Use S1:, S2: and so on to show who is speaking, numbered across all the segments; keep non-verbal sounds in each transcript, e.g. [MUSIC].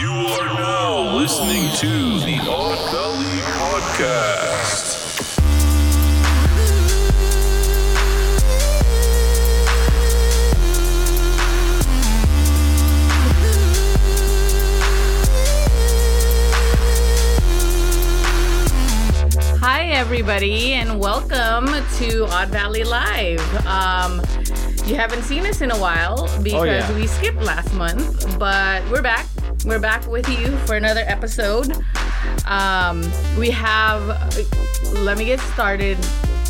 S1: You are now listening to the Odd Valley Podcast.
S2: Hi, everybody, and welcome to Odd Valley Live. Um, you haven't seen us in a while because
S3: Oh, yeah.
S2: we skipped last month, but we're back. We're back with you for another episode. Um, we have, let me get started.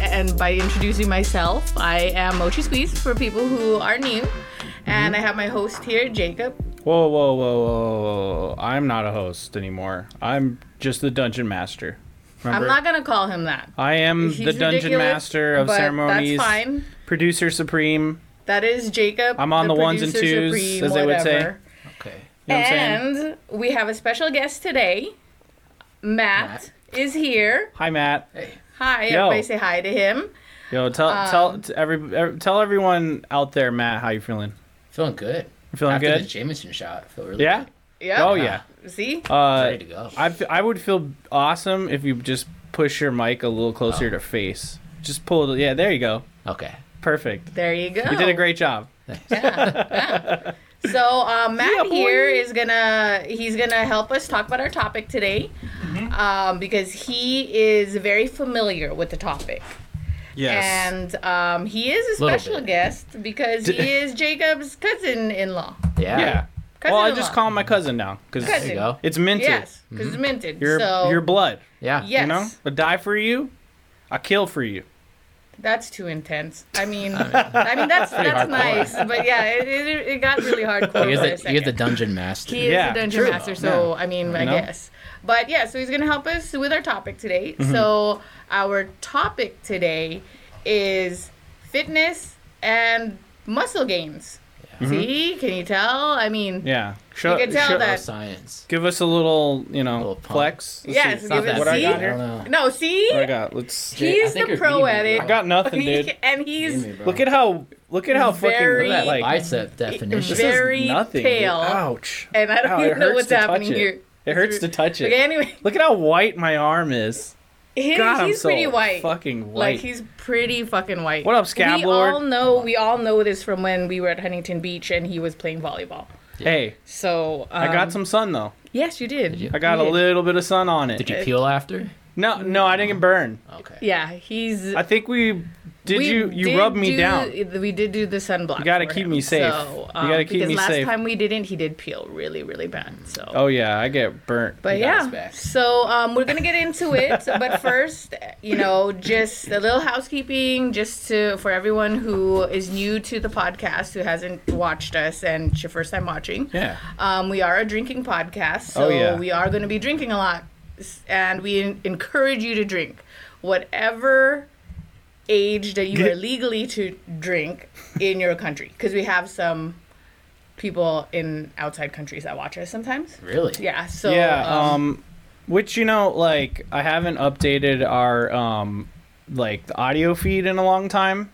S2: And by introducing myself, I am Mochi Squeeze for people who are new. And
S3: Mm-hmm.
S2: I have my host here, Jacob.
S3: Whoa, whoa, whoa, whoa, whoa, whoa. I'm not a host anymore. I'm just the dungeon master.
S2: I'm
S3: Remember?
S2: not going to call him that.
S3: I am
S2: He's
S3: the dungeon
S2: ridiculous,
S3: master of
S2: but
S3: ceremonies.
S2: That's fine.
S3: Producer supreme.
S2: That is Jacob.
S3: I'm on the ones and
S2: producer
S3: twos, as they would say.
S2: whatever.
S4: Okay.
S3: You know what I'm saying?
S2: and we have a special guest today. Matt, is here.
S3: Hi, Matt.
S4: Hey.
S2: Hi,
S3: Yo.
S2: everybody say hi to him.
S3: Yo, tell
S2: Um,
S3: tell t- every er, tell everyone out there, Matt, how you feeling?
S4: Feeling good.
S3: Feeling
S4: After
S3: good?
S4: the Jameson shot, I feel really
S3: Yeah.
S4: good.
S2: Yeah.
S3: Oh yeah.
S2: See?
S3: Uh,
S4: Ready to go.
S3: I f- I would feel awesome if you just push your mic a little closer to face. Just pull it. Yeah, there you go.
S4: okay.
S3: Perfect.
S2: there you go.
S3: You did a great job.
S2: So uh, Matt
S3: boy.
S2: here is gonna he's gonna help us talk about our topic today,
S3: Mm-hmm.
S2: um, because he is very familiar with the topic, and um, he is a
S4: Little
S2: special
S4: bit.
S2: guest because he is Jacob's cousin-in-law.
S4: Yeah.
S3: Yeah. Well, I just
S2: Cousin-in-law.
S3: call him my cousin now because
S4: There
S2: Cousin.
S4: you go.
S3: it's minted. Mm-hmm.
S2: Yes, because it's minted.
S3: Your
S2: so
S3: your blood.
S4: Yeah.
S2: Yeah.
S3: You know,
S2: Yes.
S3: I die for you, I kill for you.
S2: That's too intense. I mean,
S3: [LAUGHS]
S2: I mean that's that's nice, but yeah, it, it, it got really hardcore.
S4: You're
S2: for a
S4: the, you're the
S2: second.
S4: dungeon master.
S2: he is
S3: Yeah,
S2: the dungeon
S3: true.
S2: master, so I mean, I
S3: know?
S2: guess. But yeah, so he's gonna help us with our topic today.
S3: Mm-hmm.
S2: So our topic today is fitness and muscle gains. See, can you tell? I mean,
S3: Mm-hmm. Yeah.
S2: you
S3: Show,
S2: can tell
S3: show-
S4: Of
S2: that.
S4: science.
S3: Give us a little, you know,
S4: Little pump.
S3: flex. Let's
S2: Yes,
S3: see
S2: give
S4: it-
S3: what I
S2: see?
S3: got
S4: I
S3: here.
S4: don't know.
S2: No, see, [LAUGHS]
S3: What I got? Let's.
S4: Jake, I
S2: he's
S4: think
S2: the
S4: you're
S2: pro
S4: beating
S2: at
S4: me,
S2: it.
S4: bro.
S2: [LAUGHS]
S3: I got nothing,
S2: He-
S3: dude.
S2: and he's
S4: Give me, bro.
S3: Look at how. Look at how
S2: Very-
S3: fucking look, like
S4: Bicep definition.
S3: this is
S2: very
S3: nothing, dude.
S2: pale.
S3: Ouch.
S2: and I
S3: Ow,
S2: don't
S3: it
S2: even know
S3: hurts
S2: what's
S3: to touch
S2: happening
S3: it.
S2: here.
S3: It hurts to touch it.
S2: Okay, anyway. [LAUGHS]
S3: Look at how white my arm is.
S2: He-
S3: God, I'm
S2: he's
S3: so
S2: pretty white.
S3: Fucking white.
S2: Like he's pretty fucking white.
S3: What up, Scab
S2: we
S3: Lord?
S2: all know we all know this from when we were at Huntington Beach and he was playing volleyball.
S3: hey,
S2: So um,
S3: I got some sun though.
S2: Yes, you did.
S4: you?
S3: I got a
S2: did.
S3: little bit of sun on it.
S4: Did you peel after?
S3: No, no, I didn't burn.
S4: Okay.
S2: Yeah, he's.
S3: I think we did
S2: we
S3: you you
S2: did
S3: rubbed me
S2: do-
S3: down.
S2: We did do the sunblock. You
S3: gotta keep me safe. You gotta keep
S2: um, because
S3: me
S2: last
S3: safe.
S2: time we didn't, he did peel really, really bad. So.
S3: Oh yeah, I get burnt.
S2: But
S4: We got his
S2: yeah,
S4: back.
S2: so um, we're gonna get into it.
S4: [LAUGHS]
S2: but first, you know, just a little housekeeping, just to for everyone who is new to the podcast, who hasn't watched us, and it's your first time watching.
S3: yeah.
S2: Um, we are a drinking podcast, so
S3: Oh, yeah.
S2: we are gonna be drinking a lot, s- and we en- encourage you to drink, whatever age that you are legally to drink in your country, because we have some people in outside countries that watch us sometimes.
S4: Really?
S2: Yeah. So
S3: yeah.
S2: um,
S3: Um, which you know, like I haven't updated our um, like the audio feed in a long time,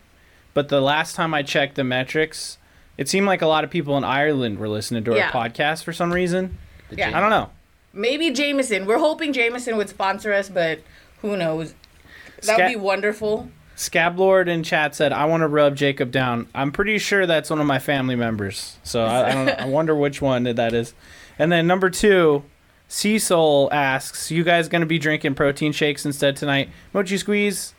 S3: but the last time I checked the metrics, it seemed like a lot of people in Ireland were listening to our
S2: Yeah.
S3: podcast for some reason.
S4: The
S2: Yeah.
S4: Jameson.
S3: I don't know.
S2: Maybe Jameson. We're hoping Jameson would sponsor us, but who knows? That would
S3: Sca-
S2: be wonderful.
S3: Scablord in chat said, "I want to rub Jacob down." I'm pretty sure that's one of my family members, so I, I don't.
S4: [LAUGHS]
S3: I wonder which one that is. And then number two, Sea Soul asks, "You guys gonna be drinking protein shakes instead tonight? Mochi squeeze?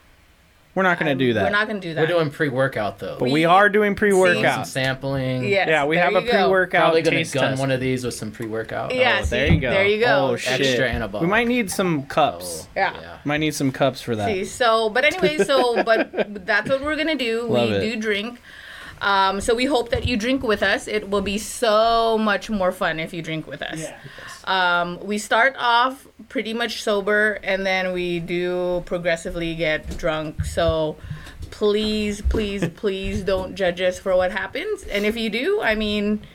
S3: We're not gonna do that,
S2: Um, We're not gonna do that.
S4: We're doing pre-workout though.
S3: but we are doing
S4: Doing some
S3: pre-workout.
S4: sampling.
S2: Yes,
S3: Yeah, we
S2: there
S3: have a
S2: you go.
S3: pre-workout
S4: Probably gonna
S3: taste
S4: gun
S3: test.
S4: one of these with some pre-workout.
S2: Yeah.
S3: oh,
S2: see?
S3: there you go.
S2: There you go.
S3: Oh shit.
S4: Extra anabolic.
S3: We might need some cups.
S4: Oh,
S2: Yeah.
S3: Might need some cups for that.
S2: See, so, but anyway,
S3: [LAUGHS]
S2: so, but that's what we're gonna do.
S3: Love
S2: we
S3: it.
S2: do drink. Um, so we hope that you drink with us. It will be so much more fun if you drink with us. Um, we start off pretty much sober, and then we do progressively get drunk. So please,
S3: [LAUGHS]
S2: please, please don't judge us for what happens. And if you do, I mean,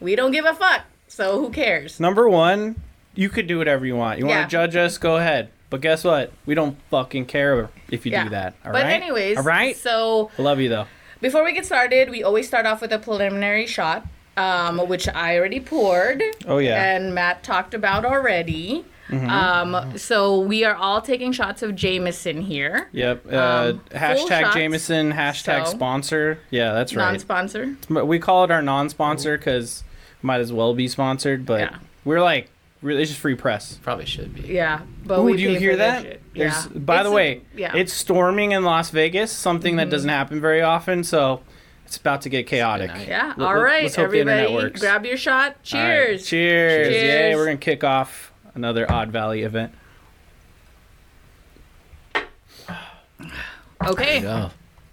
S2: we don't give a fuck. So who cares?
S3: Number one, you could do whatever you want. You
S2: Yeah.
S3: want to judge us? Go ahead. But guess what? We don't fucking care if you do that. All right.
S2: but anyways,
S3: All right.
S2: So
S3: I love you though.
S2: Before we get started, we always start off with a preliminary shot. um, which I already poured.
S3: Oh, yeah. Mm-hmm.
S2: And Matt talked about already. Um, so we are all taking shots of Jameson here.
S3: Yep. Uh,
S2: Um, full
S3: hashtag
S2: shots.
S3: Jameson. Hashtag
S2: So-
S3: sponsor. Yeah, that's right.
S2: Non-sponsor.
S3: But we call it our non-sponsor because might as well be sponsored. But
S2: Yeah.
S3: we're like, really, it's just free press.
S4: Probably should be.
S2: Yeah, but
S3: Ooh,
S2: Oh, we
S3: do you
S2: pay for
S3: hear
S2: their
S3: that?
S2: shit.
S3: There's,
S2: yeah.
S3: By the
S2: It's-
S3: way,
S2: yeah. Mm-hmm.
S3: it's storming in Las Vegas, something that doesn't happen very often. So it's about to get chaotic.
S4: night.
S2: yeah.
S3: Let-
S2: all
S3: let-
S2: right,
S3: let's hope the internet
S2: everybody,
S3: works.
S2: grab your shot.
S3: All right,
S2: Cheers.
S3: Cheers.
S2: Cheers.
S3: Yay, we're going to kick off another Odd Valley event.
S2: Okay,
S4: Go.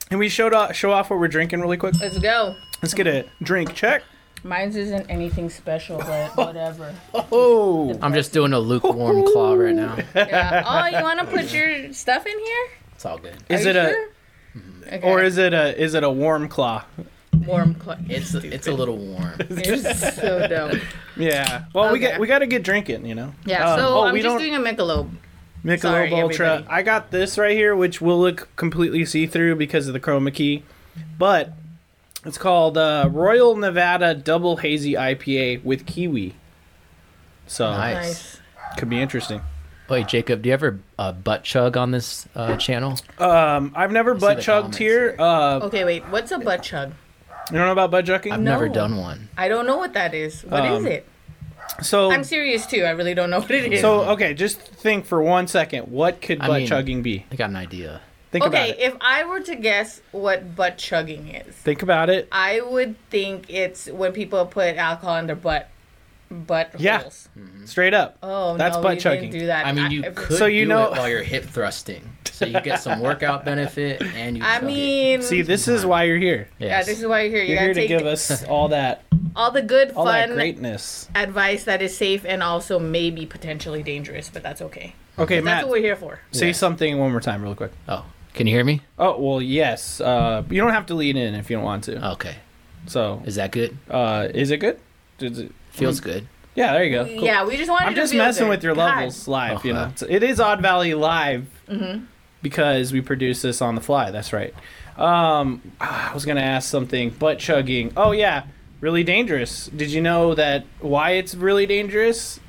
S3: Can we show, off, show off what we're drinking really quick?
S2: let's go.
S3: Let's get a drink check.
S2: Mine's isn't anything special,
S3: [LAUGHS]
S2: but whatever.
S3: Oh,
S4: I'm just doing
S3: [LAUGHS]
S4: a lukewarm claw right now.
S2: Yeah. Oh, you want to put your stuff in here?
S4: It's all good.
S3: is
S2: Are
S3: it
S2: you
S3: a
S2: sure? Okay.
S3: or is it a is it a warm claw?
S2: warm? Cl-
S4: It's it's a
S2: [LAUGHS]
S4: little warm.
S2: You're so dumb.
S3: Yeah. Well, we
S2: Okay.
S3: get we got to get drinking, you know.
S2: Yeah.
S3: Um,
S2: so
S3: oh,
S2: I'm
S3: we
S2: just
S3: don't
S2: doing a Michelob.
S3: Michelob
S2: sorry,
S3: Ultra.
S2: everybody.
S3: I got this right here, which will look completely see through because of the chroma key, but it's called uh, Royal Nevada Double Hazy IPA with kiwi. So
S4: Nice.
S2: Nice.
S3: could be interesting.
S4: Wait, Jacob, do you ever uh, butt chug on this uh, channel?
S2: Oh,
S3: Um, I've never
S4: see
S3: butt
S4: the
S3: chugged
S4: comments
S3: here.
S4: here.
S3: Uh,
S2: Okay, wait. What's a butt chug?
S3: you don't know about butt chugging?
S4: I've never
S2: No.
S4: done one.
S2: I don't know what that is. What is
S3: Um,
S2: it?
S3: So
S2: I'm serious too. I really don't know what it is.
S3: so okay, just think for one second. What could
S4: I
S3: butt
S4: mean-
S3: chugging be?
S4: I got an idea.
S3: Think about
S2: okay,
S3: it.
S2: if I were to guess what butt chugging is,
S3: Think about it.
S2: I would think it's when people put alcohol in their butt butt
S3: Yeah.
S2: holes.
S3: Straight up.
S2: Oh
S3: that's
S2: no,
S3: butt
S2: you
S3: chugging.
S2: didn't do that.
S4: I mean,
S2: [LAUGHS]
S4: you
S2: if-
S4: could
S3: So you
S4: do
S3: know-
S4: it while you're hip thrusting, so you get some workout benefit and you.
S2: I
S4: chug it.
S2: mean,
S3: See, this is why you're here.
S2: yeah,
S4: Yes.
S2: this is why you're here. You
S3: You're
S2: gotta
S3: here to
S2: take
S3: give us all that,
S2: all the good,
S3: all that
S2: fun
S3: greatness.
S2: advice that is safe and also maybe potentially dangerous, but that's okay.
S3: Okay,
S2: That's
S3: Matt,
S2: what we're here for.
S3: say
S4: Yeah.
S3: something one more time, real quick.
S4: oh, can you hear me?
S3: Oh well, yes. Uh, you don't have to lean in if you don't want to.
S4: Okay,
S3: So,
S4: is that good?
S3: uh, is it good? Did it-
S2: Mm.
S4: Feels good.
S3: yeah, there you go. Cool.
S2: Yeah, we just wanted
S3: I'm
S2: to
S3: just
S2: feel
S3: messing
S2: good.
S3: with your
S2: God. Mm-hmm.
S3: levels live. You know,
S4: Uh-huh.
S3: It's- it is Odd Valley live because we produce this on the fly. That's right. Um, ah, I was gonna ask something, butt chugging. Oh yeah, really dangerous. Did you know that why it's really dangerous?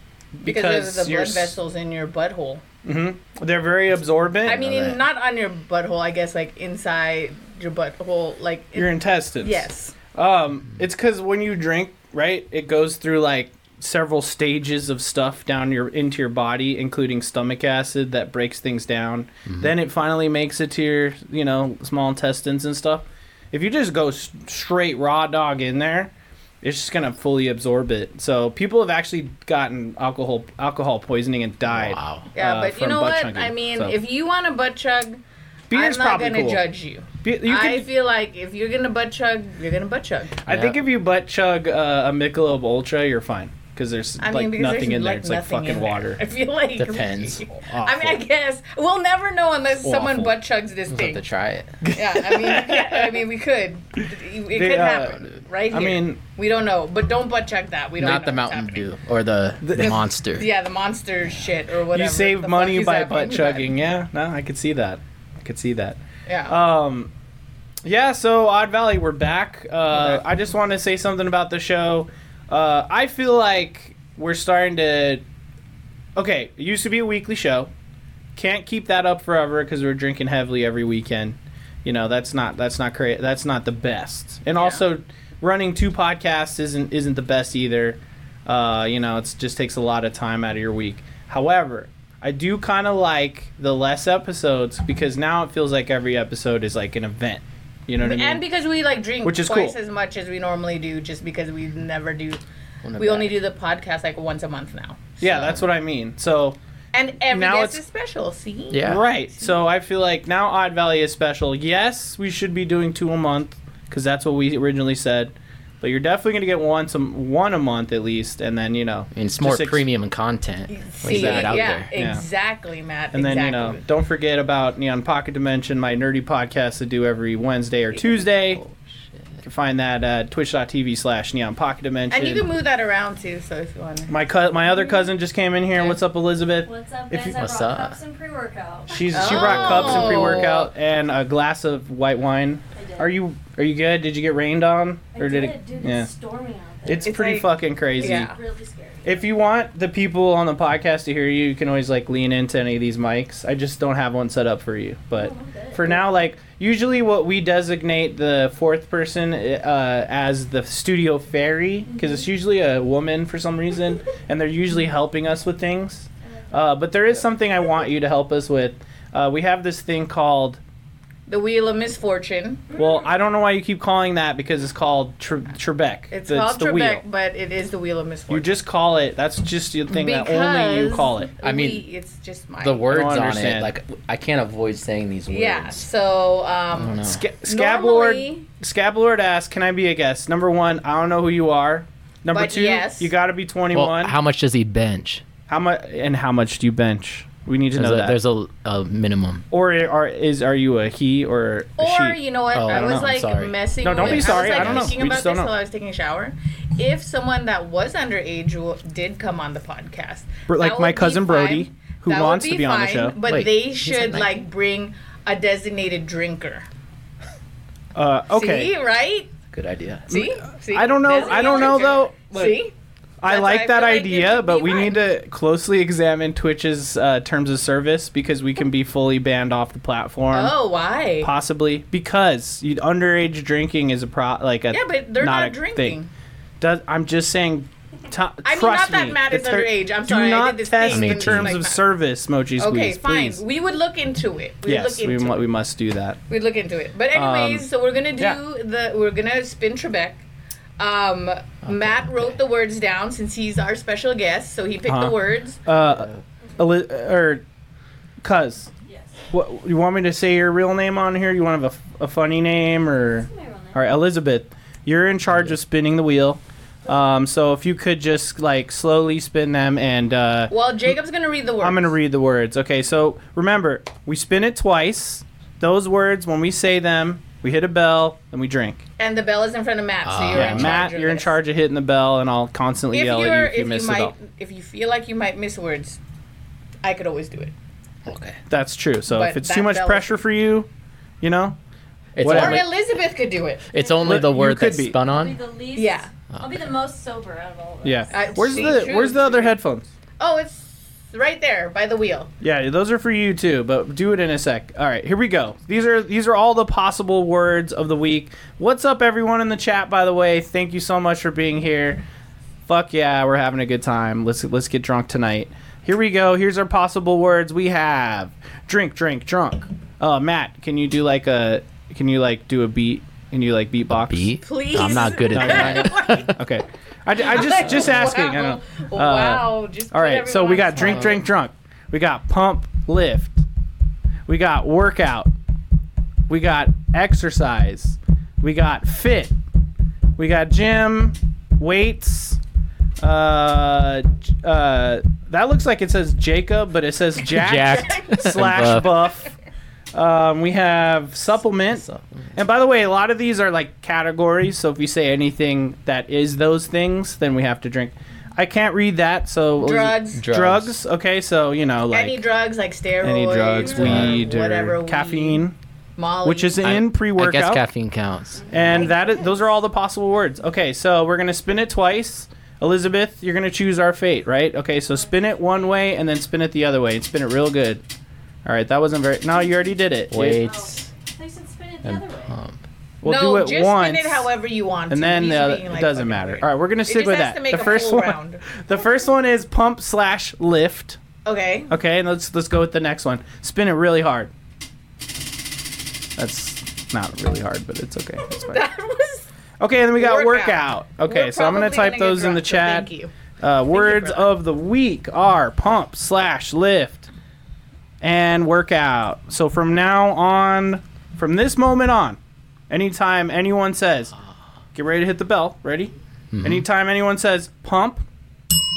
S2: because, of the
S3: you're
S2: blood
S3: s-
S2: vessels in your butthole.
S3: They're very absorbent.
S2: I mean,
S4: know
S2: in-
S4: that.
S2: not on your butthole. I guess like inside your butthole, like in-
S3: your intestines.
S2: yes.
S3: Um, it's because when you drink, right, it goes through like several stages of stuff down your into your body, including stomach acid that breaks things down. Then it finally makes it to your, you know, small intestines and stuff. If you just go s- straight raw dog in there, it's just gonna fully absorb it. So people have actually gotten alcohol alcohol poisoning and died.
S4: Wow.
S2: Yeah,
S3: uh,
S2: but you
S3: from
S2: know
S3: butt
S2: what?
S3: chugging.
S2: I mean,
S3: So-
S2: if you want to butt chug,
S3: Beer's
S2: I'm not
S3: probably
S2: gonna
S3: cool.
S2: judge you.
S3: Be- you can-
S2: I feel like if you're gonna butt chug, you're gonna butt chug.
S3: I think
S4: Yeah.
S3: if you butt chug uh, a Michelob Ultra, you're fine because there's
S2: I
S3: like
S2: mean, because
S3: nothing
S2: there's,
S3: in there.
S2: like,
S3: it's like
S2: nothing in
S3: fucking
S2: there.
S3: water.
S2: [LAUGHS] I feel like
S4: Depends.
S2: [LAUGHS] I mean, I guess we'll never know unless someone
S4: Awful.
S2: butt chugs this
S4: Just have to
S2: thing.
S4: try it.
S2: Yeah, I mean, yeah, I mean, we could. It, it
S3: They,
S2: could
S3: uh,
S2: happen right here.
S3: I mean-
S2: we don't know, but don't butt chug that. We don't.
S4: Not
S2: know
S4: the
S2: what's
S4: Mountain
S2: happening.
S4: Dew or the, the, Monster.
S2: Yeah, the monster shit or whatever.
S3: you
S2: the
S3: save
S2: fuck
S3: money
S2: is
S3: by
S2: that
S3: butt
S2: fucking
S3: chugging. Yeah, no, I could see that. I could see that.
S2: bad? Yeah.
S3: Um, yeah. So Odd Valley, we're back. Uh, I just want to say something about the show. Uh, I feel like we're starting to. Okay, it used to be a weekly show. Can't keep that up forever because we're drinking heavily every weekend. You know that's not that's not cra- that's not the best. And also, running two podcasts isn't isn't the best either. Uh, you know, it just takes a lot of time out of your week. However, I do kind of like the less episodes because now it feels like every episode is like an event. You know what I mean?
S2: and because we like drink
S3: Which is
S2: twice
S3: cool.
S2: as much as we normally do, just because we never do.
S4: On the
S2: We only
S4: back.
S2: do the podcast like once a month now,
S3: yeah,
S4: so-
S3: that's what I mean. So
S2: and every
S3: Now
S2: guest
S3: it's-
S2: is special. See,
S4: Yeah.
S3: right. So I feel like now Odd Valley is special. Yes, we should be doing two a month because that's what we originally said. But you're definitely gonna get one some one a month at least, and then you know
S4: And it's more
S3: just ex-
S4: premium content. Let's
S2: See,
S4: get it
S2: yeah,
S4: out there.
S3: Yeah.
S2: exactly, Matt.
S3: And then
S2: exactly.
S3: you know, don't forget about Neon Pocket Dimension, my nerdy podcast that do every Wednesday or Tuesday.
S4: Oh, shit.
S3: You can find that at twitch.tv slash neon pocket dimension.
S2: and you can move that around too. So if you want to,
S3: my co- my other cousin just came in here. What's up, Elizabeth?
S5: What's up,
S3: If
S5: guys?
S3: you-
S5: I
S4: What's
S5: brought
S4: up?
S5: cups and pre-workout.
S3: She's she brought cups and
S2: Oh.
S3: pre workout and a glass of white wine.
S5: I did.
S3: Are you are you good? Did you get rained on?
S5: I did,
S3: it?
S5: dude.
S3: yeah.
S5: It's storming out
S3: It's,
S2: It's
S3: pretty
S2: like-
S3: fucking crazy.
S2: yeah.
S5: Really scary.
S3: If you want the people on the podcast to hear you, you can always like lean into any of these mics. I just don't have one set up for you,
S5: Oh,
S3: but for now, like usually what we designate the fourth person uh, as the studio fairy because it's usually a woman for some reason, and they're usually helping us with things. Uh, but there is something I want you to help us with. Uh, we have this thing called
S2: The Wheel of Misfortune.
S3: well, I don't know why you keep calling that because it's called Tre- Trebek.
S2: It's
S3: That's
S2: called Trebek, but it is the Wheel of Misfortune.
S3: You just call it. That's just your thing that only you
S2: Because
S3: call it.
S4: I mean,
S2: we- it's just mine.
S4: The words on it,
S3: understand.
S4: like I can't avoid saying these words. Oh,
S2: Yeah. So um,
S3: Sca- Scablord,
S2: Normally-
S3: Scablord asks, "Can I be a guest?" Number one, I don't know who you are. Number
S2: But
S3: two,
S2: yes.
S3: you got to be
S4: Well,
S3: 21.
S4: how much does he bench?
S3: how much and how much do you bench? We need to
S4: There's,
S3: know
S4: a,
S3: that.
S4: there's a, a minimum.
S3: or are is are you a he or a
S2: Or
S3: she?
S2: you know what?
S4: Oh, I
S2: I
S4: don't
S2: was
S4: know. I'm
S2: like
S4: sorry.
S2: messing.
S3: No, don't
S2: with,
S3: be sorry.
S2: I was like
S3: I don't know.
S2: thinking
S3: We
S2: about
S3: just don't
S2: this
S3: know.
S2: while I was taking a shower. If someone that was underage w- did come on the podcast,
S3: Br- like
S2: that
S3: my
S2: would be
S3: cousin Brody,
S2: fine.
S3: who
S2: That would
S3: wants to be on the
S2: fine,
S3: show.
S2: but
S4: Wait,
S2: they
S4: he's
S2: should
S4: at
S2: like bring a designated drinker.
S3: Uh, okay. Mm,
S2: See, right?
S4: Good idea.
S2: See, see.
S3: I don't know. I don't know though.
S2: though. See,
S3: I
S2: That's why
S3: like
S2: I
S3: that
S2: feel like it
S3: idea,
S2: would
S3: but
S2: be
S3: we
S2: mine.
S3: need to closely examine Twitch's uh, terms of service because we can be fully banned off the platform.
S2: oh why?
S3: Possibly because you, underage drinking is a pro like a
S2: yeah, but they're
S3: not
S2: not,
S3: a thing.
S2: drinking.
S3: Does, I'm just saying. T-
S2: I mean,
S3: trust
S2: not that
S3: me,
S2: matters
S3: the ter-
S2: underage. I'm
S3: Do
S2: sorry, I
S3: not
S2: did this
S3: test
S2: thing
S3: the
S4: and
S3: terms
S2: like
S3: of
S2: that.
S3: service, Moji Squeeze.
S2: Okay, fine.
S3: Please.
S2: We would look into it. We
S3: yes,
S2: look
S3: we,
S2: into
S3: mu-
S2: it.
S3: we must do that.
S2: We'd look into it. But anyways,
S3: Um,
S2: so we're gonna do
S3: yeah.
S2: the we're gonna spin Trebek. Um, Matt wrote the words down since he's our special guest, so he picked
S3: Uh-huh.
S2: the words.
S3: Uh, Eli- or, cuz,
S5: Yes.
S3: what you want me to say your real name on here? You want to have a, a funny name or?
S5: My real name.
S3: All right, Elizabeth, you're in charge of spinning the wheel. Um, so if you could just like slowly spin them and uh,
S2: Well, Jacob's gonna read the words.
S3: I'm going to read the words. Okay, so remember, we spin it twice. Those words, when we say them, we hit a bell and we drink.
S2: and the bell is in front of Matt, so
S4: Ah,
S2: you're
S4: yeah,
S2: in charge
S3: Uh, Matt,
S2: of
S3: you're in
S2: this.
S3: charge of hitting the bell, and I'll constantly
S2: If
S3: yell
S2: you're
S3: at you if
S2: if
S3: you
S2: you
S3: miss the
S2: might
S3: bell.
S2: if you feel like you might miss words, I could always do it.
S4: Okay.
S3: That's true. So
S2: But
S3: if it's
S2: that
S3: too much
S2: bell is-
S3: pressure for you, you know,
S4: It's
S3: Whatever.
S2: Or
S4: only,
S2: Elizabeth could do it.
S4: it's only
S3: Look,
S4: the
S3: you
S4: word
S3: could
S4: that's
S3: be.
S4: spun
S5: I'll be
S4: on.
S5: the least.
S2: Yeah.
S5: I'll be the most sober out of all of us.
S3: yeah.
S2: I-
S3: where's
S2: see,
S3: the
S2: Uh, true,
S3: Where's the other
S2: true.
S3: headphones?
S2: Oh, it's right there by the wheel.
S3: Yeah, those are for you too, but do it in a sec. All right, here we go. These are these are all the possible words of the week. What's up everyone in the chat by the way? Thank you so much for being here. Fuck yeah, we're having a good time. Let's let's get drunk tonight. Here we go. Here's our possible words. We have drink, drink, drunk. Uh Matt, can you do like a can you like do a beat? Can you like beatbox?
S4: Beat.
S2: Please.
S4: I'm
S2: [LAUGHS]
S4: not good at that.
S3: Okay. I, [LAUGHS] I just just asking. I
S2: Wow.
S3: [LAUGHS] know. Uh,
S2: Wow. Just
S3: All right, so we got drink, drink, drunk. We got pump, lift. We got workout. We got exercise. We got fit. We got gym, weights. Uh, j- uh, that looks like it says Jacob, but it says Jack [LAUGHS]
S4: Jacked.
S3: slash buff. Um, we have supplement. And by the way, a lot of these are like categories. So if we say anything that is those things, then we have to drink. I can't read that. So
S2: Drugs.
S4: Drugs.
S3: Drugs, Okay, so you know like
S2: any drugs like steroids,
S3: any drugs, weed, or
S2: whatever, weed,
S3: caffeine,
S2: Molly,
S3: which is
S4: I-
S3: in
S4: I guess
S3: pre-workout.
S4: caffeine counts.
S3: and that is, those are all the possible words. Okay, so we're gonna spin it twice. Elizabeth, you're gonna choose our fate, right? Okay, so spin it one way and then spin it the other way, and spin it real good. All right, that wasn't very. No, you already did it.
S5: Oh.
S4: Weights
S5: They should spin it the
S4: and um,
S5: other way.
S3: uh,
S4: pump.
S3: We'll
S2: no,
S3: do it
S2: just
S3: once.
S2: spin it however you want,
S3: and
S2: to.
S3: then
S2: He's
S3: the other,
S2: being,
S3: it
S2: like,
S3: doesn't
S2: fucking
S3: matter.
S2: weird.
S3: All right, we're gonna
S2: It
S3: stick
S2: just
S3: with
S2: has
S3: that.
S2: to make
S3: the
S2: a
S3: first
S2: full
S3: one,
S2: round.
S3: the first one is pump slash lift.
S2: Okay.
S3: Okay, and let's let's go with the next one. Spin it really hard. That's not really hard, but it's okay.
S2: [LAUGHS]
S3: It's fine.
S2: That was.
S3: Okay, and then we got workout.
S2: Workout. [LAUGHS]
S3: Okay,
S2: we're
S3: so I'm gonna
S2: probably
S3: type
S2: get
S3: those in the
S2: drunk, so
S3: chat.
S2: thank you.
S3: Uh, words
S2: that.
S3: of the week are pump slash lift and workout. So from now on, from this moment on, anytime anyone says, get ready to hit the bell, ready? Mm-hmm. Anytime anyone says pump,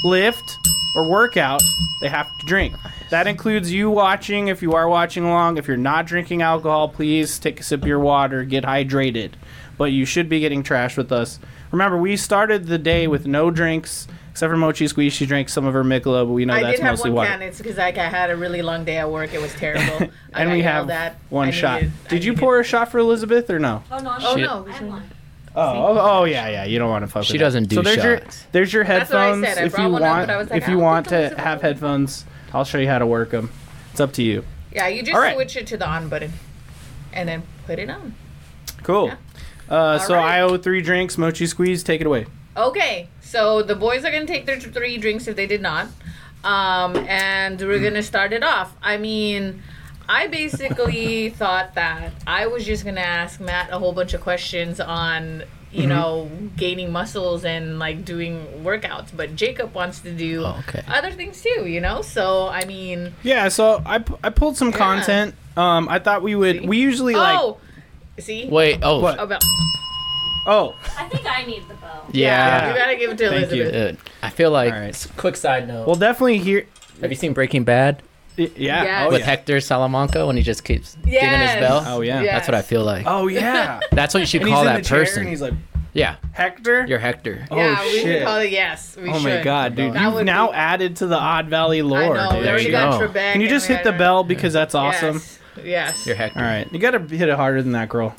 S3: lift, or workout, they have to drink. That includes you watching if you are watching along. If you're not drinking alcohol, please take a sip of your water, get hydrated. But you should be getting trash with us. Remember, we started the day with no drinks except for Mochi Squeeze. She drank some of her Michelob, but we know
S2: I
S3: that's
S2: did have
S3: mostly
S2: one
S3: water.
S2: can. It's because like I had a really long day at work. It was terrible. I
S3: [LAUGHS] And
S2: got
S3: we
S2: yelled
S3: have
S2: at.
S3: one
S2: I
S3: shot.
S2: needed- I
S3: Did you
S2: needed-
S3: pour a shot for Elizabeth or no?
S5: Oh no, I'm
S2: Oh
S5: fine.
S2: no.
S5: I have one.
S3: Oh, oh, oh, yeah, yeah. You don't want to fuck.
S4: She
S3: with that.
S4: doesn't do
S3: So there's your
S4: shots.
S3: there's your
S2: That's what I
S3: headphones.
S2: said. I
S3: If
S2: brought
S3: you
S2: one up,
S3: want,
S2: but I was like,
S3: if
S2: I
S3: you
S2: don't
S3: want
S2: think I'm
S3: to
S2: supposed
S3: have
S2: to.
S3: headphones, I'll show you how to work them. It's up to you.
S2: Yeah, you just
S3: All right.
S2: switch it to the on button, and then put it on.
S3: Cool. Uh, so
S2: right.
S3: I owe three drinks. Mochi squeeze. Take it away.
S2: Okay, so the boys are gonna take their three drinks if they did not, um, and we're gonna start it off. I mean, I
S3: [LAUGHS]
S2: basically thought that I was just gonna ask Matt a whole bunch of questions on,
S3: Mm-hmm.
S2: you know, gaining muscles and like doing workouts, but Jacob wants to do
S4: Oh, okay.
S2: other things too, you know. So I mean,
S3: Yeah. So I, pu- I pulled some content. Um, I thought we would. We usually like.
S2: oh, see,
S4: Wait. Oh.
S3: What?
S2: about
S3: Oh.
S5: I think I need the bow.
S2: yeah,
S4: Yeah.
S2: you gotta give it to
S3: Thank you.
S2: Elizabeth.
S4: Uh, I feel like.
S3: All right.
S4: Quick side note.
S3: Well, definitely here.
S4: have you seen Breaking Bad
S3: Yeah.
S2: Yes.
S3: Oh
S4: with
S3: yeah.
S4: Hector Salamanca when he just keeps dinging
S2: Yes.
S4: his bell?
S3: Oh yeah.
S2: Yeah.
S4: That's what I feel like.
S2: [LAUGHS]
S3: Oh yeah.
S4: That's what you should
S3: and
S4: call
S3: he's in
S4: that
S3: the chair
S4: person.
S3: and he's like
S4: yeah.
S3: Hector.
S4: You're Hector.
S3: oh
S2: yeah, we
S3: shit.
S2: should call it yes. We
S3: oh
S2: should.
S3: my god, dude!
S2: That
S3: You've
S2: would
S3: now
S2: be-
S3: added to the Odd Valley
S2: I
S3: lore.
S2: know.
S3: dude.
S2: we
S4: There
S2: already
S4: you
S2: got
S4: go.
S2: Trebek.
S3: Can you just
S2: and we
S3: hit the
S2: got-
S3: bell because that's awesome?
S2: Yes.
S4: You're
S2: yes.
S4: Hector.
S3: All right, you gotta hit it harder than that, girl.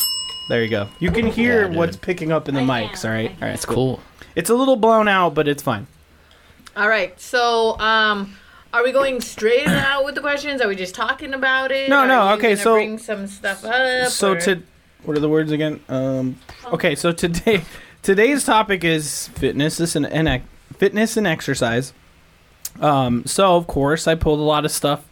S3: There you go. You can hear
S4: Yeah, dude.
S3: what's picking up in the
S5: I
S3: mics.
S5: can,
S3: All right,
S5: I
S3: all right.
S4: That's cool.
S3: It's a little blown out, but it's fine.
S2: All right. So, um, are we going straight out with the questions? Are we just talking about it?
S3: No,
S2: Are
S3: no,
S2: you
S3: okay,
S2: gonna
S3: so-
S2: bring some stuff up.
S3: So
S2: or-
S3: to, what are the words again? Um, okay, so today, [LAUGHS] today's topic is fitness is an, and ec- fitness and exercise. Um, so of course, I pulled a lot of stuff.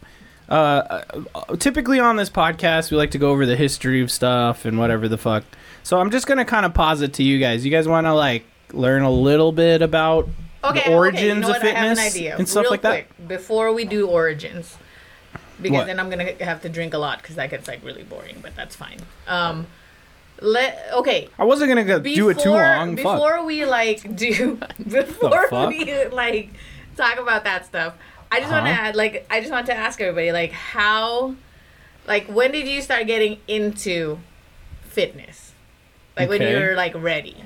S3: Uh, uh, typically on this podcast, we like to go over the history of stuff and whatever the fuck. So I'm just gonna kind of pause it to you guys. You guys want to like learn a little bit about
S2: okay,
S3: the origins
S2: okay, you know
S3: of
S2: what? I have an
S3: fitness
S2: idea.
S3: and stuff
S2: Real
S3: like that?
S2: quick, Before we do origins, because
S3: What?
S2: then I'm gonna have to drink a lot because that gets like really boring. But that's fine. Um, let okay.
S3: I wasn't gonna go do it too long. Fuck.
S2: Before we like do before
S3: fuck?
S2: we like talk about that stuff, I just want to
S3: Huh?
S2: add like I just want to ask everybody like how like when did you start getting into fitness? Like when
S3: Okay.
S2: you were like ready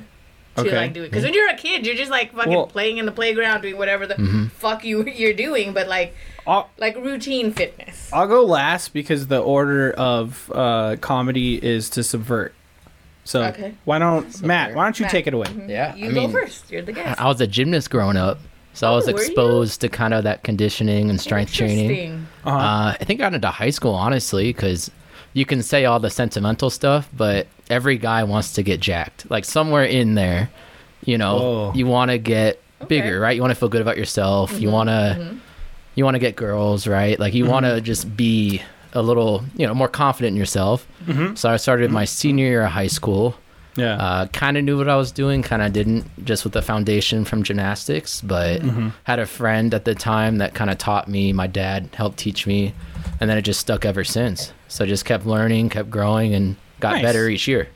S2: to
S3: Okay.
S2: like do it because when you're a kid you're just like fucking
S3: Well-
S2: playing in the playground doing whatever the fuck you you're doing but like
S3: I'll,
S2: like routine fitness
S3: I'll go last because the order of uh, comedy is to subvert. So
S2: Okay.
S3: why don't Matt? Why don't you
S2: Matt. Mm-hmm.
S3: take it away?
S4: Yeah.
S2: you
S4: I
S2: go
S4: mean,
S2: first you're the guest
S4: I was a gymnast growing up, so I was
S2: Oh, were you?
S4: exposed to kind of that conditioning and strength training.
S2: Interesting.
S3: Uh-huh.
S4: Uh, I think I got into high school honestly because you can say all the sentimental stuff, but every guy wants to get jacked. Like somewhere in there, you know,
S3: Oh.
S4: you want to get
S2: Okay. Mm-hmm.
S4: bigger, right? You want to feel good about yourself. You want to, you want to get girls, right? Like you want to just be a little, you know, more confident in yourself. So I started
S2: Mm-hmm.
S4: my senior year of high school.
S3: yeah.
S4: Uh, kind of knew what I was doing, kind of didn't, just with the foundation from gymnastics. But
S3: Mm-hmm.
S4: had a friend at the time that kind of taught me. My dad helped teach me, and then it just stuck ever since. So I just kept learning, kept growing, and got
S3: Nice.
S4: better each year.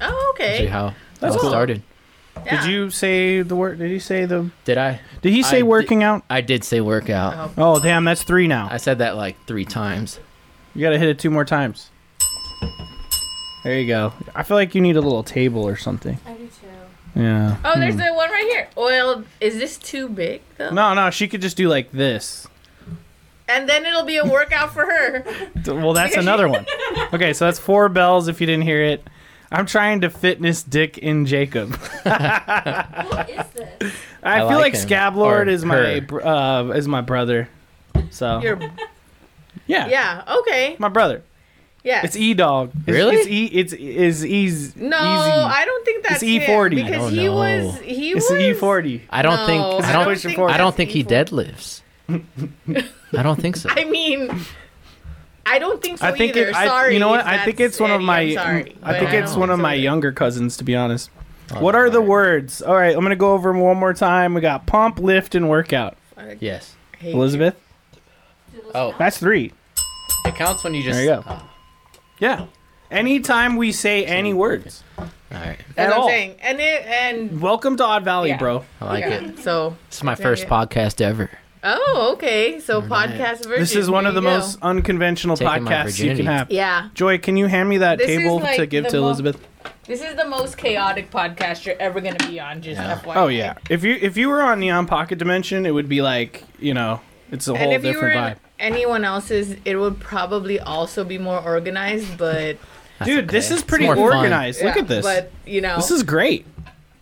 S2: oh okay
S4: See how
S3: That's
S4: it all
S3: cool.
S4: started.
S2: Yeah.
S3: Did you say the word? Did you say the?
S4: Did I?
S3: Did he say
S4: I
S3: working out?
S4: I did say workout.
S2: Oh.
S3: Oh damn, that's three now.
S4: I said that like three times.
S3: you gotta hit it two more times. There you go. I feel like you need a little table or something.
S5: I do too.
S3: Yeah.
S2: Oh, there's the one right here. Oil. Is this too big though?
S3: Hmm. No, no, she could just do like this.
S2: And then it'll be a workout for
S3: [LAUGHS]
S2: her.
S3: D- Well, that's
S2: [LAUGHS]
S3: another one. Okay, so that's four bells if you didn't hear it. I'm trying to fitness Dick in Jacob.
S5: What is
S3: [LAUGHS]
S5: this?
S3: I,
S4: I
S3: feel like,
S4: like him.
S3: Scablord
S4: Or
S3: is my
S4: her.
S3: br- uh, is my brother. So
S2: Your,
S3: yeah,
S2: yeah. Okay.
S3: my brother.
S2: Yeah.
S3: It's E Dog.
S4: Really?
S3: It's E. It's is E's.
S2: no,
S3: easy. E
S2: I don't think that's him,
S3: E40.
S2: because
S4: Oh,
S2: he
S4: no.
S2: was he
S3: It's
S2: was
S3: E forty.
S4: I don't think.
S2: No,
S4: I
S3: don't
S4: don't.
S3: think forward.
S4: I don't
S2: that's
S4: think he
S2: E40.
S4: deadlifts. I don't think so.
S2: [LAUGHS] I mean, I don't think so
S3: I think
S2: either.
S3: it. I,
S2: sorry.
S3: you know what?
S2: if
S3: I think
S2: that's
S3: it's one of
S2: Eddie,
S3: my.
S2: I'm sorry,
S3: I
S2: but
S3: think
S4: I
S3: it's
S2: don't
S3: one of
S2: think
S3: my
S2: so either.
S3: younger cousins, to be honest.
S4: Oh,
S3: what are the
S4: alright.
S3: words? All right, I'm gonna go over them one more time. We got pump, lift, and workout.
S4: Yes.
S2: I hate you.
S3: Elizabeth,
S5: Do those
S4: Oh.
S5: count?
S3: that's three.
S4: It counts when you just. Oh,
S3: There you go. Yeah. Anytime we say any words
S4: all right.
S2: That's
S3: at
S2: what I'm
S3: all.
S2: saying. And it and
S3: Welcome to Odd Valley,
S2: Yeah.
S3: bro.
S4: I like
S2: yeah,
S4: it.
S2: So
S4: This is my
S2: Dang
S4: first
S2: it.
S4: podcast ever.
S2: oh okay. So
S4: right.
S2: podcast version.
S3: This is one
S2: Here
S3: of the
S2: you go.
S3: most unconventional
S4: Taking my
S3: podcasts you can
S4: virginity.
S3: have.
S2: Yeah.
S3: Joy, can you hand me that
S2: This is
S3: table
S2: like
S3: to give
S2: the
S3: to
S2: mo-
S3: Elizabeth?
S2: This is the most chaotic podcast you're ever gonna be on. Just
S4: Yeah.
S2: FYI.
S3: Oh yeah. If you if you were on Neon Pocket Dimension, it would be like you know, it's a
S2: And
S3: whole
S2: if
S3: different
S2: you were
S3: vibe.
S2: in anyone else's, it would probably also be more organized. But
S4: That's
S3: Dude, this
S4: okay.
S3: is
S4: It's
S3: pretty
S4: more fun.
S3: organized. [LAUGHS] Look
S2: Yeah,
S3: at this.
S2: But you know,
S3: this is great.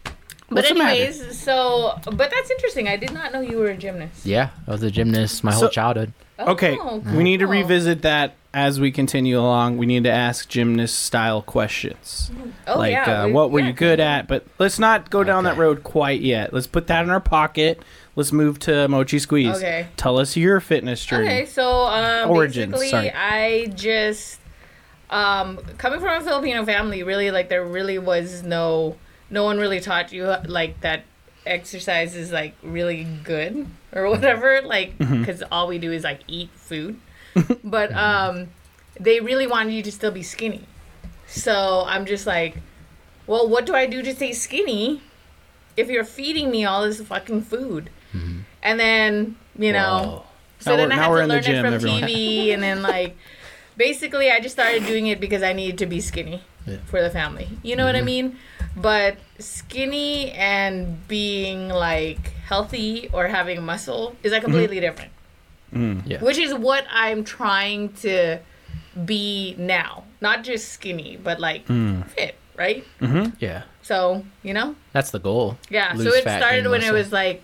S2: but
S3: what's the matter?
S2: anyways, so but that's interesting. I did not know you were a gymnast.
S4: Yeah, I was a gymnast my
S3: So-
S4: whole childhood.
S3: Okay,
S2: Oh,
S3: we need to
S2: cool.
S3: revisit that as we continue along. We need to ask gymnast style questions.
S2: Oh,
S3: like,
S2: yeah,
S3: uh,
S2: we-
S3: what were
S2: yeah.
S3: you good at? But let's not go down that
S4: Okay.
S3: road quite yet. Let's put that in our pocket. Let's move to Mochi Squeeze.
S2: Okay.
S3: Tell us your fitness journey.
S2: Okay, so um,
S3: Origins,
S2: basically,
S3: sorry.
S2: I just um, coming from a Filipino family, really like there really was no no one really taught you like that exercise is like really good or whatever, like
S3: Mm-hmm.
S2: because all we do is like eat food, [LAUGHS] but um, they really wanted you to still be skinny, so I'm just like, well, what do I do to stay skinny? If you're feeding me all this fucking food,
S3: Mm-hmm.
S2: and then you know.
S4: Whoa.
S2: So
S3: Now
S2: then
S3: we're-
S2: I
S3: now
S2: had
S3: we're
S2: to
S3: in the
S2: learn
S3: gym,
S2: it from
S3: everyone.
S2: TV, and then like basically I just started doing it because I needed to be skinny
S4: Yeah.
S2: for the family. You know what I
S3: Mm-hmm.
S2: mean? But skinny and being like healthy or having muscle is
S3: Mm-hmm.
S2: like completely different.
S3: Mm,
S4: Yeah.
S2: Which is what I'm trying to be now. Not just skinny, but like
S3: Mm.
S2: fit, right?
S4: Yeah,
S2: So, you know?
S4: that's the goal.
S2: Yeah, so
S4: Lose
S2: it
S4: fat,
S2: started
S4: gain
S2: when it
S4: muscle.
S2: was like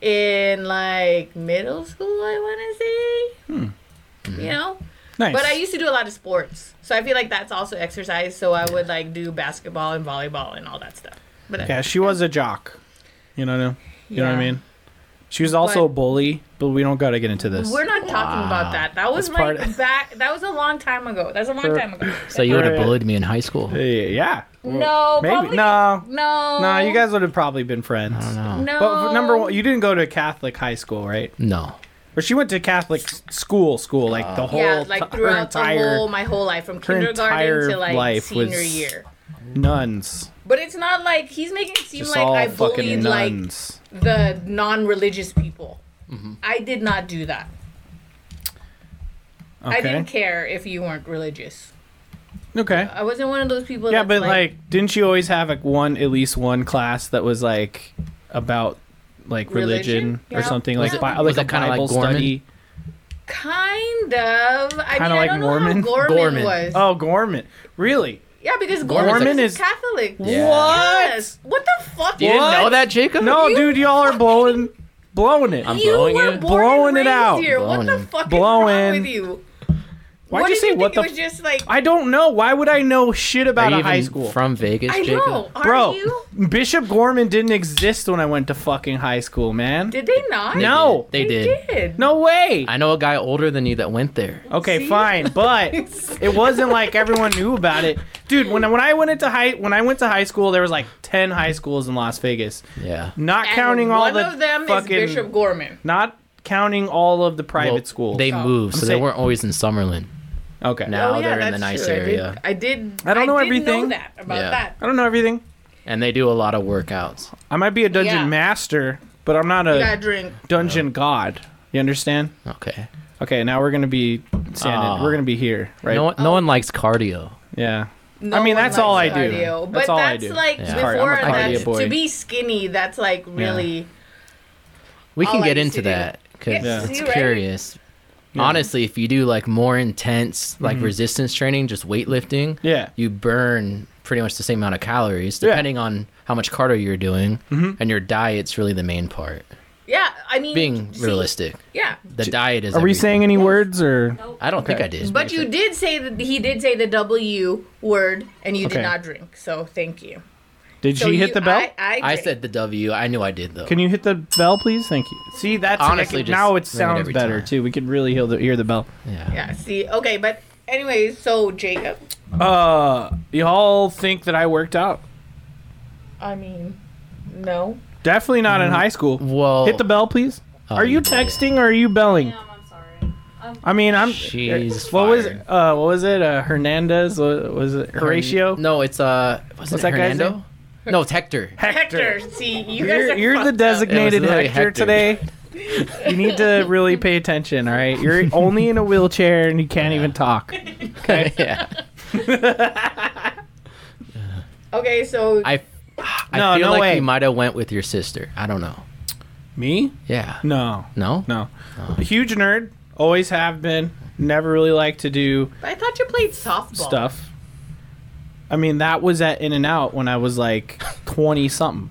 S2: in like middle school, I want to say. You know,
S3: Hmm. Mm-hmm. Nice.
S2: but I used to do a lot of sports, so I feel like that's also exercise. So I would like do basketball and volleyball and all that stuff. But
S3: yeah, she was a jock. You know, you know what I
S2: Yeah.
S3: mean? She was also a
S2: But-
S3: bully, but we don't got to get into this.
S2: we're not talking about that. That was
S4: That's part
S2: like back. That was a long time ago. That's a long time ago.
S4: So you would have
S3: Right.
S4: bullied me in high school.
S3: Uh, yeah.
S2: no,
S3: Maybe.
S2: probably
S3: No.
S2: no,
S3: No, you guys would have probably been friends.
S4: I don't know.
S2: No,
S3: But for number one, you didn't go to Catholic high school, right?
S4: No.
S3: Or she went to Catholic s- school, school like
S4: Uh,
S3: the whole,
S2: yeah,
S3: ti-
S2: like
S3: her
S2: throughout
S3: entire
S2: the whole my whole life from
S3: her entire
S2: kindergarten to like
S3: life was-
S2: senior year.
S3: nuns,
S2: But it's not like he's making it seem
S3: just
S2: like
S3: all
S2: I
S3: fucking
S2: bullied like
S3: nuns.
S2: the non-religious people.
S4: Mm-hmm.
S2: I did not do that. I
S3: okay.
S2: didn't care if you weren't religious.
S3: okay.
S2: I wasn't one of those people.
S3: Yeah,
S2: that's
S3: but like, didn't you always have like one at least one class that was like about like religion,
S2: Religion?
S3: or
S2: Yeah.
S3: something like
S2: Was it-
S3: bi-
S4: Was
S3: like a
S4: it kinda like
S3: Bible
S4: Gorman?
S3: study?
S2: kind of. I
S3: Kinda
S2: mean,
S3: like
S2: I don't
S3: Mormon?
S2: Know how Gorman,
S4: Gorman.
S2: was.
S3: Oh, Gorman, really?
S2: yeah, because
S4: Gorman's
S2: Gorman,
S3: like-
S2: is Catholic.
S4: Yeah.
S3: What?
S2: Yes. What the fuck?
S4: You
S3: What?
S4: didn't know that, Jacob?
S3: No,
S2: You
S3: dude, y'all are blowing, blowing it.
S4: I'm
S2: You
S4: blowing
S2: were
S4: it.
S2: born
S3: Blowing
S2: and
S3: it
S2: raised
S3: out.
S2: Here. What
S4: Blowing
S2: the
S4: it.
S2: fuck is
S3: Blowing.
S2: wrong with you?
S3: Why'd
S2: what
S3: you
S2: did
S3: say
S2: you
S3: what
S2: think
S3: the?
S2: it was
S3: f-
S2: just like
S3: I don't know. Why would I know shit
S4: Are
S3: about
S4: you
S3: a
S4: even
S3: high school?
S4: from Vegas,
S2: I
S4: Jacob?
S2: know. Are
S3: Bro,
S2: you?
S3: Bishop Gorman didn't exist when I went to fucking high school, man.
S2: Did they not?
S3: no,
S4: They
S2: They
S4: did.
S2: did.
S3: no way.
S4: I know a guy older than you that went there.
S3: Okay,
S2: See?
S3: fine,
S2: [LAUGHS]
S3: but it wasn't like everyone knew about it, dude. When when I went into high when I went to high school, there was like ten high schools in Las Vegas,
S4: Yeah.
S3: not
S2: And
S3: counting all
S2: one
S3: the
S2: of them
S3: fucking,
S2: is Bishop Gorman.
S3: not counting all of the private
S4: Well,
S3: schools.
S4: They
S2: Oh.
S4: moved,
S3: I'm
S4: so they
S3: saying-
S4: weren't always in Summerlin.
S3: okay,
S4: Now
S2: Oh, yeah,
S4: they're in the
S2: that's
S4: nice
S2: true.
S4: area.
S2: I did.
S3: I don't know
S2: did
S3: everything.
S2: that about
S4: Yeah.
S2: that.
S3: I don't know everything.
S4: And they do a lot of workouts.
S3: I might be a dungeon
S2: Yeah.
S3: master, but I'm not a
S2: You gotta drink.
S3: dungeon god. You understand?
S4: Okay.
S3: Okay, now we're gonna be standing.
S4: Aw.
S3: we're gonna be here, right?
S4: No, one,
S2: Oh.
S4: no one likes cardio.
S3: yeah.
S2: No
S3: I mean,
S2: one
S3: that's all
S2: likes
S3: I do.
S2: cardio,
S3: That's
S2: But that's
S3: all I do.
S2: like
S4: Yeah.
S3: Cardio.
S2: before
S3: I'm a cardio
S2: that,
S3: boy.
S2: to be skinny, that's like really.
S4: We can
S2: All I
S4: get
S2: used
S4: into
S2: to do.
S4: that because
S2: Yeah.
S4: it's
S2: See, right?
S4: curious. Honestly, if you do like more intense, like resistance training, just weightlifting,
S3: Mm-hmm. Yeah.
S4: you burn pretty much the same amount of calories,
S3: Yeah. Mm-hmm.
S4: depending on how much cardio you're doing, and your diet's really the main part.
S2: Yeah, I mean,
S4: Being
S2: see,
S4: realistic,
S2: Yeah,
S4: the diet is.
S3: Are we
S4: everything.
S3: saying any words or?
S4: I don't think I did.
S2: but you did say that he did say the W word, and you
S3: Okay.
S2: did not drink. So thank you.
S3: Did
S2: So
S3: she
S2: you-
S3: hit the bell?
S2: I, I,
S4: I
S2: drink.
S4: said the W. I knew I did though.
S3: Can you hit the bell, please? Thank you. See, that's
S4: Honestly,
S3: I can-
S4: just
S3: now
S4: ring
S3: it
S4: it
S3: sounds
S4: every
S3: better
S4: time.
S3: too. We could really hear the, hear the bell.
S4: yeah.
S2: Yeah. See. Okay, but anyway, so Jacob.
S3: Uh, y'all think that I worked out?
S2: I mean, no.
S3: Definitely not in high school.
S4: Mm, Well,
S3: hit the bell, please.
S4: Oh,
S3: are you
S4: you did.
S3: texting or are you belling?
S5: Damn, I'm sorry. Um,
S3: I mean, I'm.
S4: She's
S3: what was
S4: fired.
S3: uh what was it? Uh, Hernandez? What, was it Horatio?
S4: No, it's uh,
S3: What's
S4: was it
S3: that guy's
S4: Hernando? No, it's Hector.
S2: Hector. See, you guys
S3: You're,
S2: are.
S3: you're the
S2: fucked up.
S3: designated
S4: It was
S3: Hector,
S4: literally Hector.
S3: today. you need
S4: [LAUGHS]
S3: to really pay attention, all right? You're only in a wheelchair and you can't even talk.
S4: [LAUGHS] yeah.
S2: Okay, so
S4: I, I
S3: No,
S4: feel
S3: no
S4: like
S3: way.
S4: you might have went with your sister. I don't know.
S3: [LAUGHS] Me?
S4: Yeah.
S3: No.
S4: No.
S3: No. A huge nerd. Always have been. Never really liked to do
S2: [LAUGHS] I thought you played softball.
S3: stuff. I mean, that was at In and Out when I was
S2: [LAUGHS]
S3: like 20 something.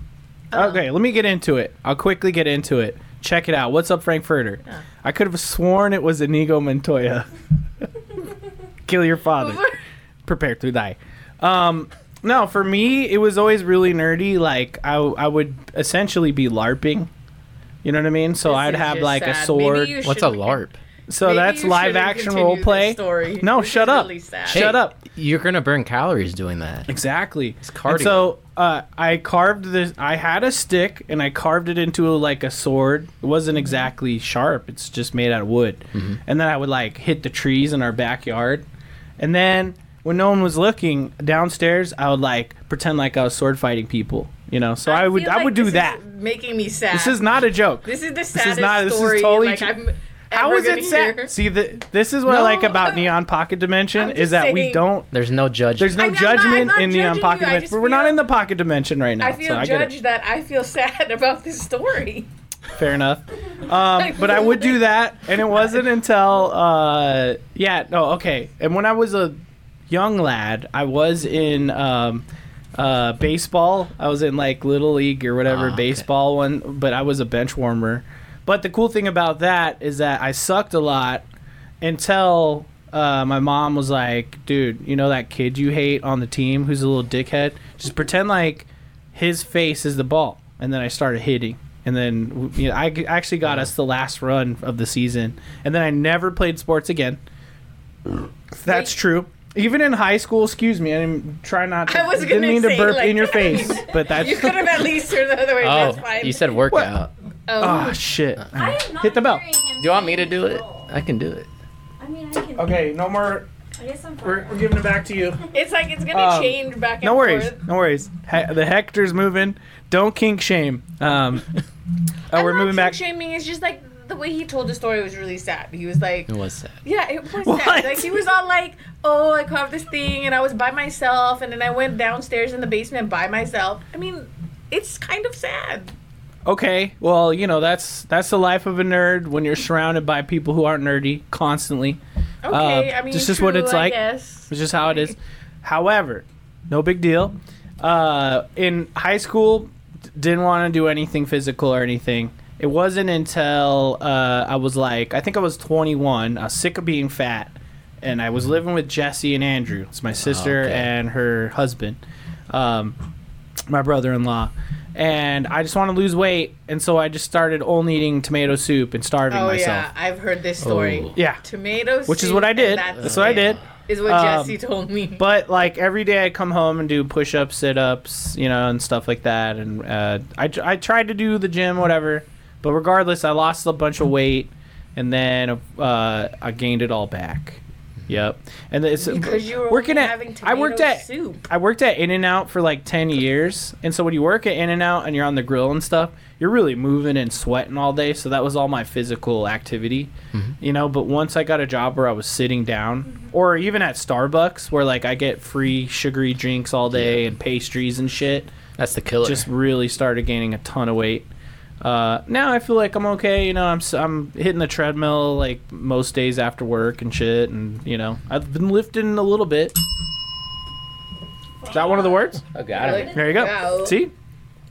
S2: Uh-huh.
S3: Okay, let me get into it. I'll quickly get into it. Check it out. What's up, Frankfurter? I could have sworn it was
S2: [LAUGHS]
S3: Inigo Montoya. Kill your father. Prepare to die. Um, no, for me, it was always really nerdy. Like, I, I would essentially be LARPing. You know what I mean? So
S2: This
S3: I'd
S2: is
S3: have
S2: just
S3: like a
S2: sad.
S3: sword.
S2: Maybe you
S4: What's a
S2: should-
S4: LARP?
S3: so
S2: maybe
S3: that's
S2: you
S3: live
S2: shouldn't
S3: action
S2: continue
S3: role
S2: this
S3: play.
S2: story.
S3: No,
S2: This is
S3: shut up.
S2: really sad.
S3: Shut
S4: Hey,
S3: up.
S4: You're gonna burn calories doing that.
S3: Exactly. It's
S4: cardio.
S3: so uh, I carved this. I had a stick and I carved it into like a sword. It
S2: Mm-hmm.
S3: wasn't exactly sharp. It's just made out of wood. And then I would like hit the trees in our backyard. And then when no one was looking downstairs, I would like pretend like I was sword fighting people. You know. So I, would
S2: feel
S3: I
S2: like
S3: would do
S2: this is
S3: that.
S2: making me sad.
S3: this is not a joke.
S2: This is the saddest
S3: is not- this is
S2: story.
S3: totally
S2: like
S3: tr-
S2: I'm
S3: How
S2: ever
S3: is
S2: gonna
S3: it
S2: hear.
S3: sad? See, the, this is what I
S2: No.
S3: like about Neon Pocket Dimension
S2: I'm
S3: is
S2: just
S3: that we
S2: saying-
S3: don't.
S4: There's no judgment.
S3: There's no
S2: I'm not- I'm
S3: judgment
S2: not
S3: in Neon
S2: judging
S3: Pocket
S2: you, I
S3: Dimension.
S2: just
S3: But we're not
S2: feel-
S3: in the pocket dimension right now.
S2: I feel
S3: so I get it.
S2: judged that I feel [LAUGHS] sad about this story.
S3: Fair enough. Um, but I would do that, and it wasn't until uh, yeah, no, okay. And when I was a young lad, I was in um, uh, baseball. I was in like little league or whatever
S4: Ah, okay.
S3: baseball one, but I was a bench warmer. But the cool thing about that is that I sucked a lot until uh, my mom was like, "Dude, you know that kid you hate on the team who's a little dickhead? Just pretend like his face is the ball." And then I started hitting, and then you know, I g- actually got us the last run of the season, and then I never played sports again. That's
S2: Wait.
S3: true. Even in high school, excuse me, I didn't try not to.
S2: I was gonna
S3: didn't mean to
S2: say,
S3: burp
S2: like- [LAUGHS]
S3: in your face, but that's
S2: You could have at least turned the other way. that's
S4: oh,
S2: fine.
S4: you said workout.
S2: oh.
S3: oh shit.
S5: I am not
S3: Hit the bell.
S5: hearing him
S4: Do you want me to
S5: saying
S4: do it?
S5: roll.
S4: I can do it.
S5: I mean, I can.
S3: Okay, no more.
S5: I guess I'm fine.
S3: We're, we're giving it back
S2: [LAUGHS]
S3: to you.
S2: it's like it's gonna
S3: Um,
S2: change back and
S3: No worries,
S2: forth.
S3: no worries. He- the Hector's moving. Don't kink shame.
S2: [LAUGHS]
S3: Um, oh,
S2: I'm
S3: we're
S2: not
S3: moving back.
S2: Shaming is just like the way he told the story was really sad. He was like,
S4: It was sad.
S2: Yeah,
S3: [LAUGHS]
S2: it was
S3: What?
S2: sad. Like he was all like, "Oh, I carved this thing, and I was by myself, and then I went downstairs in the basement by myself." I mean, it's kind of sad.
S3: Okay, well, you know that's that's the life of a nerd when you're surrounded by people who aren't nerdy constantly.
S2: Okay,
S3: Uh,
S2: I mean,
S3: this is what
S2: true,
S3: it's
S2: I
S3: like.
S2: guess.
S3: It's just how it is. However, no big deal. Uh, in high school, d- didn't want to do anything physical or anything. It wasn't until uh, I was like, I think I was 21. I was sick of being fat, and I was living with Jesse and Andrew. It's my sister
S4: okay.
S3: and her husband, um, my brother-in-law. And I just want to lose weight, and so I just started only eating tomato soup and starving
S2: Oh yeah,
S3: myself.
S2: I've heard this story.
S4: Oh.
S3: Yeah.
S2: Tomatoes,
S3: Which is what I did.
S2: That's,
S3: That's what I
S2: it,
S3: did.
S2: Is what
S3: Um,
S2: Jesse told me.
S3: [LAUGHS] But like every day, I come home and do push-ups, sit-ups, you know, and stuff like that. And uh, I I tried to do the gym, whatever. But regardless, I lost a bunch of weight, and then uh, I gained it all back. Yep. And
S2: [LAUGHS]
S3: it's
S2: because you were
S3: working
S2: only
S3: at
S2: having
S3: I worked
S2: tomato
S3: at
S2: soup.
S3: I worked at In and Out for like ten years, and so when you work at In and Out and you're on the grill and stuff, you're really moving and sweating all day. So that was all my physical activity, you know. But once I got a job where I was sitting down, or even at Starbucks where like I get free sugary drinks all day and pastries and shit,
S4: That's the killer.
S3: just really started gaining a ton of weight. Uh, now I feel like I'm okay. You know, I'm s- I'm hitting the treadmill like most days after work and shit, and you know I've been lifting a little bit. Is that one of the words?
S4: okay,
S3: There you go.
S2: Wow.
S3: See,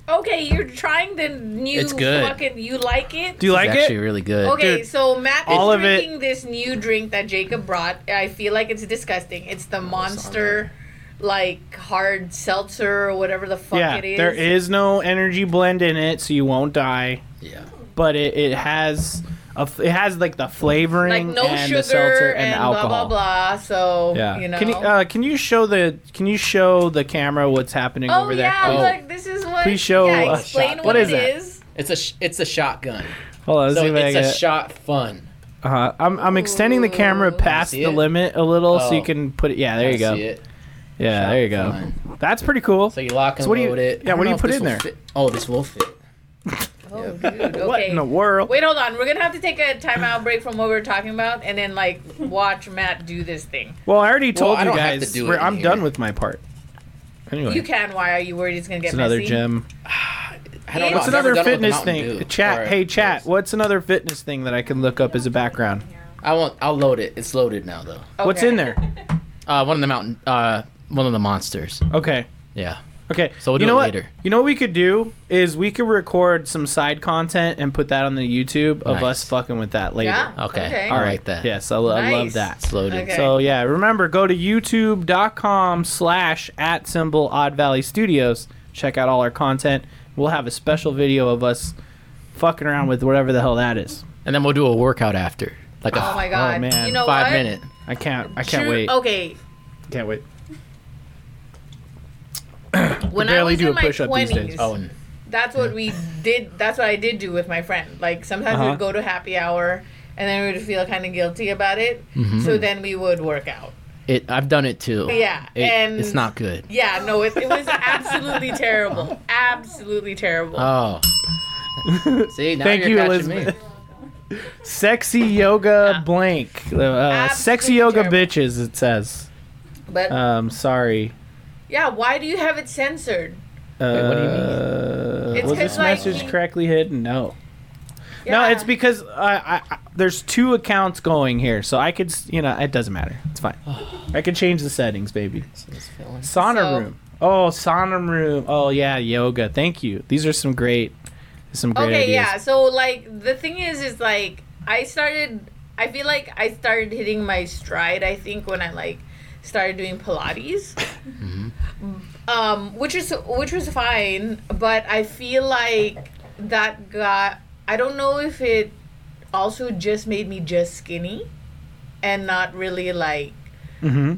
S2: Okay, you're trying the new
S4: It's good.
S2: fucking. You like it?
S3: do you like
S4: it's actually
S3: it?
S4: really good.
S2: Okay,
S3: Dude,
S2: so Matt is
S3: all of it-
S2: drinking this new drink that Jacob brought. I feel like it's disgusting. It's the monster, like hard seltzer or whatever the fuck
S3: yeah,
S2: it is.
S3: there is no energy blend in it, so you won't die.
S4: Yeah.
S3: But it, it has a f- it has like the
S2: like
S3: flavoring
S2: no
S3: and the seltzer
S2: sugar and,
S3: and, the
S2: blah
S3: alcohol.
S2: blah blah. So
S3: Yeah.
S2: you know.
S3: Can you uh, can you show the can you show the camera what's happening
S2: oh
S3: over there?
S2: yeah,
S4: Oh.
S2: look, this is what.
S3: Please show
S2: Yeah,
S3: us.
S2: explain
S4: Shot.
S2: what,
S3: What is
S2: it
S3: that?
S2: is.
S4: It's a sh- it's a shotgun.
S3: Hold on, let's
S4: So
S3: see if I
S4: it's a
S3: get.
S4: shot fun.
S3: uh-huh. I'm I'm extending the camera past
S4: see
S3: the
S4: it?
S3: limit a little, so you
S4: Oh.
S3: can put it. Yeah, there you
S4: I
S3: go.
S4: see it.
S3: Yeah,
S4: Shot
S3: there you go.
S4: fun.
S3: That's pretty cool.
S4: So you lock and
S3: So what do you-
S4: load it.
S3: yeah,
S4: I
S3: what do you
S4: don't know if
S3: put
S4: this
S3: in
S4: will
S3: there?
S4: fit- Oh, this will fit.
S2: Oh, dude. Okay.
S3: What in the world?
S2: Wait, hold on. We're gonna have to take a timeout break from what we were talking about, and then like watch Matt do this thing.
S3: Well, I already told
S4: I
S3: you
S4: don't have to
S3: guys.
S4: do it
S3: we're-
S4: in
S3: I'm
S4: here.
S3: done with my part. Anyway,
S2: You can. Why are you worried it's gonna get
S3: it's another
S2: messy?
S3: gym.
S4: [SIGHS] I don't know.
S2: What's
S3: What's
S4: I've never
S3: another
S4: done it with
S3: fitness
S4: Mountain
S3: thing?
S4: Dew.
S3: Chat.
S4: Or-
S3: hey, chat. What's another fitness thing that I can look up as a background?
S4: I won't. I'll load it. It's loaded now though.
S3: What's
S2: Okay.
S3: in there?
S4: Uh, one of the mountain. Uh, one of the monsters.
S3: Okay.
S4: Yeah.
S3: Okay.
S4: So we'll
S3: you
S4: do
S3: know
S4: it
S3: what?
S4: later.
S3: You know what we could do is we could record some side content and put that on the YouTube of
S4: Nice.
S3: us fucking with that later.
S2: Yeah.
S4: Okay.
S2: Okay.
S4: All I right. like that.
S3: Yes, I, lo- I love
S2: Nice.
S3: that.
S4: It's loaded.
S2: Okay.
S3: So yeah, remember go to youtube.com slash at symbol Odd Valley Studios. Check out all our content. We'll have a special video of us fucking around with whatever the hell that is.
S4: And then we'll do a workout after. Like a
S2: Oh my god.
S3: man.
S2: You know
S4: five
S2: what?
S4: minute.
S3: I can't I can't
S2: True- Oh. Okay.
S3: wait. Can't wait.
S2: When I
S3: barely
S2: was
S3: do
S2: in
S3: a
S2: my
S3: push-up these days.
S2: twenties,
S4: Oh, and
S2: that's what we did. That's what I did do with my friend. Like sometimes
S3: Uh-huh.
S2: we'd go to happy hour, and then we would feel kind of guilty about it.
S3: Mm-hmm.
S2: So then we would work out.
S4: it. I've done it too.
S2: Yeah,
S4: It-
S2: and-
S4: it's
S2: [LAUGHS]
S4: not good.
S2: Yeah, no, it, it was absolutely
S3: [LAUGHS]
S2: terrible. Absolutely terrible.
S3: Uh,
S4: Oh. See, now
S3: Thank
S4: you're
S3: you,
S4: catching
S3: Elizabeth. [LAUGHS]
S4: me.
S3: Sexy yoga
S2: Yeah.
S3: blank. Uh, sexy
S2: Absolutely
S3: yoga
S2: terrible.
S3: bitches it says.
S2: but
S3: Um sorry.
S2: yeah, why do you have it censored?
S3: Uh,
S4: what do you mean?
S2: It's
S3: was
S2: 'cause,
S3: this
S2: like,
S3: message
S2: he-
S3: correctly hidden? No. No,
S2: Yeah.
S3: it's because I, I, I there's two accounts going here, so I could, s- you know, it doesn't matter. It's fine. I could change the settings, baby. Sauna
S2: So-
S3: room. Oh, sauna room. Oh yeah, yoga. Thank you. These are some great, some great
S2: okay
S3: ideas.
S2: yeah so like the thing is is like i started i feel like i started hitting my stride i think when i like started doing
S3: [COUGHS]
S2: pilates
S3: Mm-hmm.
S2: um which is which was fine but i feel like that got i don't know if it also just made me just skinny and not really like
S3: Mm-hmm.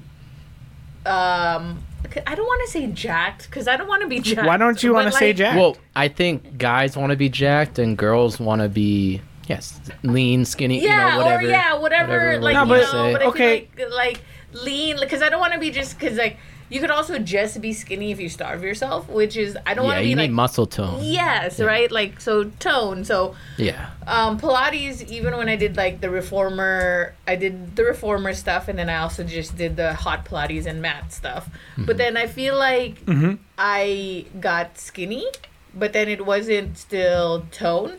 S2: um i don't want to say jacked because i don't want to be jacked
S3: Why don't you
S2: but,
S3: want to say
S2: like,
S3: Jack?
S4: Well, I think guys want to be jacked and girls want to be yes, lean, skinny,
S2: yeah,
S4: you know, whatever.
S2: or yeah, whatever,
S4: whatever
S2: like
S4: word
S3: No,
S2: you
S3: but-
S2: know, but
S3: okay.
S2: okay. like, like lean, because I don't want to be just because like you could also just be skinny if you starve yourself, which is I don't want
S4: Yeah,
S2: to be
S4: you need
S2: like
S4: muscle tone.
S2: yes, right, like so tone. So
S4: Yeah.
S2: um, Pilates, even when I did like the reformer, I did the reformer stuff, and then I also just did the hot Pilates and mat stuff.
S3: Mm-hmm.
S2: But then I feel like I got skinny, but then it wasn't still tone.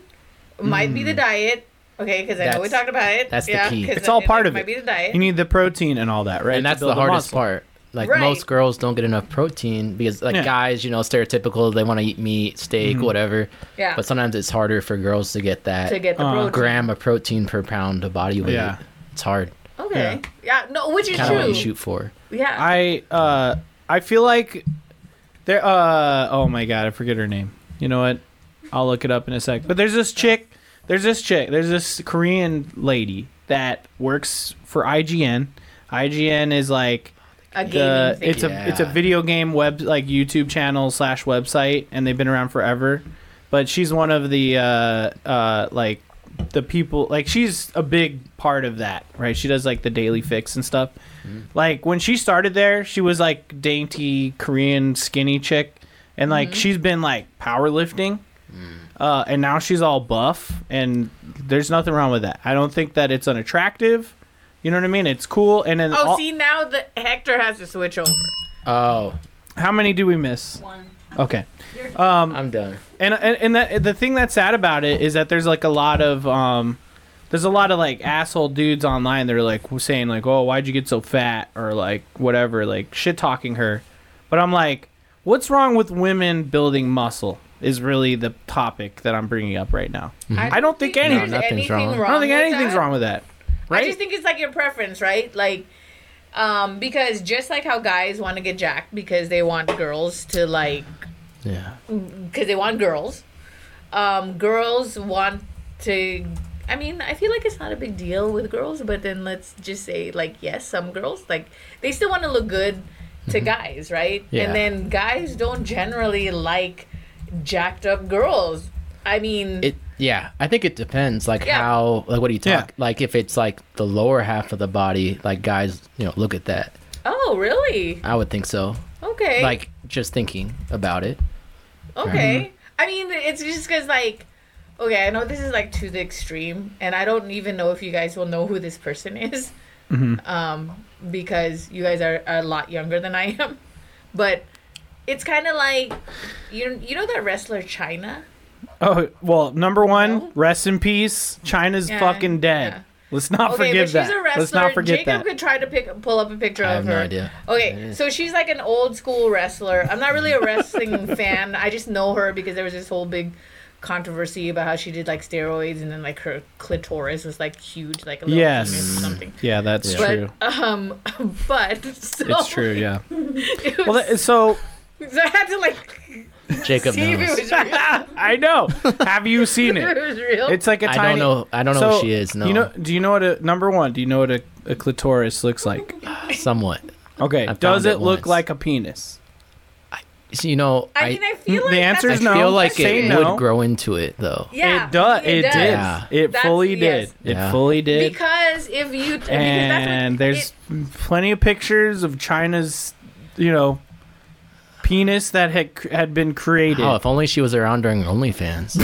S2: Might be the
S3: Mm.
S2: diet, okay? Because I know we
S4: That's-
S2: talked about it.
S4: that's the key.
S2: 'cause
S3: It's all part of
S2: Might
S3: it.
S2: be the diet.
S3: you need the protein and all that, right?
S4: and
S3: to
S4: that's
S3: build
S4: the hardest
S3: muscle.
S4: part. Like
S2: Right.
S4: most girls don't get enough protein because like
S3: Yeah. Mm-hmm.
S4: guys, you know, stereotypical they want to eat meat, steak, whatever.
S2: Yeah.
S4: But sometimes it's harder for girls to get that
S2: to get the
S3: Uh,
S2: protein.
S4: gram of protein per pound of body weight.
S3: Yeah.
S4: It's hard.
S2: okay. Yeah. No, which is
S4: Kind of what
S2: true.
S4: you shoot for.
S2: Yeah.
S3: I uh I feel like there uh oh my god, I forget her name. You know what? I'll look it up in a sec. But there's this chick, there's this chick, there's this Korean lady that works for IGN. IGN is like
S2: a gaming
S3: the
S2: thing.
S3: it's a it's a
S4: Yeah.
S3: video game web like YouTube channel slash website, and they've been around forever. But she's one of the uh, uh, like the people like she's a big part of that, right? She does like the daily fix and stuff. Like when she started there, she was like dainty Korean skinny chick, and like
S2: Mm-hmm.
S3: she's been like powerlifting. Uh, and now she's all buff, and there's nothing wrong with that. I don't think that it's unattractive. You know what I mean? It's cool, and then
S2: oh,
S3: all-
S2: see now the Hector has to switch over.
S4: Oh,
S3: how many do we miss?
S5: One.
S3: Okay. Um,
S4: I'm done.
S3: And and, and that, the thing that's sad about it is that there's like a lot of um there's a lot of like asshole dudes online that are like saying like, "Oh, why'd you get so fat?" or like whatever, like shit talking her. But I'm like, what's wrong with women building muscle? Is really the topic that I'm bringing up right now. I don't think any-
S2: there's
S4: No, nothing's
S2: Mm-hmm. anything
S4: wrong.
S2: wrong.
S3: I don't think
S2: with
S3: anything's
S2: that.
S3: wrong with that.
S2: I
S3: Right?
S2: just think it's like your preference, right? Like, um, because just like how guys want to get jacked because they want girls to like,
S4: Yeah.
S2: because they want girls. Um, girls want to. I mean, I feel like it's not a big deal with girls, but then let's just say, like, yes, some girls like they still want to look good to
S3: Mm-hmm.
S2: guys, right?
S4: Yeah.
S2: And then guys don't generally like jacked up girls. I mean,
S4: It yeah, I think it depends like
S2: Yeah.
S4: how like what do you
S3: Yeah.
S4: talk like if it's like the lower half of the body, like guys, you know, look at that.
S2: oh, really?
S4: I would think so.
S2: Okay.
S4: Like just thinking
S2: [LAUGHS]
S4: about it.
S2: Okay. I mean, it's just because, like, okay, I know this is like to the extreme, and I don't even know if you guys will know who this person is, um, because you guys are, are a lot younger than I am. But it's kind of like you you know that wrestler China.
S3: Oh well, number one,
S2: No?
S3: rest in peace. China's
S2: Yeah,
S3: fucking dead.
S2: yeah.
S3: Let's not
S2: Okay,
S3: forget
S2: but
S3: that.
S2: she's a wrestler.
S3: Let's not forget
S2: Jacob
S3: that.
S2: could try to pick, pull up a picture
S4: I
S2: of
S4: have no
S2: her.
S4: idea.
S2: Okay, so she's like an old school wrestler. I'm not really a wrestling [LAUGHS] fan. I just know her because there was this whole big controversy about how she did like steroids and then like her clitoris was like huge, like a little
S3: Yes.
S2: penis or something.
S3: yeah, that's
S2: But
S3: true.
S2: um, [LAUGHS] but so [LAUGHS]
S3: It's true. Yeah.
S2: it
S3: Well,
S2: was-
S3: that, so
S2: [LAUGHS] so I had to like
S4: Jacob
S2: see if it
S4: knows.
S2: was real.
S3: I know. Have you seen
S2: if [LAUGHS]
S3: it?
S2: it was real.
S3: It's like a
S4: I
S3: tiny.
S4: don't know. I don't know
S3: so,
S4: if she is. No,
S3: You know? Do you know what a number one? Do you know what a, a clitoris looks like?
S4: somewhat.
S3: Okay.
S4: I
S3: Does
S4: found
S3: it,
S4: it
S3: look
S4: once.
S3: like a penis?
S4: So, you know,
S2: I,
S4: I,
S2: mean, I feel
S3: the
S2: like
S3: answer
S4: I
S3: is
S2: that's-
S3: no.
S4: feel like
S3: Say
S4: it
S3: no.
S4: would grow into it though.
S2: Yeah,
S3: it does. It, did.
S4: Yeah.
S3: It
S2: That's-
S3: fully
S2: yes.
S3: did. It
S4: Yeah.
S3: fully did.
S2: Because if you because that's
S3: and
S2: what
S3: there's
S2: it,
S3: plenty of pictures of China's, you know, penis that had had been created.
S4: Oh, if only she was around
S3: [LAUGHS]
S4: during OnlyFans.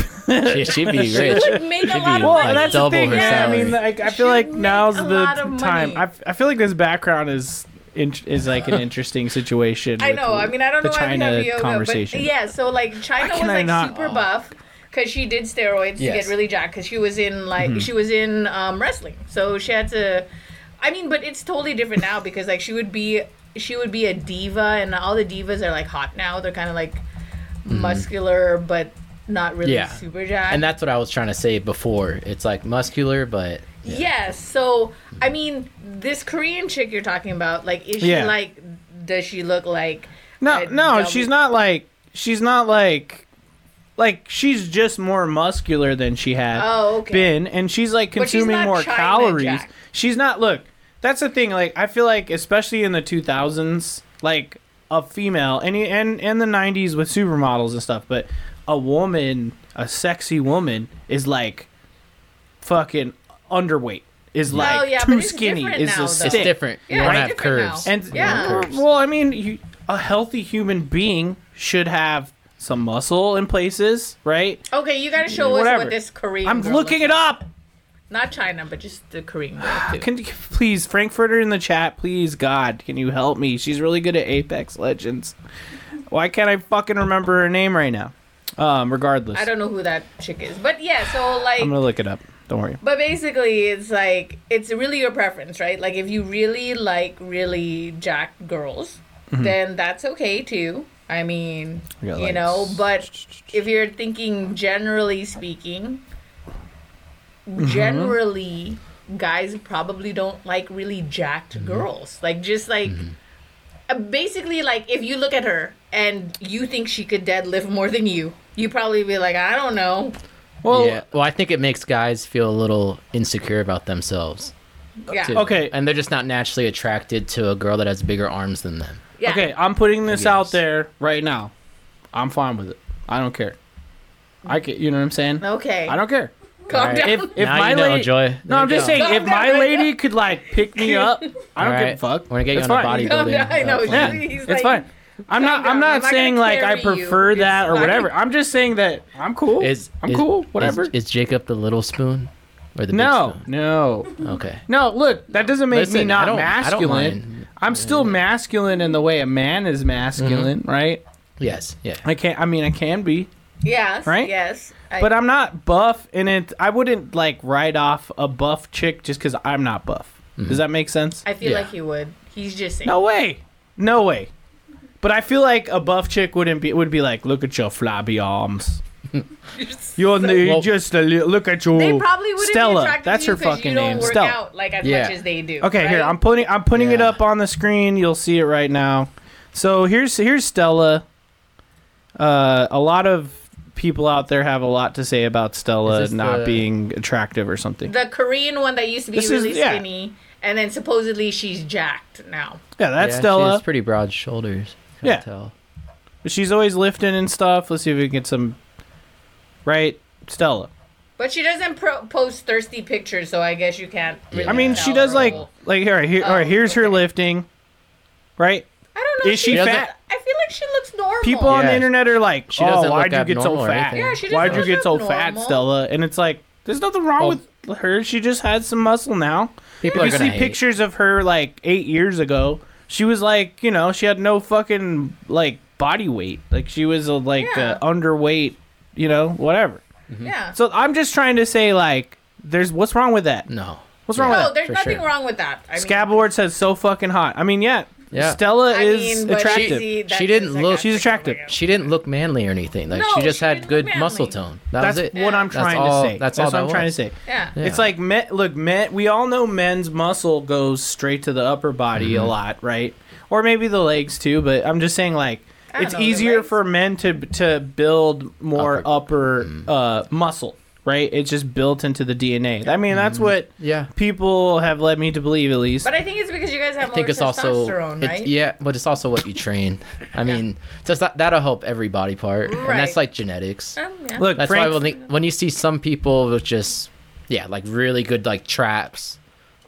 S4: she, she'd be rich.
S2: would make a
S4: Should
S2: lot
S4: be
S2: of
S3: well,
S2: money.
S4: like
S3: that's the
S4: double
S3: thing.
S4: her
S3: Yeah, I
S4: salary.
S3: mean, like, I
S2: She
S3: feel like
S2: would
S3: now's
S2: make a
S3: the
S2: lot of
S3: time.
S2: money.
S3: I, f- I feel like this background is in, is
S4: [LAUGHS]
S3: like an interesting situation.
S2: I
S3: with
S2: know. I mean, I don't
S3: the
S2: know why we
S3: China
S2: have yoga,
S3: conversation.
S2: but yeah. So like, China
S3: can
S2: was
S3: I
S2: like
S3: not- uh,
S2: super buff because she did steroids to
S4: Yes.
S2: get really jacked because she was in like
S3: Mm-hmm.
S2: she was in um, wrestling, so she had to. I mean, but it's totally different now because like she would be she would be a diva, and all the divas are like hot now. They're kind of like
S3: Mm-hmm.
S2: muscular, but not really
S4: Yeah.
S2: super jacked.
S4: And that's what I was trying to say before. It's like muscular, but
S2: Yes. So I mean, this Korean chick you're talking about, like, is
S3: Yeah.
S2: she like? Does she look like?
S3: No,
S2: a
S3: no,
S2: double-
S3: she's not like she's not like like she's just more muscular than she had
S2: Oh, okay.
S3: been, and she's like
S2: But she's
S3: consuming
S2: not
S3: more
S2: China
S3: calories.
S2: Jack.
S3: She's not. Look, that's the thing. Like I feel like, especially in the two thousands, like a female, and and and the nineties with supermodels and stuff, but a woman, a sexy woman, is like fucking underweight. Is like
S2: Oh, yeah,
S3: too
S2: but it's
S3: skinny.
S2: different
S3: Is
S2: now,
S3: a
S2: though.
S3: stick.
S4: it's different.
S2: Yeah,
S4: you want
S2: it's
S4: to have
S2: different now.
S4: curves.
S3: And
S2: Yeah.
S3: well, well, I mean, you, a healthy human being should have some muscle in places, right?
S2: Okay, you gotta show us
S3: Whatever.
S2: what this Korean.
S3: I'm
S2: girl
S3: looking it
S2: looks
S3: up.
S2: like. Not China, but just the Korean girl
S4: [SIGHS]
S2: too.
S3: Can please Frankfurter in the chat, please God, can you help me? She's really good at Apex Legends. Why can't I fucking remember her name right now? Um, regardless,
S2: I don't know who that chick is, but yeah. So like,
S3: I'm gonna look it up. Don't worry.
S2: but basically, it's like it's really your preference, right? Like, if you really like really jacked girls, then that's okay too. I mean,
S3: Mm-hmm. We got,
S2: you
S3: like,
S2: know, but if you're thinking generally speaking,
S3: Mm-hmm.
S2: generally guys probably don't like really jacked
S3: Mm-hmm.
S2: girls. Like just like uh, basically like if you look at her and you think she could deadlift more than you, you probably be like, I don't know.
S3: Well,
S4: yeah. Well, I think it makes guys feel a little insecure about themselves.
S2: Yeah.
S4: too.
S3: Okay.
S4: And they're just not naturally attracted to a girl that has bigger arms than them.
S2: Yeah.
S3: okay, I'm putting this out
S4: Yes.
S3: there right now. I'm fine with it. I don't care. I can, you know what I'm saying?
S2: Okay.
S3: I don't care.
S2: Calm down.
S3: If, if
S4: now
S3: my
S4: you know,
S3: lady,
S4: Joy.
S3: No,
S4: There
S3: I'm
S4: you
S3: just
S4: go.
S3: saying, if my lady could like pick me up, I don't give a
S4: Alright.
S3: fuck.
S4: We're gonna get you
S3: It's
S4: on a [LAUGHS]
S3: fine.
S2: Calm
S4: bodybuilding.
S2: down. [LAUGHS] I know.
S4: uh,
S3: Yeah,
S4: plan.
S2: He's- he's
S3: it's
S2: like,
S3: fine. I'm not.
S2: down,
S3: I'm
S2: I'm
S3: not
S2: not
S3: saying
S2: gonna
S3: like I
S2: carry you.
S3: prefer
S2: It's
S3: that or
S2: fine.
S3: whatever. I'm just saying that I'm cool.
S4: Is
S3: I'm
S4: is-
S3: cool.
S4: is-
S3: Whatever.
S4: Is, Jacob the little spoon or the big
S3: no, no,
S4: spoon? Okay.
S3: no. Look, that doesn't make me
S4: Listen, I
S3: not
S4: don't- I don't
S3: masculine.
S4: mind.
S3: I'm still masculine in the way a man is masculine,
S4: Mm-hmm.
S3: right?
S4: Yes. Yeah.
S3: I can't. I mean, I can be.
S2: Yes.
S3: Right?
S2: Yes. I-
S3: But I'm not buff, and it. I wouldn't like write off a buff chick just because I'm not buff.
S4: Mm-hmm.
S3: Does that make sense?
S2: I feel
S4: Yeah.
S2: like he would. He's just saying.
S3: No way, no way. But I feel like a buff chick wouldn't be would be like, look at your flabby arms. You're, n- you're
S4: Well-
S3: just a li- look at your
S2: They probably wouldn't be
S3: Stella.
S2: attracted
S3: That's
S2: to you
S3: her
S2: 'cause
S3: fucking
S2: you don't
S3: name,
S2: Work
S3: Stella.
S2: out like as
S4: Yeah.
S2: much as they do.
S3: Okay, here
S2: right?
S3: I'm putting I'm putting it
S4: Yeah.
S3: up on the screen. You'll see it right now. So here's here's Stella. Uh, a lot of people out there have a lot to say about Stella
S4: Is this
S3: not
S4: the-
S3: being attractive or something.
S2: the Korean one that used to be
S3: This is-
S2: really
S3: yeah.
S2: skinny, and then supposedly she's jacked now.
S3: yeah, that's
S4: yeah, She
S3: Stella.
S4: has pretty broad shoulders. Can
S3: Yeah.
S4: I tell.
S3: She's always lifting and stuff. Let's see if we can get some. Right, Stella.
S2: But she doesn't pro- post thirsty pictures, so I guess you can't. Really
S3: I mean,
S2: tell
S3: she does
S2: her
S3: like
S2: whole-
S3: like all right here all right
S2: Oh,
S3: here's her
S2: okay.
S3: lifting, right?
S2: I don't know.
S3: Is she
S4: She doesn't-
S3: fat?
S2: I feel like she looks normal.
S3: People on the
S4: Yeah.
S3: internet are like,
S4: She
S3: oh,
S4: doesn't
S3: why'd
S4: look
S3: you get so
S4: abnormal or
S3: fat?
S4: anything. Yeah,
S2: she doesn't
S3: why'd you
S2: look
S3: get so fat,
S2: abnormal.
S3: Stella? And it's like, there's nothing wrong
S4: Well-
S3: with her. She just had some muscle now.
S4: People
S3: If
S4: are
S3: you
S4: gonna
S3: see
S4: hate.
S3: pictures of her like eight years ago, she was like, you know, she had no fucking like body weight. Like she was a, like
S2: Yeah.
S3: uh, underweight, you know, whatever.
S2: yeah.
S3: So I'm just trying to say like, there's what's wrong with that?
S4: No.
S3: What's wrong
S4: Yeah.
S2: No,
S3: with that?
S2: Oh, there's
S4: for
S2: nothing
S4: sure.
S2: wrong with that. I mean,
S3: Scabboard says so fucking hot. I mean, yeah.
S4: Yeah.
S3: Stella
S2: I
S3: is
S2: mean, but
S3: attractive.
S2: see, that's
S4: She didn't
S2: just
S4: look-
S3: She's attractive.
S2: Oh my God.
S4: She didn't look manly or anything. Like
S2: No,
S4: she just
S2: she
S4: had
S2: didn't
S4: good
S2: look manly.
S4: muscle tone. That
S3: that's
S4: was it.
S3: what I'm
S4: That's
S3: trying
S4: all-
S3: to say.
S4: That's,
S3: That's,
S4: all
S3: what
S4: that
S3: I'm trying to
S4: was.
S3: say.
S2: Yeah.
S4: Yeah.
S3: It's like men, look, men. We all know men's muscle goes straight to the upper body
S4: Mm-hmm.
S3: a lot, right? Or maybe the legs too. But I'm just saying, like,
S2: I don't
S3: it's
S2: know, the
S3: easier
S2: legs.
S3: for men to to build more upper,
S4: Mm.
S3: uh, muscle, right? It's just built into the DNA. I mean,
S4: Mm-hmm.
S3: that's what
S4: Yeah.
S3: people have led me to believe, at least.
S2: But I think it's because you guys have
S4: I think
S2: more
S4: it's also
S2: testosterone,
S4: it's-
S2: right?
S4: yeah, but it's also what you train. I mean, just that that'll help every body part, and
S2: Right.
S4: that's like genetics.
S2: Um, yeah.
S3: look,
S4: That's
S3: Frank,
S4: why when, they, when you see some people with just yeah, like really good like traps,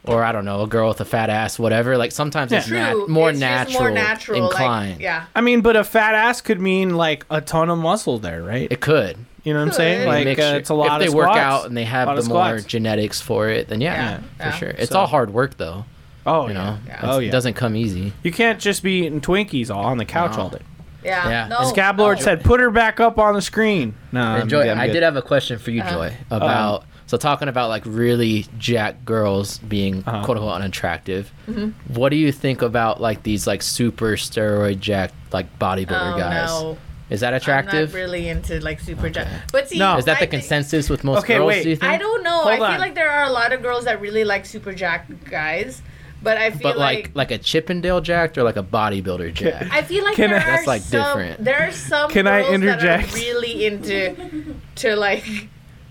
S4: or I don't know, a girl with a fat ass, whatever. Like sometimes it's
S3: True,
S4: nat- more,
S2: it's just
S4: natural
S2: more natural, like,
S4: inclined.
S2: yeah.
S3: I mean, but a fat ass could mean like a ton of muscle there, right?
S4: it could.
S3: You know what I'm
S2: could.
S3: saying? Like,
S4: Make
S3: uh,
S4: sure-
S3: it's a lot
S4: if they
S3: of
S4: work
S3: squats.
S4: out and they have
S3: Lot
S4: the
S3: of
S4: more
S3: squats.
S4: genetics for it, then
S2: Yeah,
S4: yeah, for
S2: yeah.
S4: sure. It's
S3: So-
S4: all hard work though.
S3: oh,
S4: You
S3: yeah.
S4: know, It's-
S3: oh yeah.
S4: it doesn't come easy.
S3: You can't just be eating Twinkies all on the couch
S4: No.
S3: all day.
S2: Yeah.
S4: Yeah.
S2: No,
S3: Scab Lord
S2: no.
S3: said, "Put her back up on the screen." No, I'm
S4: Joy,
S3: good, Um, I'm
S4: I
S3: good.
S4: did have a question
S2: Uh-huh.
S4: for you, Joy, about so talking about like really jack girls being
S3: Uh-huh.
S4: quote unquote unattractive.
S2: Mm-hmm.
S4: What do you think about like these like super steroid jacked like bodybuilder
S2: Oh,
S4: guys?
S2: no.
S4: Is that
S2: I'm
S4: attractive?
S2: not really into like super jack. But see,
S3: No.
S4: Is that the
S2: I think-
S4: consensus with most
S3: Okay,
S4: girls?
S3: wait.
S4: Do you think?
S2: I don't know.
S3: Hold
S2: I feel
S3: on.
S2: like there are a lot of girls that really like super jack guys, but I feel
S4: but like, like a Chippendale jacked or like a bodybuilder jacked?
S2: I feel like
S3: Can
S2: there
S3: I-
S2: are
S4: That's, like,
S2: some,
S4: different.
S2: There are some
S3: Can I
S2: girls
S3: interject?
S2: that are really into to like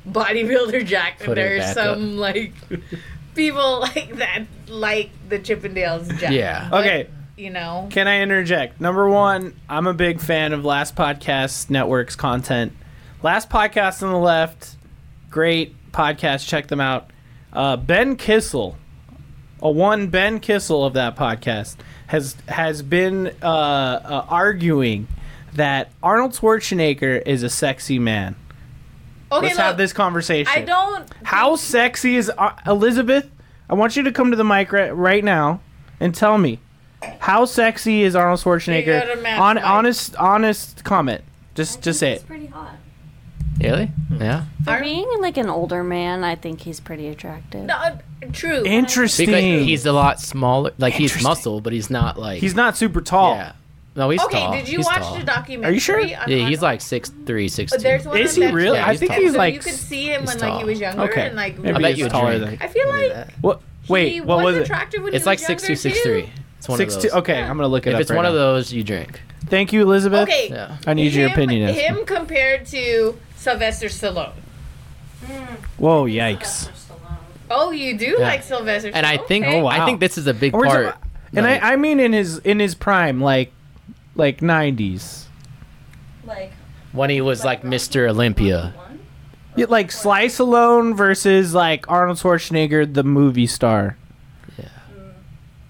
S2: bodybuilder jack, and
S4: Put it
S2: there are
S4: back
S2: some like people like that like the Chippendales jack.
S4: Yeah.
S2: But,
S3: Okay.
S2: you know.
S3: Can I interject? Number one, I'm a big fan of Last Podcast Network's content. Last Podcast on the Left, great podcast. Check them out. Uh, ben Kissel, a one Ben Kissel of that podcast, has has been uh, uh, arguing that Arnold Schwarzenegger is a sexy man.
S2: Okay,
S3: Let's
S2: look,
S3: have this conversation.
S2: I don't.
S3: How sexy is Ar- Elizabeth? I want you to come to the mic right, right now and tell me how sexy is Arnold
S2: You go
S3: Schwarzenegger?
S2: to Matt's
S3: On
S2: mic.
S3: honest, honest comment. Just, just say
S5: It's
S3: it.
S5: pretty hot.
S4: Really? Yeah.
S2: Are-
S5: For being like an older man, I think he's pretty attractive.
S2: No, uh, true.
S3: Interesting.
S4: Because he's a lot smaller. Like he's
S3: Interesting.
S4: muscle, but he's not like
S3: he's not super tall.
S4: Yeah. No, he's
S2: okay,
S4: tall.
S2: did you
S4: He's
S2: watch
S4: tall.
S2: the documentary?
S3: Are you sure?
S2: on-
S4: Yeah,
S2: on-
S4: he's like six three, six two.
S2: There's one
S3: Is
S2: on
S3: he
S2: Netflix.
S3: really?
S4: Yeah,
S3: I
S4: he's
S3: think
S4: tall.
S3: he's
S2: So
S3: like.
S2: you could see him
S4: he's
S2: when like he
S4: tall.
S2: was younger
S3: okay,
S2: and like.
S3: maybe
S4: I bet
S3: he's
S4: you a
S3: taller
S4: drink.
S3: than.
S2: I feel like
S3: What? Wait,
S2: he
S3: what was it?
S2: attractive when
S4: It's
S2: he
S4: like
S2: was
S4: six two,
S2: younger,
S4: six
S2: too.
S4: three. It's one
S3: Six
S4: of
S3: two.
S4: those.
S3: Okay,
S2: Yeah.
S3: I'm gonna look it
S4: If
S3: up.
S4: it's
S3: right
S4: one of
S3: now.
S4: those, you drink.
S3: Thank you, Elizabeth.
S2: Okay.
S4: Yeah.
S3: I need your
S2: him-
S3: opinion. now.
S2: Him compared to Sylvester Stallone.
S3: Whoa, yikes!
S2: Oh, you do
S4: Yeah.
S2: like Sylvester.
S4: And I
S2: Stallone?
S4: think oh,
S2: Okay.
S3: Oh, wow.
S4: I think this is a big
S3: And, we're
S4: part.
S3: talking- and
S4: like,
S3: I, I mean in his in his prime, like, like 90s.
S5: Like
S4: when he was like Mr. Olympia.
S5: one?
S3: Yeah, like Slice Alone versus like Arnold Schwarzenegger, the movie star.
S4: Yeah.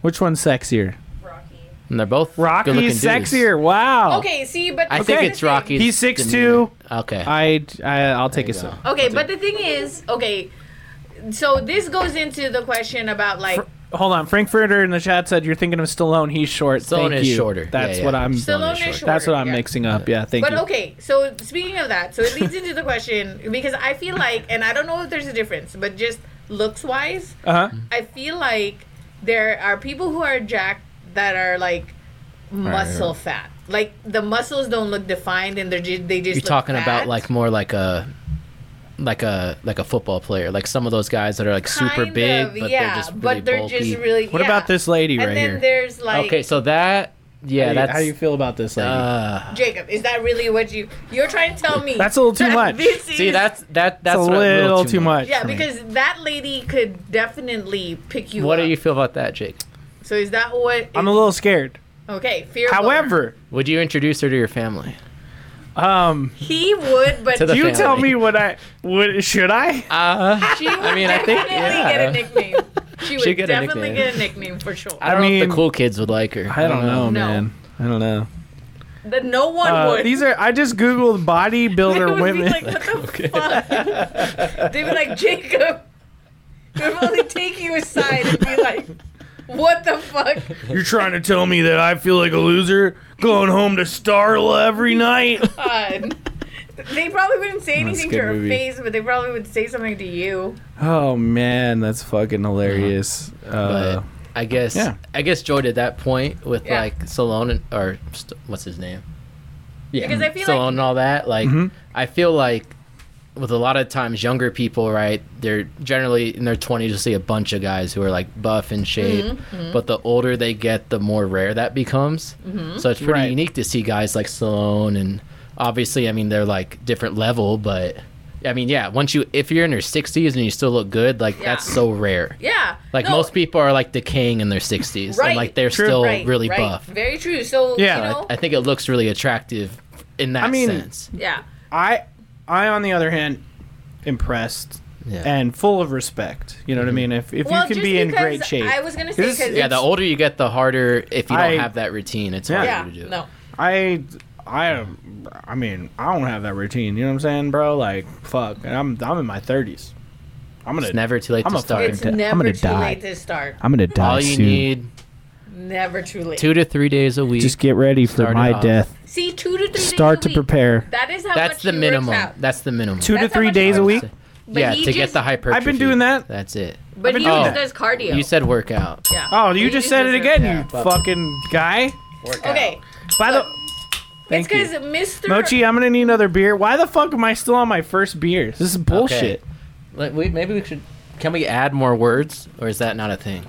S3: Which one's sexier?
S5: Rocky.
S4: And they're both
S3: Rocky's
S4: good-looking dudes.
S3: sexier. Wow.
S2: Okay, see, but
S4: I
S2: the
S4: think
S2: thing
S4: it's
S2: is-
S4: Rocky's.
S3: He's 6'2".
S4: demeanor. Okay.
S3: I I I'll take a
S4: There you
S3: sip.
S4: go.
S2: Okay, but the thing is, okay, so this goes into the question about like
S3: Hold on, Frankfurter in the chat said you're thinking of Stallone. He's short.
S4: Stallone
S3: Thank
S4: is
S3: you.
S4: shorter.
S3: That's
S4: Yeah, yeah.
S3: what I'm.
S2: Stallone is short.
S3: That's what I'm
S2: yeah.
S3: mixing up. Yeah, thank
S2: But
S3: you.
S2: okay, so speaking of that, so it leads into the question because I feel like, and I don't know if there's a difference, but just looks wise,
S3: Uh huh.
S2: I feel like there are people who are jacked that are like muscle fat. Like the muscles don't look defined, and they're just, they just.
S4: You're
S2: look
S4: talking about
S2: fat.
S4: like more like a like a like a football player, like some of those guys that are like super
S2: Kind
S4: big,
S2: of,
S4: but
S2: yeah,
S4: they're just really
S2: but they're
S4: bulky.
S2: just really.
S3: What
S2: yeah.
S3: about this lady
S2: And
S3: right
S2: then
S3: here?
S2: there's like
S4: okay, so that yeah,
S3: how do you,
S4: that's
S3: how do you feel about this lady?
S4: uh,
S2: Jacob. Is that really what you you're trying to
S4: [LAUGHS]
S2: tell me?
S3: That's a little too
S2: [LAUGHS] that
S3: much.
S2: this
S4: see
S2: is-
S4: that's
S3: That's
S4: that that's
S3: a
S4: what-
S3: little, too
S2: [LAUGHS]
S3: much.
S2: yeah,
S3: for me.
S2: because that lady could definitely pick you
S4: What
S2: up.
S4: do you feel about that, Jake?
S2: So is that what?
S3: I'm a little scared.
S2: okay. Fear. [LAUGHS]
S3: However,
S4: Would you introduce her to your family?
S3: um,
S2: he would, but
S4: [LAUGHS] To the
S2: you
S3: you tell
S4: Family.
S3: me what I what should I?
S2: [LAUGHS]
S4: Uh,
S2: she would
S4: I mean, I think
S2: definitely get a
S4: yeah.
S2: nickname. She would
S4: She'd get a
S2: definitely
S4: nickname.
S2: get a nickname for sure.
S4: I don't know if
S3: mean-
S4: the cool kids would like her.
S3: I don't know,
S2: No.
S3: man. I don't know.
S2: That no one
S3: Uh,
S2: would.
S3: these are I just googled
S2: [LAUGHS] They would
S3: bodybuilder
S2: be
S3: women.
S2: like, what the
S4: [LAUGHS]
S2: fuck? [LAUGHS] They'd be like, Jacob. They'd probably take you aside and be like, what the fuck?
S3: You're trying to tell me that I feel like a loser going home to Starla every night?
S2: God. They probably wouldn't say anything to
S3: good
S2: her
S3: movie.
S2: face, but they probably would say something to you.
S3: [LAUGHS] Oh man, that's fucking hilarious. Uh,
S4: But I guess
S3: yeah.
S4: I guess Joy did that point with
S2: Yeah.
S4: like Stallone and, or St- what's his name? Yeah,
S2: Because I feel
S4: Stallone
S2: like-
S4: and all that. Like
S3: Mm-hmm.
S4: I feel like with a lot of times younger people, right? They're generally in their twenties. You'll see a bunch of guys who are like buff in shape,
S2: Mm-hmm,
S4: but the older they get, the more rare that becomes.
S2: Mm-hmm.
S4: So it's pretty
S3: Right.
S4: unique to see guys like Stallone and obviously, I mean, they're like different level, but. I mean, yeah. Once you, if you're in your 60s and you still look good, like
S2: Yeah.
S4: that's so rare.
S2: Yeah.
S4: Like
S2: No,
S4: most people are like decaying in their 60s
S2: Right.
S4: and like they're
S3: True.
S4: still
S2: right,
S4: really
S2: right.
S4: buff.
S2: Very true. So,
S3: Yeah.
S2: you
S4: I-
S2: know,
S4: I, think it looks really attractive in that
S3: I mean-
S4: sense.
S2: yeah.
S3: I, I on the other hand, impressed
S4: Yeah.
S3: and full of respect. You know what I mean? If if
S2: Well,
S3: you can
S2: just
S3: be in
S2: because
S3: great shape,
S2: I was gonna say
S3: This-
S2: 'cause
S4: yeah, the
S2: it's-
S4: older you get, the harder if you don't
S3: I-
S4: have that routine, it's
S3: Yeah.
S4: harder
S2: Yeah.
S4: to do.
S2: No.
S3: I, I, I mean, I don't have that routine. You know what I'm saying, bro? Like, fuck, and I'm I'm in my 30s. I'm gonna
S4: It's never too late
S3: I'm
S4: to
S3: a
S4: start.
S2: It's
S3: I'm gonna
S2: never too
S3: die.
S2: late to start.
S3: I'm gonna die
S4: All you need
S2: Never too late.
S4: two to three days a week.
S3: Just get ready for
S4: Start it
S3: my
S4: off.
S3: death.
S2: See, two to three.
S3: Start
S2: days a
S3: to
S2: week.
S3: prepare.
S2: That is how much
S4: that's the
S2: he works
S4: minimum.
S2: out.
S4: That's the minimum.
S3: Two to
S2: That's how
S3: three
S2: much
S3: days
S2: I
S3: a
S2: would
S3: week.
S4: So-
S2: But
S4: yeah,
S2: he
S4: to get
S2: just-
S4: the
S2: I've
S4: hypertrophy.
S3: been doing that.
S4: That's it.
S2: But
S3: been
S2: he
S3: doing
S2: just
S3: that.
S2: does cardio.
S4: You said workout.
S2: Yeah.
S3: Oh, you
S2: He
S3: just said it
S2: does
S3: again,
S4: Yeah,
S3: you
S4: fuck.
S3: fucking guy.
S4: Workout.
S2: Okay.
S3: By the
S2: Look,
S3: thank
S2: it's
S3: you.
S2: because Mr.
S3: Mochi, I'm gonna need another beer. Why the fuck am I still on my first beer? This is bullshit.
S4: Let- we- maybe we should. Can we add more words, or is that not a thing?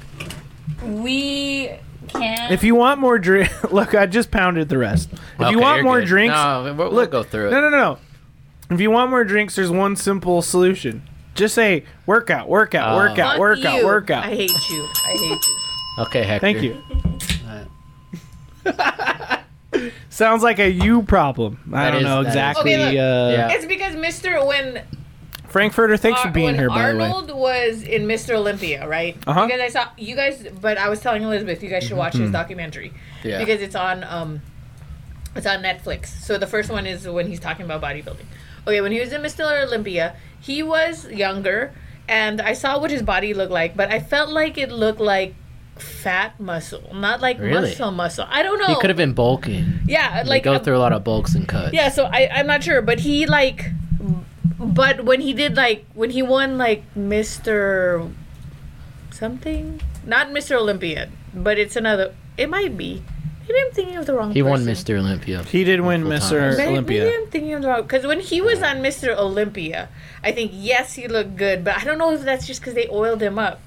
S2: we can.
S3: If you want more drink, [LAUGHS] look, I just pounded the rest. If
S4: Okay,
S3: you want
S4: you're
S3: more
S4: good.
S3: drinks,
S4: no, we'll, we'll
S3: look,
S4: go through it.
S3: No, no, no. If you want more drinks, there's one simple solution. Just say workout, workout,
S4: Oh.
S3: workout,
S2: Fuck
S3: workout,
S2: you.
S3: workout.
S2: I hate you. I hate
S3: [LAUGHS]
S2: you.
S4: Okay, Hector.
S3: Thank you. [LAUGHS] Sounds like a you problem. I
S4: That
S3: don't
S4: is-
S3: know
S4: that is-
S3: exactly.
S2: Okay, look.
S3: uh,
S4: Yeah.
S2: It's because Mr. when
S3: Frankfurter, thanks for
S2: Ar-
S3: being
S2: when
S3: here, by the way.
S2: Arnold was in Mr. Olympia, right?
S3: Uh-huh. Mm-hmm.
S2: Because I saw you guys, but I was telling Elizabeth you guys should watch his documentary
S4: Yeah.
S2: because it's on um, it's on Netflix. So the first one is when he's talking about bodybuilding. Okay, when he was in Mr. Olympia, he was younger, and I saw what his body looked like, but I felt like it looked like fat muscle, not like
S4: Really?
S2: muscle muscle. I don't know.
S4: He could have been bulking.
S2: yeah,
S4: They
S2: Oh. like um,
S4: go
S2: a-
S4: through a lot of bulks and cuts.
S2: yeah, so I, I'm not sure, but he like, but when he did like when he won like Mr. something, not Mr. Olympian, but it's another. It might be. Maybe I'm thinking of the wrong.
S4: He won
S2: person.
S4: Mr. Olympia.
S3: He did win
S4: Multiple
S3: Mr.
S4: times.
S2: Maybe,
S3: Olympia.
S2: maybe I'm thinking of the wrong because when he was on Mr. Olympia, I think yes he looked good, but I don't know if that's just because they oiled him up.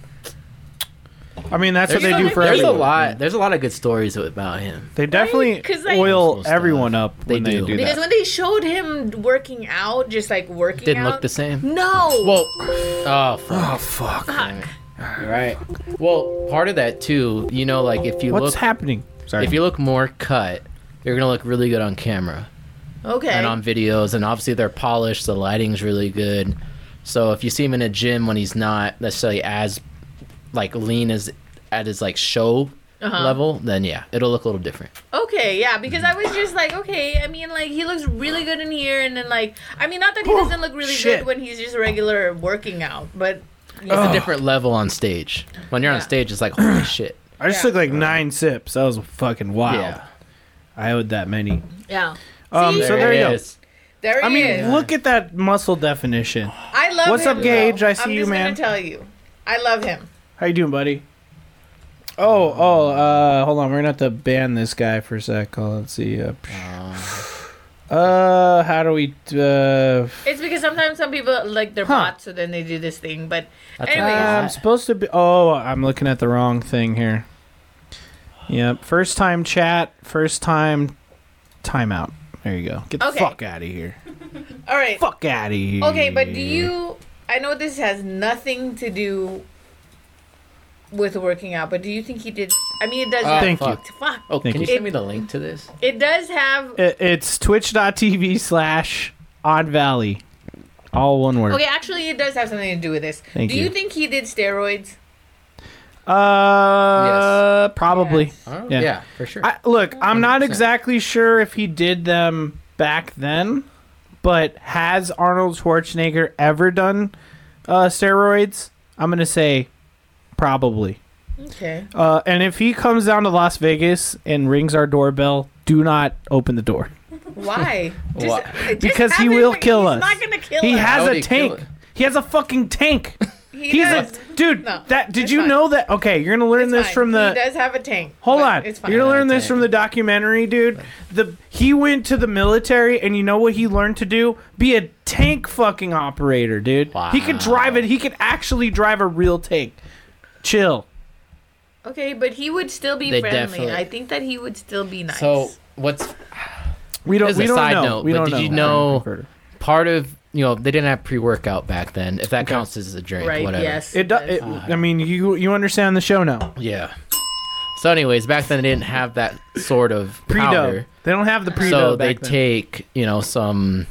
S3: I mean, that's
S4: There's,
S3: what they do for
S4: there's a
S3: everyone.
S4: lot. There's a lot of good stories about him.
S3: They definitely
S2: 'Cause, like-
S3: oil
S4: Personal stuff.
S3: everyone up when
S4: uh, They
S3: they do,
S4: do.
S2: Because
S3: that.
S2: when they showed him working out, just like working
S4: Didn't
S2: out,
S4: look the same.
S2: No.
S4: Well, oh fuck.
S3: Oh fuck!
S2: Fuck.
S4: right. Well, part of that too, you know, like if you
S3: What's
S4: look,
S3: happening? Sorry.
S4: if you look more cut, you're gonna look really good on camera
S2: Okay.
S4: and on videos, and obviously they're polished. The lighting's really good. So if you see him in a gym when he's not necessarily as like lean as at his like show
S2: Uh-huh.
S4: level, then yeah, it'll look a little different.
S2: Okay, yeah, because I was just like, okay, I mean, like, he looks really good in here, and then, like, I mean, not that he doesn't look really
S3: shit.
S2: good when he's just regular working out, but
S4: It's a different level on stage. When you're on
S2: Yeah.
S4: stage, it's like
S2: [CLEARS THROAT]
S4: holy shit.
S3: I just
S2: Yeah.
S3: took like nine sips. That was fucking wild.
S4: Yeah.
S3: I owed that many.
S2: yeah.
S3: Um,
S2: See?
S3: so there
S4: it
S3: you go.
S4: is.
S2: There he
S3: I mean,
S2: is.
S3: look at that muscle definition.
S2: I love
S3: what's
S2: him,
S3: up, Gage?
S2: though.
S3: I see
S2: I'm
S3: you,
S2: just
S3: man.
S2: gonna tell you, I love him.
S3: How you doing, buddy? Oh, oh, uh, hold on. We're gonna have to ban this guy for a sec. Hold on, let's see. Uh, uh, how do we? Uh,
S2: It's because sometimes some people like they're
S3: Huh.
S2: bots, so then they do this thing. But
S4: That's
S2: Anyways.
S3: I'm
S4: a lot.
S3: supposed to be. Oh, I'm looking at the wrong thing here. Yep. First time chat. First time timeout. There you go. Get the
S2: Okay.
S3: fuck out of here.
S2: all right,
S3: Fuck out of here.
S2: okay, but do you? I know this has nothing to do with working out, but do you think he did? I mean, it does.
S4: Oh,
S2: have-
S3: Uh, Thank
S4: fuck.
S2: Fuck.
S4: Oh,
S3: Thank
S4: can
S3: you.
S4: you send me the link to this?
S2: It does have
S3: It, it's twitch.tv slash odd valley. All one word.
S2: Okay, actually, it does have something to do with this.
S3: Thank
S2: do
S3: you.
S2: you. think he did steroids?
S3: Uh, probably.
S2: Yes.
S4: Oh,
S3: Yeah.
S4: yeah. for sure.
S3: I, look, I'm not
S4: 100%.
S3: exactly sure if he did them back then, but has Arnold Schwarzenegger ever done uh, steroids? I'm gonna say probably.
S2: Okay.
S3: Uh, and if he comes down to Las Vegas and rings our doorbell, do not open the door. [LAUGHS]
S2: Why? Just-
S4: Why?
S2: it just
S3: because he
S2: happened,
S3: will
S2: but
S3: kill
S2: he's
S3: us.
S2: not gonna kill
S3: he
S2: us.
S3: has
S4: How would
S3: a
S4: he kill
S3: tank.
S4: it?
S3: He has a fucking tank.
S2: [LAUGHS] He
S3: He's a
S2: does-
S3: dude.
S2: No,
S3: that did
S2: it's
S3: you
S2: fine.
S3: know that? Okay, you're gonna learn
S2: it's
S3: this
S2: fine.
S3: from
S2: He
S3: the.
S2: does have a tank.
S3: Hold
S2: but
S3: on,
S2: It's fine.
S3: you're gonna learn this
S4: tank.
S3: from the documentary, dude. The he went to the military, and you know what he learned to do? Be a tank fucking operator, dude. He could drive it. He could actually drive a real tank. Chill.
S2: Okay, but he would still be
S4: They
S2: friendly.
S4: definitely-
S2: I think that he would still be nice.
S4: So what's
S3: We don't.
S4: As a
S3: we don't
S4: side
S3: know.
S4: note,
S3: we
S4: but
S3: don't
S4: did you know- part of you know they didn't have pre-workout back then if that counts as a drink
S2: right?
S4: whatever
S2: Yes.
S3: It, do,
S2: does.
S3: it I mean, you you understand the show now.
S4: yeah so anyways back then they didn't have that sort of
S3: Pre
S4: powder
S3: dub. They don't have the pre dub.
S4: so they take you know some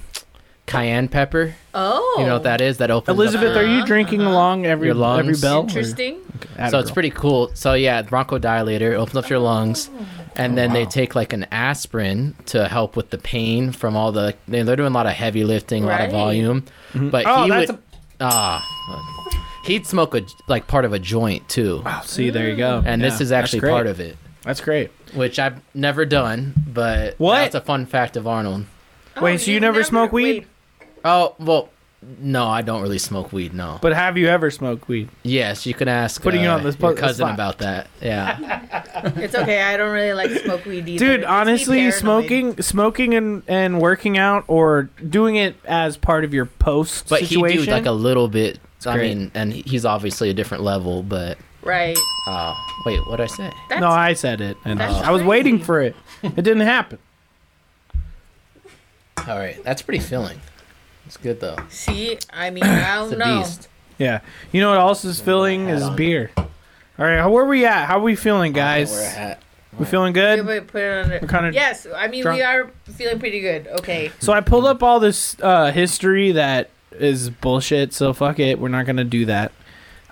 S4: cayenne pepper
S2: oh.
S4: you know what that is that opens
S3: Elizabeth,
S4: up
S3: are you drinking along every
S4: Uh-huh. Your lungs?
S3: every bell? or-
S2: Interesting.
S4: so it's
S3: Adderall?
S4: pretty cool so yeah bronchodilator opens up your lungs and then they take like an aspirin to help with the pain from all the they- they're doing a lot of heavy lifting a lot
S2: Right.
S4: of volume but
S3: Oh,
S4: he
S3: that's
S4: would ah he'd smoke a like part of a joint too
S3: Wow, see, there you go.
S4: and
S3: Yeah,
S4: this is
S3: that's
S4: actually
S3: great.
S4: part of it,
S3: That's great.
S4: which I've never done, but
S3: What?
S4: that's a fun fact of Arnold.
S3: Wait,
S2: Oh,
S3: so you
S2: you've
S3: never smoke weed?
S2: wait.
S4: Oh well, no, I don't really smoke weed. No,
S3: But have you ever smoked weed?
S4: yes, you can ask
S3: Putting you
S4: uh,
S3: on the spo-
S4: your
S3: the
S4: cousin
S3: spot.
S4: about that.
S3: [LAUGHS]
S4: Yeah,
S2: It's okay. I don't really like to smoke weed either. It
S3: Dude,
S2: makes me
S3: honestly,
S2: paranoid.
S3: smoking smoking and, and working out or doing it as part of your post
S4: but
S3: situation.
S4: he do like a little bit. I
S3: great.
S4: mean, and he's obviously a different level, but
S2: Right.
S4: uh, wait, what did I say?
S2: That's,
S3: no, I said it, and
S2: That's
S3: I was
S2: crazy.
S3: waiting for it. It didn't happen.
S4: All right, that's pretty filling. It's good though.
S2: see, I mean, I
S4: It's
S2: don't
S4: a
S2: know.
S4: beast.
S3: Yeah, you know what else is filling
S4: hat
S3: is
S4: on.
S3: beer. All right, how where we at? How we feeling,
S4: I wear a
S3: guys?
S4: hat.
S3: We feeling
S2: Yeah,
S3: good?
S2: but put it under.
S3: We're kinda
S2: yes, I mean,
S3: drunk.
S2: we are feeling pretty good. Okay.
S3: So I pulled up all this uh, history that is bullshit. So fuck it, we're not gonna do that.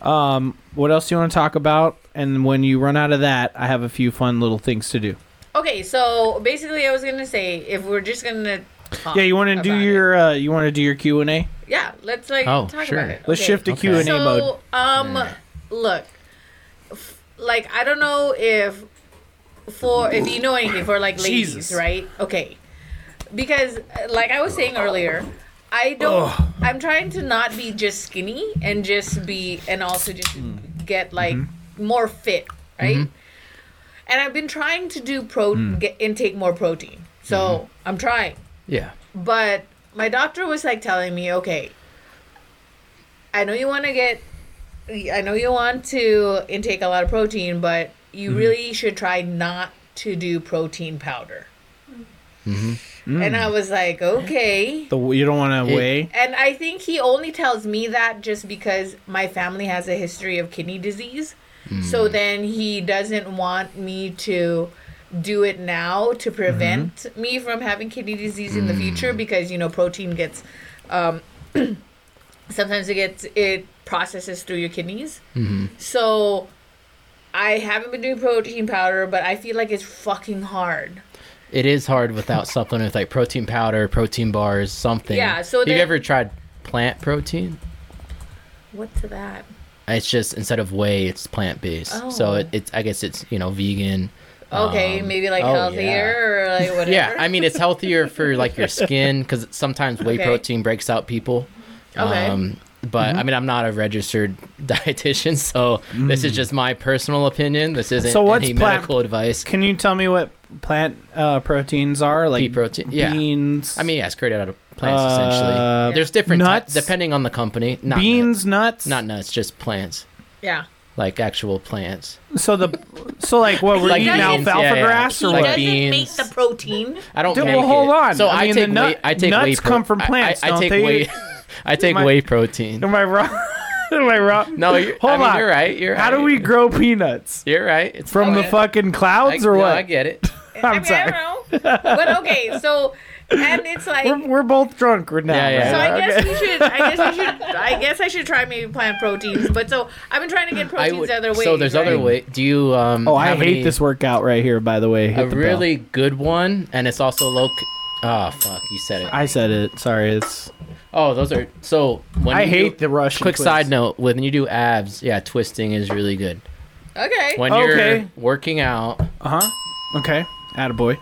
S3: Um, what else do you want to talk about? And when you run out of that, I have a few fun little things to do.
S2: Okay, so basically, I was gonna say if we're just gonna. Talk
S3: yeah, you want to do
S2: about
S3: your uh, you want to do your Q and A?
S2: it. Yeah, let's like
S4: Oh,
S2: talk
S4: sure.
S2: about it.
S3: Let's
S2: Okay.
S3: shift to
S4: Okay.
S3: Q and A
S2: so,
S3: mode.
S2: um, look, f- like I don't know if for if you know anything for like ladies,
S3: Jesus.
S2: right? Okay, because uh, like I was saying earlier, I don't. I'm trying to not be just skinny and just be and also just
S3: Mm.
S2: get like
S3: Mm-hmm.
S2: more fit, right? And I've been trying to do pro
S3: Mm.
S2: get, intake more protein, so
S3: Mm-hmm.
S2: I'm trying
S4: Yeah.
S2: but my doctor was like telling me, okay, I know you want to get, I know you want to intake a lot of protein, but you really should try not to do protein powder. And I was like, okay.
S3: The you don't want to
S4: It-
S3: weigh.
S2: And I think he only tells me that just because my family has a history of kidney disease. So
S4: Hmm.
S2: then he doesn't want me to do it now to prevent
S4: Mm-hmm.
S2: me from having kidney disease in the
S4: Hmm.
S2: future because you know protein gets um, [CLEARS THROAT] sometimes it gets it processes through your kidneys.
S4: Mm-hmm.
S2: So I haven't been doing protein powder, but I feel like it's fucking hard.
S4: It is hard without supplements like protein powder, protein bars, something.
S2: Yeah, so
S4: have you
S2: then-
S4: ever tried plant protein?
S2: What's that?
S4: It's just instead of whey, it's plant based. So
S2: Oh.
S4: it, it's I guess it's you know vegan.
S2: Okay,
S4: Um,
S2: maybe like
S4: oh,
S2: healthier or like whatever.
S4: [LAUGHS] Yeah, I mean it's healthier for like
S2: [LAUGHS]
S4: your skin because sometimes whey
S2: Okay.
S4: protein breaks out people. Um,
S2: Okay. Mm-hmm.
S4: but I mean I'm not a registered [LAUGHS] dietitian, so this is just my personal opinion. This isn't
S3: Mm. So what's
S4: any
S3: plant-
S4: medical advice.
S3: Can you tell me what plant uh, proteins are? Like
S4: Pea protein- yeah.
S3: beans.
S4: I mean, yeah, it's created out of plants
S3: Uh,
S4: essentially. There's different
S3: nuts?
S4: nuts depending on the company. Not
S3: beans, nuts.
S4: nuts, not nuts, just plants,
S2: Yeah.
S4: like actual plants.
S3: So the so like what we're
S4: Like
S3: eating
S2: beans,
S3: alfalfa
S4: yeah, yeah.
S3: grass or
S4: Like
S3: what?
S2: doesn't
S4: beans.
S2: make the protein. [LAUGHS]
S4: I don't.
S3: Dude,
S4: make
S3: well, hold
S4: it.
S3: on.
S4: So
S3: I
S4: I,
S3: mean, the
S4: take
S3: nut-
S4: whey, I take whey
S3: nuts come from
S4: I- I-
S3: plants,
S4: I,
S3: don't
S4: take
S3: they? [LAUGHS]
S4: whey. [LAUGHS] I take
S3: My-
S4: whey protein.
S3: Am I wrong? [LAUGHS] Am I wrong?
S4: No, you're,
S3: Hold
S4: I mean,
S3: on.
S4: You're right. You're
S3: How
S4: right.
S3: do we grow peanuts?
S4: You're right. It's
S3: From the
S2: Okay.
S3: fucking clouds
S4: I,
S3: or
S4: no,
S3: what?
S4: I
S3: [LAUGHS]
S4: get it.
S2: I
S3: I'm
S2: mean,
S3: sorry.
S2: I don't know. [LAUGHS] But okay, so and it's like
S3: We're, we're both drunk right now.
S4: Yeah, yeah.
S2: so
S3: right?
S2: I guess
S3: Okay.
S2: we should I guess we should I guess I should try maybe plant proteins. But so I've been trying to get
S4: I
S2: proteins
S4: would,
S2: other ways.
S4: so there's other
S2: right?
S4: way. Do you? Um,
S3: Oh, I
S4: have
S3: hate
S4: any-
S3: this workout right here. By the way, Hit
S4: A
S3: the bell.
S4: really good one, and it's also low. c- Oh fuck, you said it.
S3: I said it. Sorry, it's.
S4: Oh, those are so. When
S3: I
S4: you
S3: hate
S4: do,
S3: the Russian.
S4: Quick
S3: quiz.
S4: side note: When you do abs, yeah, twisting is really good.
S2: Okay.
S4: When
S3: Okay. Uh-huh.
S4: you're working out,
S3: Uh huh. Okay. Attaboy.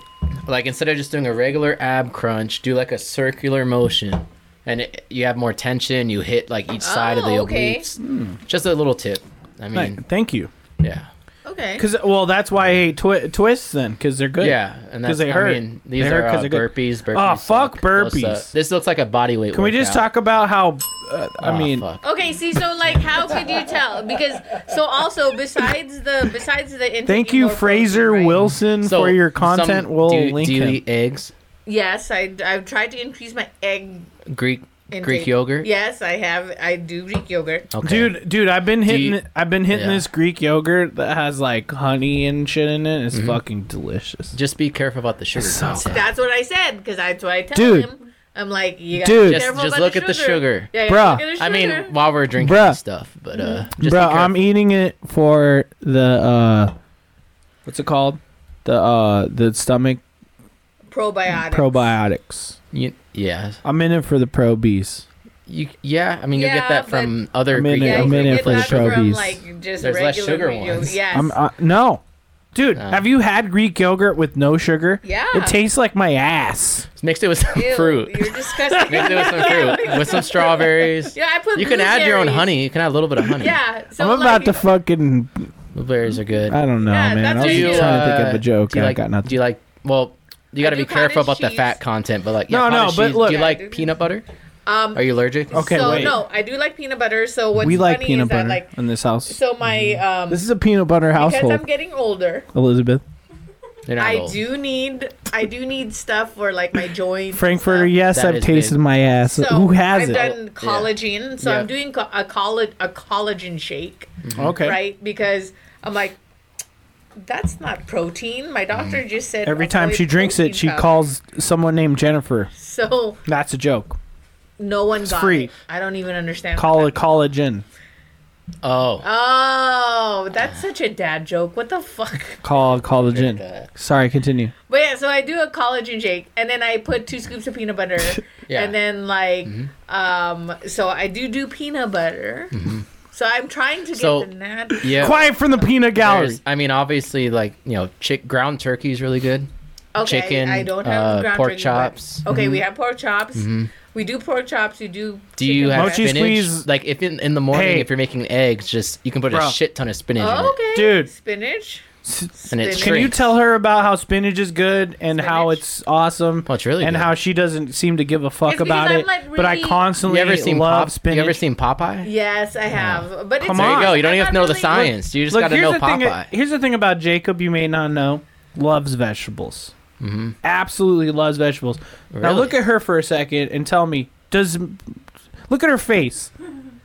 S4: like instead of just doing a regular ab crunch, do like a circular motion, and it, you have more tension. You hit like each side of the
S2: Oh, okay.
S4: obliques. Just a little tip. I
S3: Hmm. Nice.
S4: mean,
S3: Thank you.
S4: yeah,
S2: Okay.
S3: Cause well, that's why I hate twi- twists then, cause they're good.
S4: yeah, and
S3: because
S4: that's.
S3: they
S4: I
S3: hurt.
S4: mean, these
S3: they
S4: are
S3: hurt
S4: uh,
S3: they're good.
S4: burpees. burpees.
S3: Ah, fuck
S4: suck, close
S3: burpees.
S4: up. This looks like a body weight. Ah,
S3: Can we just talk about how? Uh, I mean,
S2: Okay, see, so like, how could you tell? Because so also besides the besides the intake,
S3: thank
S2: more
S3: you,
S2: protein,
S3: Fraser
S2: right?
S3: Wilson, [LAUGHS] for your content. we'll
S4: do,
S3: link
S4: Do you
S3: him.
S4: eat eggs?
S2: Yes, I I've tried to increase my egg
S4: Greek
S2: intake.
S4: Greek yogurt.
S2: Yes, I have. I do Greek yogurt.
S4: Okay.
S3: Dude, dude, I've been hitting,
S4: you-
S3: I've been hitting
S4: Yeah.
S3: this Greek yogurt that has like honey and shit in it. It's
S4: Mm-hmm.
S3: fucking delicious.
S4: just be careful about the sugar
S3: so
S4: content.
S2: That's what I said because that's what I tell
S3: Dude.
S2: him. I'm like, you gotta
S3: Dude.
S2: be
S3: Just-
S2: careful
S4: just
S2: about
S4: look at the sugar.
S2: Yeah, you
S3: Bruh.
S2: gotta look at the
S4: I mean,
S2: sugar. Mm-hmm.
S4: while we're drinking
S3: Bruh.
S4: and stuff, but uh, just be
S3: Bro, I'm e-
S4: careful.
S3: eating it for the uh, what's it called? The uh, the stomach
S2: probiotics.
S3: probiotics.
S4: You- yeah,
S3: I'm in it for the probies.
S4: you yeah. I mean, you'll
S2: Yeah,
S4: get that from other
S3: I'm in
S4: Greek
S3: it-
S2: Yeah,
S3: I'm
S4: yogurt.
S2: you
S3: in
S2: can
S3: it
S2: get
S3: for the
S2: that from,
S3: probies.
S2: Like just
S4: There's
S2: regular
S4: less sugar
S2: Greek yogurt.
S4: ones.
S2: Yes.
S3: I'm uh, no, dude.
S4: No.
S3: Have you had Greek yogurt with no sugar?
S2: Yeah.
S3: It tastes like my ass.
S4: Mix it with some
S2: Ew,
S4: fruit. [LAUGHS]
S2: You're disgusting.
S4: Mix it with
S2: [LAUGHS]
S4: some fruit. With some strawberries.
S2: yeah, I put.
S4: You can add your own
S2: blueberries.
S4: honey. You can add a little bit of honey.
S2: Yeah. So
S3: I'm
S2: like,
S3: about to fucking.
S4: Blueberries are good.
S3: I don't know,
S2: Yeah,
S3: man.
S2: that's
S3: I
S2: what
S3: was
S2: you
S3: just
S2: do.
S3: trying to think
S4: uh,
S3: of a joke.
S4: Do
S3: And
S4: you
S3: I
S4: like,
S3: got
S4: Do
S3: nothing.
S4: you like, well, you got to
S2: do
S4: be careful
S2: cottage
S4: about the
S2: cheese.
S4: fat content, but like,
S3: No,
S4: yeah,
S3: no,
S4: cottage
S3: but
S4: cheese.
S3: look-
S4: do you
S2: Yeah, I
S4: like
S2: do.
S4: peanut butter?
S2: Um,
S4: Are you allergic?
S3: Okay,
S2: so
S3: wait.
S2: no, I do like peanut butter. So what's
S3: We like
S2: funny
S3: peanut
S2: is
S3: butter
S2: that like
S3: in this house.
S2: so my um
S3: this is a peanut butter
S2: because I'm
S3: household,
S2: getting older,
S3: Elizabeth.
S4: You're not
S2: I
S4: old.
S2: do need I do need stuff for like
S3: [LAUGHS]
S2: my joints. and
S3: Frankfurter,
S2: stuff.
S3: yes,
S4: That
S3: I've
S4: is
S3: tasted
S4: big.
S3: my ass.
S2: So
S3: Who has
S2: I've
S3: it?
S2: done collagen, so
S4: Yeah.
S2: I'm doing co- a colla- a collagen shake,
S3: okay.
S2: right? Because I'm like, that's not protein. My doctor just said
S3: Mm. Every time
S2: avoid
S3: she drinks
S2: protein
S3: it, she
S2: powder.
S3: calls someone named Jennifer.
S2: So
S3: That's a joke.
S2: no one got
S3: free.
S2: it. I don't even understand.
S3: Call
S2: what
S3: it collagen.
S4: Oh.
S2: Uh, Oh, that's such a dad joke. What the fuck? [LAUGHS]
S3: Call
S4: Okay.
S3: collagen. Sorry, continue.
S2: But yeah, so I do a collagen shake, and then I put two scoops of peanut
S3: [LAUGHS]
S2: butter,
S4: Yeah.
S2: and then like,
S3: Mm-hmm.
S2: um, so I do do peanut butter.
S3: Mm-hmm.
S2: So I'm trying to get
S4: So-
S2: the natural.
S4: Yeah.
S3: Quiet from the peanut gallery.
S4: There's- I mean, obviously, like you know, chick ground turkey is really good.
S2: Okay,
S4: chicken,
S2: I don't have
S4: uh,
S2: ground
S4: pork
S2: turkey, but-
S4: chops. Mm-hmm.
S2: Okay, we have pork chops. We do pork chops. We do.
S4: Do you have
S3: Mochi
S4: spinach?
S3: squeeze-
S4: Like if in, in the morning,
S3: Hey.
S4: if you're making eggs, just you can put
S3: Bro.
S4: a shit ton of spinach
S2: Oh,
S4: in it.
S2: okay,
S3: Dude.
S2: Spinach.
S3: S-
S4: And it's
S2: Spinach.
S3: Can you tell her about how spinach is good and how
S2: Spinach?
S3: it's awesome
S4: Well, Oh, it's really
S3: and
S4: good.
S3: how she doesn't seem to give a fuck
S2: It's because
S3: about
S2: I'm,
S3: it?
S2: like,
S3: But I
S2: really-
S3: constantly
S4: You ever seen
S3: love
S4: pop?
S3: spinach.
S4: You ever seen Popeye?
S2: Yes, I have. But it's
S3: Come
S4: There you
S3: on.
S4: go. You don't
S2: I'm
S4: even have
S2: not
S4: to know the
S2: really-
S4: science. You just
S3: Look,
S4: got to
S3: here's
S4: know
S3: the thing.
S4: Popeye.
S3: Here's the thing about Jacob. You may not know. Loves vegetables. Absolutely loves vegetables. Now
S4: Mm-hmm. Really?
S3: look at her for a second and tell me. Does look at her face?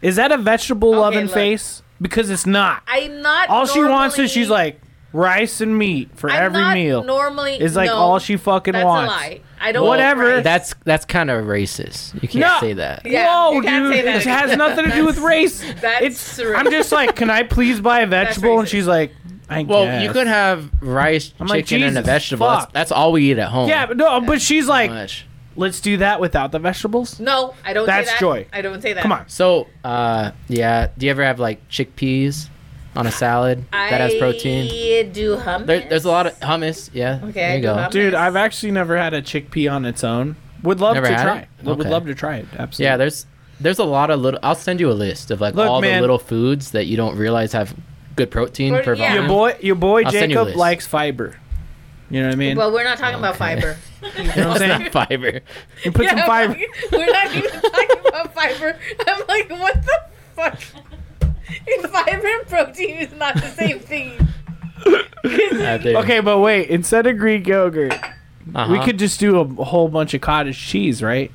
S3: Is that a vegetable loving
S2: look.
S3: face? Because it's not.
S2: I'm not.
S3: all she wants is she's
S2: normally-
S3: like rice and meat for
S2: I'm
S3: every
S2: not
S3: meal.
S2: Normally,
S3: is like
S2: no,
S3: all she fucking
S2: That's
S3: wants.
S2: a lie. I don't.
S3: Whatever.
S2: Like rice.
S4: That's that's kind of racist. You can't
S3: No.
S4: say that.
S2: Yeah,
S3: Whoa,
S2: you can't
S3: dude!
S2: say that
S3: It has
S2: again.
S3: nothing to do with race.
S2: That's
S3: it's.
S2: true.
S3: I'm just like, can I please buy [LAUGHS] a vegetable? And
S2: racist.
S3: she's like, I
S4: Well,
S3: guess.
S4: you could have rice,
S3: I'm like,
S4: chicken, and a
S3: Jesus,
S4: vegetable. That's,
S3: fuck.
S4: that's all we eat at home.
S3: Yeah, but no, but she's like,
S4: Much.
S3: let's do that without the vegetables.
S2: No, I don't.
S3: That's
S2: say that.
S3: joy.
S2: I don't say that.
S3: Come on.
S4: So, uh, yeah. Do you ever have like chickpeas on a salad that has protein?
S2: I do hummus.
S4: There, there's a lot of hummus. Yeah.
S2: Okay,
S4: There
S2: I
S4: you
S2: do
S4: go.
S2: hummus.
S3: Dude, I've actually never had a chickpea on its own. Would love
S4: Never
S3: to
S4: had
S3: try.
S4: it?
S3: Lo- Would
S4: Okay.
S3: love to try it. Absolutely.
S4: Yeah. There's there's a lot of little. I'll send you a list of like
S3: Look,
S4: all
S3: man.
S4: the little foods that you don't realize have good protein
S2: Or-
S4: per
S2: yeah.
S3: your
S4: volume.
S3: boy, your boy
S4: I'll send you a
S3: Jacob
S4: list.
S3: likes fiber. You know what I mean?
S2: Well, we're not talking about
S4: Okay.
S2: fiber.
S3: you know [LAUGHS] what I'm saying?
S4: [LAUGHS] It's not fiber.
S3: You put some fiber.
S2: [LAUGHS] We're not even
S3: [LAUGHS]
S2: talking about fiber. I'm like, what the fuck? And fiber and protein is not the same thing.
S4: I think.
S3: Okay, but wait. Instead of Greek yogurt,
S4: Uh-huh.
S3: we could just do a whole bunch of cottage cheese, right?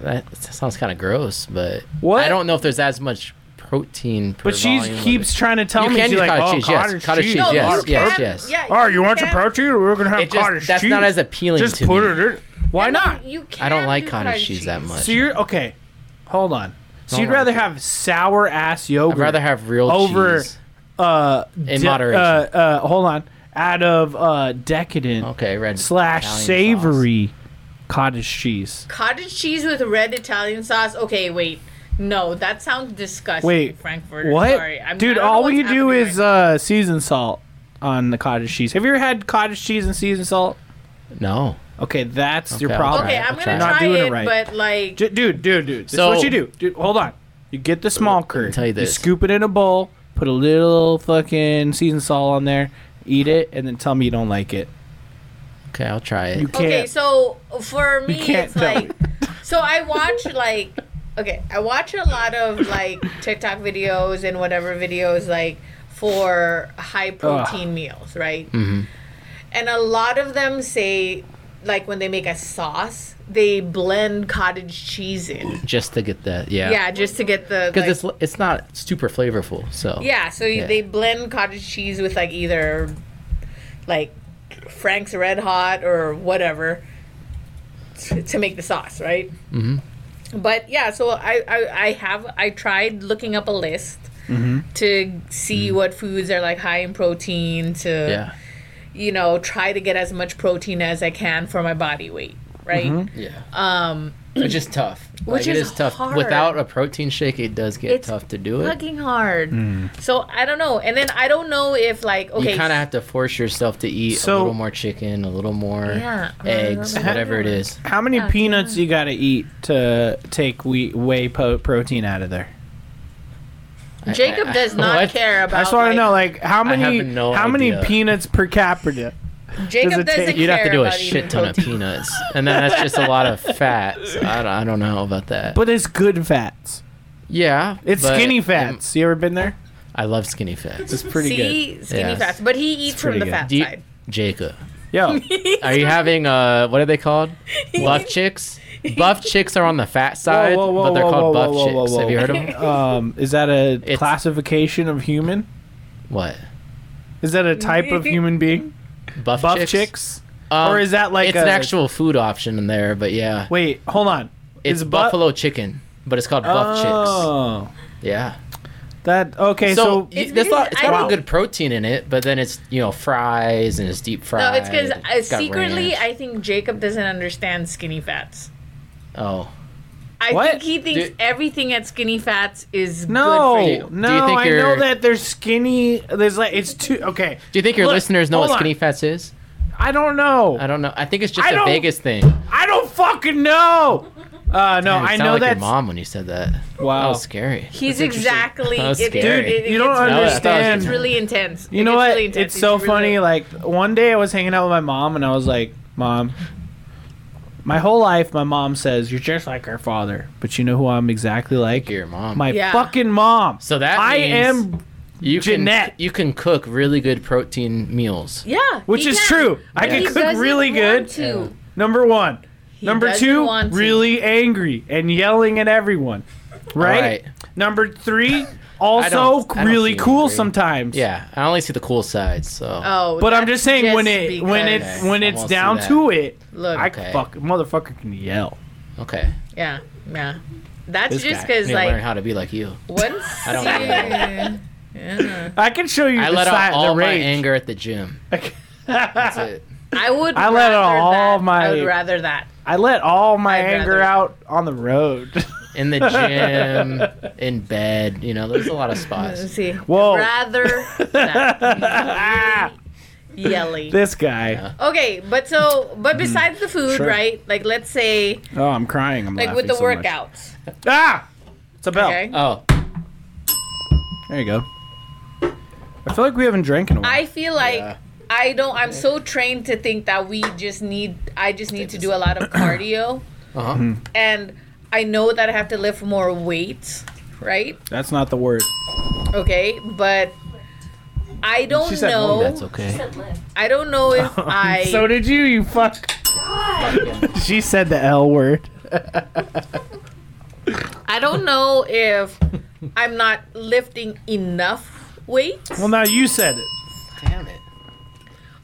S4: That, that sounds kind of gross, but
S3: What?
S4: I don't know if there's as much protein. Per
S3: But she
S4: volume of
S3: keeps
S4: it.
S3: trying to tell
S4: You
S3: me
S4: can
S3: she's
S4: do
S3: like,
S4: cottage
S3: oh,
S4: cheese, yes.
S3: cottage
S4: Cottage
S3: cheese.
S4: cheese,
S3: a
S4: yes,
S3: lot of
S4: yes,
S3: protein."
S4: yes.
S2: Yeah,
S3: Oh, you want some
S2: can-
S3: protein? We're gonna have
S4: It just-
S3: cottage
S4: that's
S3: cheese.
S4: not as appealing
S3: Just
S4: to
S3: put
S4: me.
S3: it. in. Why
S2: I mean,
S3: not?
S2: You can
S4: I don't like
S2: do
S4: cottage cheese that much.
S3: So you're okay. Hold on. So
S4: Don't
S3: you'd rather
S4: worry.
S3: have sour ass yogurt.
S4: I'd rather have real
S3: over
S4: cheese.
S3: uh
S4: In
S3: de-
S4: moderation.
S3: Uh, uh, hold on. Out of uh, decadent
S4: Okay, red
S3: slash
S4: Italian
S3: savory cottage cheese.
S2: Cottage cheese with red Italian sauce. Okay, wait. No, that sounds disgusting.
S3: Wait,
S2: Frankfurter.
S3: What,
S2: Sorry. I'm,
S3: dude?
S2: I don't know
S3: All
S2: what's
S3: we do
S2: happening
S3: is
S2: right
S3: uh, season salt on the cottage cheese. Have you ever had cottage cheese and seasoned salt?
S2: now.
S4: No.
S3: Okay, that's your
S4: Okay, I'll
S3: problem.
S4: try
S2: Okay,
S4: it.
S2: I'm
S4: I'll
S2: gonna
S4: try
S3: it.
S2: try
S3: Not doing
S2: it,
S3: it right.
S2: but like,
S3: J- dude, dude, dude. This
S4: So-
S3: is what you do. Dude, hold on. You get the small curd.
S4: tell you this.
S3: scoop it in a bowl, put a little fucking seasoned salt on there, eat it, and then tell me you don't like it.
S4: Okay, I'll try it.
S3: You can't.
S2: okay, so for me,
S3: can't
S2: it's
S3: tell
S2: like, [LAUGHS] so I watch like, okay, I watch a lot of like TikTok videos and whatever videos like for high protein meals, right? And a lot of them say, like when they make a sauce, they blend cottage cheese in.
S4: just to get the yeah.
S2: Yeah, just to get the
S4: Because
S2: like-
S4: it's it's not super flavorful. So
S2: Yeah, so you
S4: Yeah.
S2: they blend cottage cheese with like either like Frank's Red Hot or whatever to, to make the sauce, right? Mm-hmm. But yeah, so I, I I have I tried looking up a list
S4: Mm-hmm.
S2: to see what foods are like high in protein to
S4: Yeah.
S2: you know try to get as much protein as I can for my body weight, right?
S4: Yeah. Um, which is tough.
S2: [CLEARS THROAT] Which
S4: like, it
S2: is
S4: is tough.
S2: hard.
S4: Without a protein shake, it does get
S2: It's
S4: tough to do it.
S2: Fucking hard. So I don't know, and then I don't know if like okay,
S4: Mm. You kind of have to force yourself to eat
S3: So-
S4: a little more chicken, a little more
S2: Yeah.
S4: eggs, whatever it is.
S3: How
S2: Oh,
S3: many peanuts you got to eat to take we- whey po- protein out of there?
S4: I-
S2: Jacob
S4: I-
S2: does not
S4: What?
S2: care about.
S3: I just want
S2: like-
S3: to know, like, how many
S4: have no
S3: how many
S4: idea.
S3: peanuts per capita?
S2: Jacob
S3: Does
S2: doesn't
S3: it take-
S2: care
S4: You'd have to do a
S2: about eating
S4: shit ton of
S2: protein.
S4: peanuts, and then that's just a
S2: [LAUGHS]
S4: lot of fat. So I, don't, I don't know about that.
S3: But it's good fats.
S4: yeah,
S3: It's
S4: but-
S3: skinny fats. You ever been there?
S4: I love skinny fats.
S3: It's pretty
S2: See, skinny
S4: Yes.
S2: fats, but he eats from
S3: pretty
S2: the
S3: good.
S2: fat
S4: Do you-
S2: side. [LAUGHS]
S4: Jacob,
S3: good. Yo,
S4: are you having uh what are they called?
S2: [LAUGHS]
S4: Buff chicks. Buff chicks are on the fat side,
S3: whoa, whoa,
S4: but they're
S3: whoa,
S4: called
S3: whoa,
S4: buff
S3: whoa, whoa,
S4: chicks. Have
S3: [LAUGHS]
S4: you heard of them?
S3: um, is that a
S4: It's-
S3: classification of human?
S4: What?
S3: Is that a type of human being?
S4: Buff,
S3: Buff
S4: chicks?
S3: chicks?
S4: Um,
S3: Or is that like
S4: it's
S3: a-
S4: an actual food option in there? But yeah,
S3: Wait, hold on.
S4: it's
S3: Is bu-
S4: buffalo chicken, but it's called buff
S3: Oh,
S4: chicks. Yeah.
S3: that okay. So,
S4: so
S2: It's
S4: y- there's a lot, it's
S2: because
S4: a lot
S2: I-
S4: of good protein in it, but then it's you know fries and it's deep fried.
S2: No, it's because
S4: got
S2: secretly
S4: ranch.
S2: I think Jacob doesn't understand skinny fats.
S4: oh.
S2: I
S3: What?
S2: think he thinks
S4: Do-
S2: everything at skinny fats is
S3: no,
S2: good for you.
S3: no.
S4: Do you think
S3: I know
S4: you're-
S3: that they're skinny. There's like it's too okay.
S4: Do you think your
S3: Look,
S4: listeners know what
S3: hold on.
S4: skinny fats is?
S3: I don't know.
S4: I don't know. I think it's
S3: I
S4: just a
S3: don't-
S4: Vegas thing.
S3: I don't fucking know. Uh, no,
S4: Damn, you
S3: I
S4: sound
S3: know
S4: like
S3: that's
S4: your mom Oh, when you said that. That
S3: wow.
S4: was scary.
S2: He's
S4: That's interesting.
S2: exactly.
S4: That was
S2: it- it-
S4: scary.
S2: it- it
S3: You don't
S2: gets really-
S3: understand.
S2: It's really intense.
S3: You
S2: It
S3: know
S2: gets
S3: what?
S2: really intense.
S3: it's so funny. Like one day I was hanging out with my mom and I was like, "Mom, my whole life my mom says you're just like our father, but you know who I'm exactly like?
S4: Your mom.
S3: my
S2: Yeah.
S3: fucking mom."
S4: So that
S3: I
S4: means-
S3: am,
S4: you can
S3: Jeanette.
S4: you can cook really good protein meals.
S2: yeah,
S3: which
S2: he
S3: is
S2: can.
S3: true. I
S2: He
S3: can cook
S2: doesn't
S3: really
S2: want
S3: good.
S2: to.
S3: Number one. Number
S2: doesn't
S3: two,
S2: want to.
S3: really angry and yelling at everyone. Right.
S4: right.
S3: Number
S4: [LAUGHS]
S3: three, also
S4: don't- I don't
S3: really
S4: see
S3: cool
S4: angry.
S3: sometimes.
S4: Yeah, I only see the cool side. So
S2: Oh,
S3: But I'm
S2: that's
S3: just saying when
S2: just
S3: it when
S2: because-
S3: it's when
S4: I
S3: it's
S4: won't see
S3: down
S4: that.
S3: to it,
S2: Look.
S3: I
S4: Okay.
S3: fuck motherfucker can yell.
S4: okay.
S2: yeah, yeah. That's
S4: This
S2: just
S4: guy. I
S2: because
S4: need to
S2: like
S4: learn how to be like you.
S2: Once
S4: I don't
S2: you-
S3: I can show you
S4: I
S3: the
S4: let
S3: side,
S4: out all
S3: the
S4: my
S3: rage.
S4: anger at the gym. [LAUGHS] That's it.
S2: [LAUGHS] I would.
S3: I let
S2: rather
S3: all
S2: that. I
S3: my-
S2: would rather that.
S3: I let all my
S2: I'd
S3: anger
S2: rather-
S3: out on the road. [LAUGHS]
S4: In the gym, in bed. You know, there's a lot of spots.
S2: Let's see.
S3: Whoa.
S2: Rather
S3: [LAUGHS]
S2: that. Yelly.
S3: this guy.
S2: Okay, but so, but besides the food,
S3: Hmm. Sure.
S2: right? Like, let's say,
S3: Oh, I'm crying. I'm
S2: like with
S3: laughing
S2: the
S3: so much.
S2: workouts.
S3: Ah, it's a bell.
S2: Okay.
S4: Oh,
S3: There you go. I feel like we haven't drank in a while.
S2: I feel like.
S4: Yeah.
S2: I don't. I'm so trained to think that we just need. I just need to do a lot of
S3: [COUGHS]
S2: cardio,
S4: uh-huh.
S2: Hmm. and I know that I have to lift more weight, right?
S3: That's not the word.
S2: Okay, but I don't
S3: She said
S2: know.
S3: no,
S4: that's
S2: Oh,
S4: okay.
S2: I don't know if I.
S3: [LAUGHS] so did you, you fuck. [LAUGHS] she said the L word.
S2: I don't know if I'm not lifting enough weight
S3: Well, now you said it.
S4: Damn it.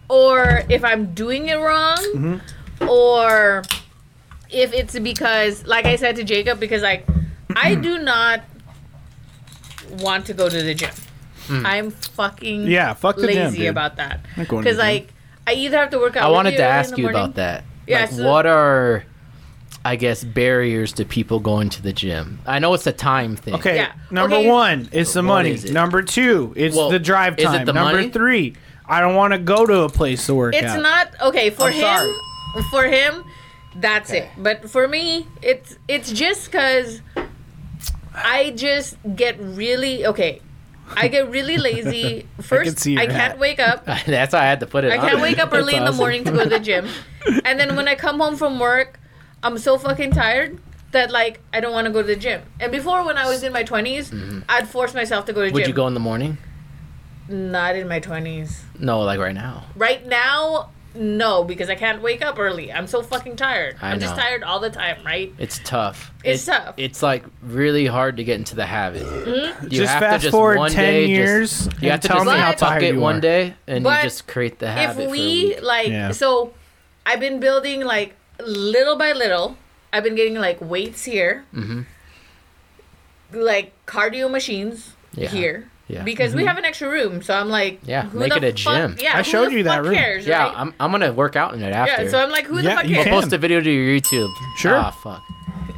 S2: or if I'm doing it wrong
S3: Mm-hmm.
S2: or if it's because like I said to Jacob because like I
S3: Mm-hmm.
S2: do not want to go to the gym. I'm fucking
S3: Mm. Yeah, fuck the
S2: lazy
S3: gym, dude.
S2: about that.
S3: not going to
S2: Cuz
S3: the gym.
S2: like I either have to work out
S4: I
S2: with
S4: wanted
S2: early
S4: to
S2: in
S4: ask
S2: the
S4: you
S2: morning.
S4: about that.
S2: Yeah,
S4: like,
S2: so-
S4: what are, I guess, barriers to people going to the gym? I know it's a time thing.
S3: Okay.
S2: Yeah.
S3: Number
S2: Okay.
S3: one, it's the
S4: What
S3: money.
S4: is it?
S3: Number two, it's
S4: Well,
S3: the drive
S4: is it
S3: time.
S4: the
S3: Number
S4: money?
S3: three, I don't want to go to a place to work
S2: It's
S3: out.
S2: not okay for
S3: I'm
S2: him.
S3: sorry.
S2: for him, that's it. But for me, it's it's just because I just get really okay. I get really
S3: [LAUGHS]
S2: lazy. First,
S3: see your
S2: I, can't
S3: hat.
S2: wake
S3: [LAUGHS]
S2: up.
S4: [LAUGHS] That's why I had to put it.
S2: I
S4: on
S2: can't
S4: there.
S2: wake up early
S3: That's
S2: in the
S3: awesome.
S2: morning to go to the
S3: [LAUGHS]
S2: gym. and then when I come home from work, I'm so fucking tired that like I don't want to go to the gym. And before when I was in my 20s,
S3: Mm-hmm.
S2: I'd force myself to go to
S4: Would
S2: gym.
S4: you go in the morning?
S2: Not in my 20s.
S4: No, like right now.
S2: Right now, no, because I can't wake up early. I'm so fucking tired.
S4: I
S2: I'm just
S4: know.
S2: tired all the time, right?
S4: It's tough.
S2: It's tough. Mm-hmm.
S4: It's like really hard to get into the habit. You
S3: Just
S4: have to
S3: fast
S4: just
S3: forward
S4: one
S3: 10
S4: day just-
S3: years
S4: you have
S3: and
S4: to
S3: tell
S4: just
S3: me
S2: like,
S3: how
S2: fuck
S4: fuck
S3: tired
S4: it
S3: you
S4: one
S3: are.
S4: day and
S2: But
S4: you just create the habit.
S2: if
S4: for a
S2: we
S4: week.
S2: like
S3: Yeah.
S2: so i've been building like little by little i've been getting like weights here
S4: Mm-hmm.
S2: like cardio machines
S4: Yeah.
S2: here
S4: Yeah.
S2: because we have an extra room so i'm like
S4: Yeah,
S2: who
S4: make
S2: the
S4: it a
S2: fuck-
S4: gym.
S2: yeah
S3: Mm-hmm. I
S2: who
S3: showed
S2: the
S3: you that
S2: fuck
S3: room.
S2: cares,
S4: yeah,
S2: right?
S4: I'm, I'm gonna work out in it after.
S2: yeah so i'm like who
S3: Yeah,
S2: the fuck
S3: you
S2: cares
S3: can.
S4: post a video to your YouTube.
S3: Sure.
S4: Ah, fuck.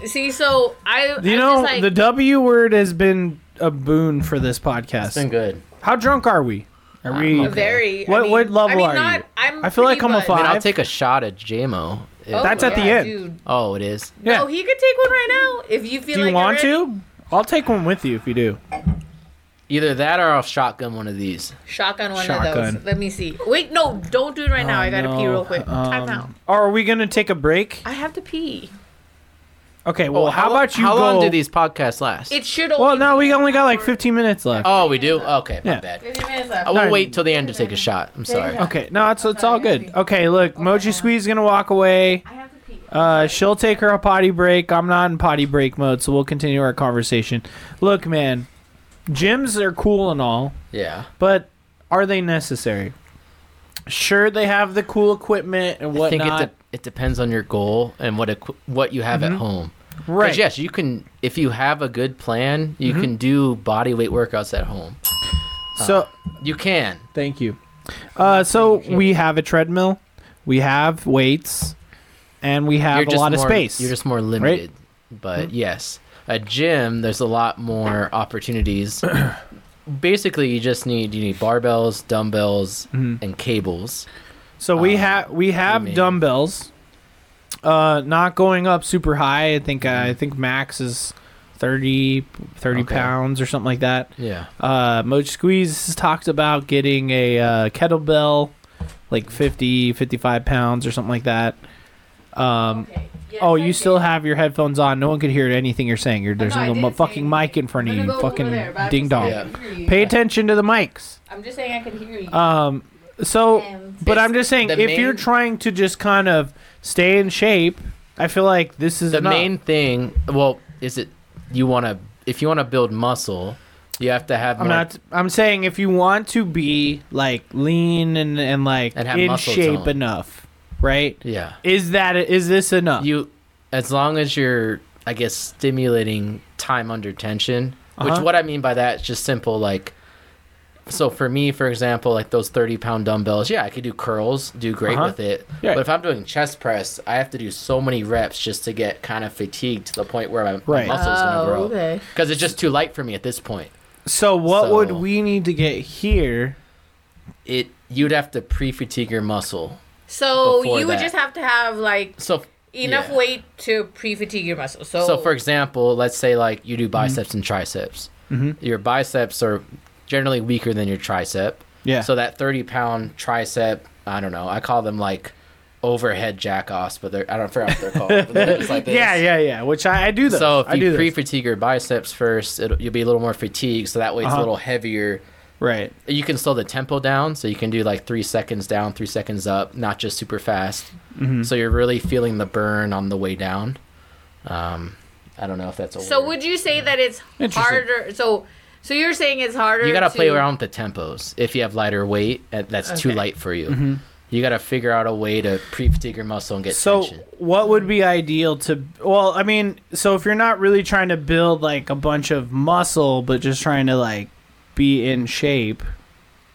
S2: see so i
S3: You
S2: I'm
S3: know,
S2: just like,
S3: the W word has been a boon for this podcast.
S4: It's been good.
S3: How drunk are we? Are we
S4: okay.
S2: very I
S3: What-
S2: mean-
S3: what level
S2: I mean,
S3: are you?
S2: not, I'm
S3: I feel like
S2: pretty
S3: I'm a
S2: much-
S4: I mean, I'll
S3: Five?
S4: take a shot at JMO. If-
S2: Oh,
S3: That's at the
S2: yeah,
S3: end.
S2: dude.
S4: Oh, it is.
S3: Yeah.
S2: oh he could take one right now if you feel
S3: do you
S2: like
S3: want
S2: it already.
S3: to? I'll take one with you if you do.
S4: Either that or I'll shotgun one of these.
S2: Shotgun one of
S3: Shotgun. Oh,
S2: those. Let me see. Wait, no, don't do it right now. I gotta pee
S3: No,
S2: real quick. Time
S3: um,
S2: out.
S3: Are we gonna take a break?
S2: I have to pee.
S3: Okay. Well,
S4: Oh,
S3: how,
S4: lo-
S3: about you?
S4: How
S3: go...
S4: long do these podcasts last?
S2: It should only
S3: Well, no, we only got like
S2: hour.
S3: 15 minutes left.
S4: oh, we do. Okay, my
S3: Yeah.
S4: bad.
S2: 15 minutes left.
S4: I will
S3: Sorry.
S4: wait till the end to take a shot. I'm sorry.
S3: Okay. No, it's it's all good. Okay. Look, Moji Squeeze is gonna walk away.
S2: I have to pee.
S3: Uh, she'll take her potty break. I'm not in potty break mode, so we'll continue our conversation. Look, man, gyms are cool and all,
S4: Yeah.
S3: but are they necessary? Sure, they have the cool equipment and
S4: I think
S3: whatnot. Mm-hmm.
S4: it, de- it depends on your goal and what equ- what you have at home. 'Cause
S3: right. Mm-hmm.
S4: Yes, you can. If you have a good plan, you can do body weight workouts at home.
S3: So
S4: You can.
S3: Thank you. Uh, so we have a treadmill, we have weights, and we have a lot of
S4: more,
S3: space. Mm-hmm.
S4: You're just more limited. But yes, a gym there's a
S3: [CLEARS THROAT]
S4: lot more opportunities. Basically, you just need you need barbells, dumbbells,
S3: Mm-hmm.
S4: and cables.
S3: so we
S4: Oh,
S3: have we have
S4: mean-
S3: dumbbells, uh, not going up super high. I think I think max is 30, 30
S4: Mm-hmm. Okay.
S3: pounds or something like that.
S4: Yeah.
S3: Uh, Moch Squeeze has talked about getting a uh, kettlebell, like 50, 55 pounds or something like that. Um, Oh, you still have your headphones on. No one could hear anything you're saying. You're, there's
S2: no, I
S3: a
S2: didn't say
S3: fucking
S2: anything.
S3: mic in front of you. fucking ding dong.
S4: saying-
S3: Pay attention to the mics.
S2: I'm just saying I can hear you.
S3: Um, so,
S5: Um,
S3: but I'm just saying,
S4: the
S3: if you're
S4: main-
S3: trying to just kind of stay in shape, I feel like this is
S4: The
S3: enough.
S4: main thing, well, is it you want to if you want to build muscle, you have to have
S3: I'm
S4: more
S3: not. I'm saying if you want to be like lean and and like
S4: And have
S3: in
S4: muscle
S3: shape
S4: tone.
S3: enough, right?
S4: Yeah.
S3: Is that is this enough?
S4: You as long as you're I guess stimulating time under tension, which
S3: Uh-huh.
S4: what I mean by that is just simple like so for me, for example, like those thirty pound dumbbells, yeah, I could do curls, do great
S3: Uh-huh.
S4: with it.
S3: Yeah.
S4: But if I'm doing chest press, I have to do so many reps just to get kind of fatigued to the point where my, my
S3: Right.
S4: muscles gonna grow.
S2: Oh, okay.
S4: Because it's just too light for me at this point.
S3: so what
S4: so-
S3: would we need to get here?
S4: It you'd have to pre fatigue your muscle.
S2: So
S4: Before
S2: you would
S4: that.
S2: just have to have like
S4: So
S2: enough
S4: yeah.
S2: weight to pre-fatigue your muscles. So,
S3: Oh.
S4: So, for example, let's say like you
S3: Mm-hmm.
S4: do biceps and triceps. Your biceps are generally weaker than your tricep.
S3: Yeah.
S4: So that thirty pound tricep, I don't know. I call them like overhead jack offs, but they're I don't forget what they're called. but
S3: [LAUGHS]
S4: they're just like this.
S3: Yeah, yeah, yeah. Which I, I do those.
S4: So if
S3: I do
S4: you
S3: those.
S4: pre-fatigue your biceps first, it'll, you'll be a little more fatigued. So that way it's
S3: Uh-huh.
S4: a little heavier.
S3: right.
S4: You can slow the tempo down, so you can do like three seconds down, three seconds up, not just super fast. So you're really feeling the burn on the way down. Um, I don't know if that's a
S2: so
S4: word.
S2: would you say that it's
S3: Interesting.
S2: harder? So so you're saying it's harder.
S4: you gotta
S2: to,
S4: play around with the tempos if you have lighter weight and that's too
S2: Okay.
S4: light for you you gotta figure out a way to pre-fatigue your muscle and get
S3: So
S4: tension
S3: what would be ideal to well, I mean, so if you're not really trying to build like a bunch of muscle but just trying to like be in shape.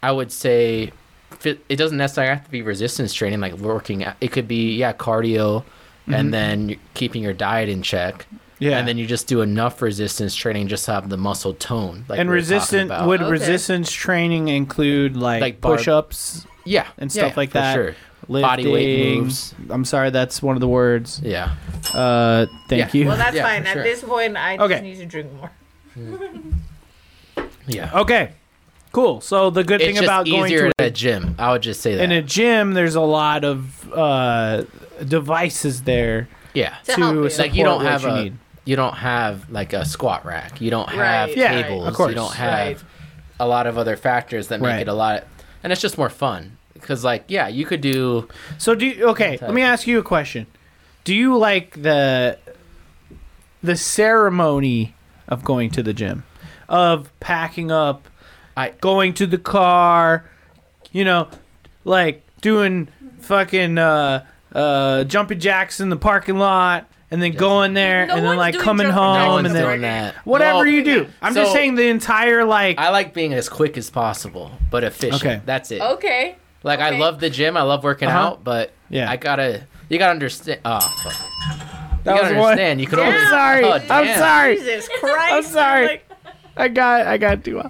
S4: i would say fit, it doesn't necessarily have to be resistance training like working out it could be yeah cardio and then keeping your diet in check
S3: Yeah.
S4: and then you just do enough resistance training just to have the muscle tone like
S3: and
S4: we were talking
S3: resistant
S4: about.
S3: would
S2: Okay.
S3: resistance training include like,
S4: Like bar-
S3: push-ups
S4: yeah
S3: and stuff
S4: yeah,
S3: like
S4: for
S3: that
S4: sure Body weight
S3: lifting.
S4: moves.
S3: I'm sorry, that's one of the words.
S4: Yeah.
S3: Uh, thank
S4: Yeah.
S3: you.
S2: Well, that's
S4: Yeah,
S2: fine.
S4: for sure.
S2: At this point, I
S3: Okay.
S2: just need to drink more.
S4: Yeah.
S3: okay, cool. So the good
S4: It's
S3: thing
S4: just
S3: about going
S4: easier
S3: to
S4: at a gym. I would just say that.
S3: in a gym, there's a lot of uh, devices there
S4: yeah.
S2: To
S3: to,
S2: help you.
S3: support
S4: Like you don't
S3: what
S4: have
S3: you
S4: a
S3: need.
S4: you don't have like a squat rack. You don't have
S2: Right,
S3: Yeah,
S4: tables.
S3: of course.
S4: You don't have
S2: Right.
S4: a lot of other factors that make
S3: Right.
S4: it a lot and it's just more fun because like yeah you could do
S3: So do you, okay. Let me ask you a question. Do you like the the ceremony of going to the gym, of packing up,
S4: I-
S3: going to the car, you know, like doing fucking uh, uh, jumping jacks in the parking lot, and then going there,
S2: No
S3: and then
S2: one's
S3: like
S2: doing
S3: coming
S2: jumping
S4: no
S3: home,
S4: one's
S3: and
S4: doing
S3: then
S4: that
S3: whatever
S4: Well,
S3: you do. I'm just
S4: so-
S3: saying the entire like.
S4: i like being as quick as possible but efficient
S3: Okay.
S4: that's
S2: Oh,
S4: it
S2: Okay.
S4: like i
S2: okay.
S4: love the gym i love working
S3: Uh-huh.
S4: out but
S3: Yeah.
S4: i gotta you gotta understand oh fuck.
S3: that
S4: you
S3: was
S4: gotta
S3: one.
S4: understand you can
S2: Damn.
S4: only
S3: I'm sorry.
S4: Oh,
S3: I'm
S4: damn.
S2: [LAUGHS]
S3: sorry.
S2: Jesus Christ.
S3: I'm sorry.
S2: Like,
S3: I got. I got too.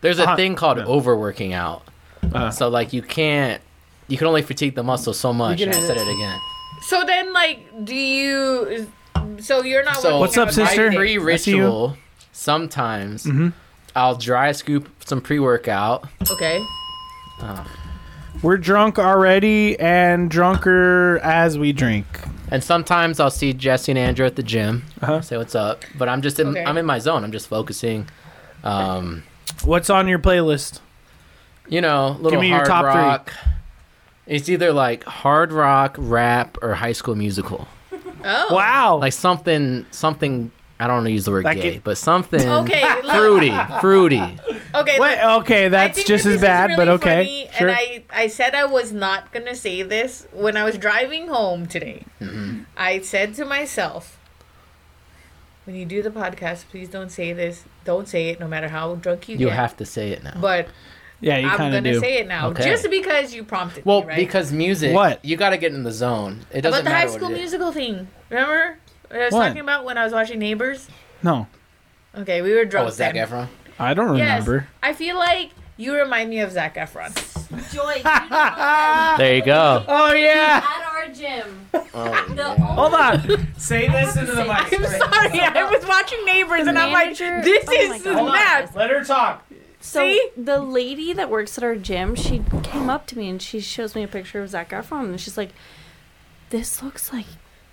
S4: there's a
S3: Uh-huh.
S4: thing called
S3: Yeah.
S4: overworking out
S3: Uh-huh.
S4: so like you can't you can only fatigue the muscle so much
S3: can
S4: and i
S3: hit
S4: said it again
S2: so then, like, do you? So you're not.
S4: So
S2: working
S3: What's up,
S2: out
S3: sister?
S2: every day.
S4: pre
S3: I see you. Mm-hmm.
S4: ritual sometimes i'll dry scoop some pre-workout
S2: Okay.
S3: We're drunk already and drunker as we drink.
S4: And sometimes I'll see Jesse and Andrew at the gym.
S3: Uh-huh.
S4: Say what's up. But I'm just in,
S2: Okay.
S4: I'm in my zone. I'm just focusing. Um,
S3: What's on your playlist?
S4: you know, little
S3: me your
S4: hard
S3: top three.
S4: rock. It's either like hard rock, rap, or High School Musical.
S2: Oh.
S3: Wow.
S4: Like something, something. I don't want to use the word
S3: Like
S4: gay,
S3: it-
S4: but something [LAUGHS]
S2: Okay. look,
S4: fruity,
S2: [LAUGHS]
S4: fruity.
S2: okay.
S3: Wait, okay,
S2: I
S3: that's
S2: think
S3: just
S2: that
S3: as
S2: this is
S3: bad, but
S2: really
S3: okay.
S2: funny, And I, I said I was not gonna say this when I was driving home today.
S4: Mm-hmm.
S2: I said to myself, when you do the podcast, please don't say this. Don't say it, no matter how drunk you,
S4: You
S2: get.
S4: have to say it now.
S2: But
S3: yeah, you
S2: I'm
S3: kind of
S2: gonna
S3: do.
S2: say it now,
S4: Okay.
S2: just because you prompted
S4: well,
S2: me, right?
S4: because music,
S3: What?
S4: you got to get in the zone. It doesn't
S2: about the
S4: matter
S2: High
S4: what
S2: School
S4: it is.
S2: Musical thing, remember? What I was
S3: What?
S2: talking about when I was watching Neighbors.
S3: No,
S2: Okay, we were
S4: Oh,
S2: drunk.
S4: was Zac
S2: then.
S4: Efron?
S3: I don't
S2: Yes,
S3: remember.
S2: I feel like you remind me of Zac Efron.
S5: Joy, you don't
S2: Uh,
S5: know
S4: There you go.
S3: Oh yeah.
S5: at our gym.
S4: Oh,
S5: The
S4: yeah.
S5: only
S3: Hold on. [LAUGHS] say this into the mic.
S2: I'm sorry, I was watching Neighbors and I'm like,
S5: Manager-
S2: this
S5: oh my
S2: is
S5: God. Hold on.
S2: nuts.
S3: Let her talk.
S5: So
S2: See?
S5: the lady that works at our gym, she came up to me and she shows me a picture of Zac Efron, and she's like, "This looks like."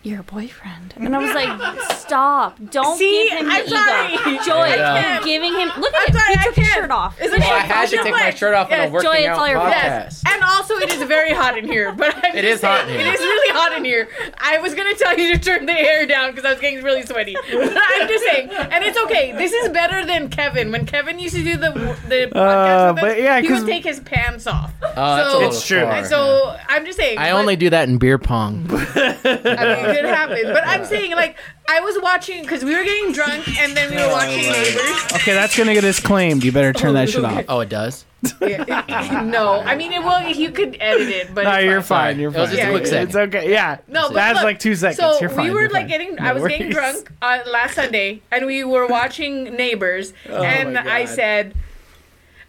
S5: Your boyfriend, and I was like, "Stop! Don't
S2: See,
S5: give him
S2: I'm
S5: the ego,
S2: sorry.
S4: I
S5: Joy.
S4: can't.
S5: You're giving him. Look
S2: I'm
S5: at him.
S2: sorry,
S5: he
S2: I
S5: took his
S2: can't.
S5: shirt off.
S2: Is it
S4: Well, I had to
S2: Yes.
S4: take my shirt off on
S2: Yes.
S4: a working
S5: Joy, it's
S4: out
S5: all your fault.
S4: podcast.
S2: And also, it is very hot in here. But I'm
S4: It
S2: just
S4: is hot in
S2: saying,
S4: here.
S2: It is really hot in here. I was gonna tell you to turn the air down because I was getting really sweaty. But I'm just saying, and it's okay. This is better than Kevin. When Kevin used to do the the podcast,
S3: Uh,
S2: with us,
S3: but yeah,
S2: he
S3: 'cause-
S2: would take his pants off.
S4: Oh, that's a
S2: So-
S4: little
S3: It's true.
S4: far.
S2: And so I'm just saying.
S4: I
S2: but- [LAUGHS]
S4: only do that in beer pong.
S2: I mean, it could happen. But I'm saying, like, I was watching because we were getting drunk, and then we
S4: Oh,
S2: were watching Neighbors.
S3: Okay, that's gonna get us claimed. You better turn that shit off.
S4: Oh, it does.
S2: Yeah. [LAUGHS] no, I mean, it will. You could edit it, but
S3: No,
S2: it's
S3: you're
S2: fine.
S3: fine.
S4: Sorry.
S3: You're
S4: It was
S3: fine.
S4: just
S2: a quick
S4: second.
S3: It's okay. Yeah.
S2: No, but
S3: that's
S2: look,
S3: like two seconds.
S2: So
S3: you're fine.
S2: we were
S3: you're
S2: like
S3: fine.
S2: getting. I
S3: No
S2: was getting
S3: worries.
S2: drunk on last Sunday, and we were watching Neighbors, and
S3: Oh my
S2: I
S3: God.
S2: said,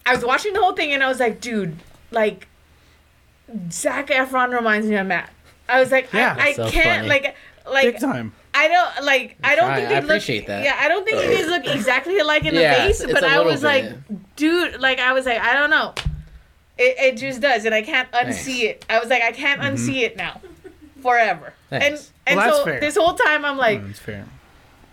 S2: I was watching the whole thing, and I was like, dude, like, Zach Efron reminds me of Matt. I was like,
S3: Yeah.
S2: I, I
S4: That's so
S2: can't
S4: funny.
S2: like. Like
S3: Big time.
S2: I don't like. I don't
S4: trying.
S2: think
S4: I
S2: they look.
S4: appreciate that.
S2: Yeah, I don't think they look exactly alike in
S4: Yeah,
S2: the face.
S4: it's- it's
S2: But
S4: a
S2: I
S4: little
S2: was
S4: bit.
S2: like, dude, like I was like, I don't know. It, it just does, and I can't unsee
S4: Thanks. Mm-hmm.
S2: it. I was like, I can't unsee it now, forever.
S4: Thanks. Mm.
S2: And and
S3: Well, that's
S2: so
S3: fair.
S2: this whole time I'm like,
S3: That's fair.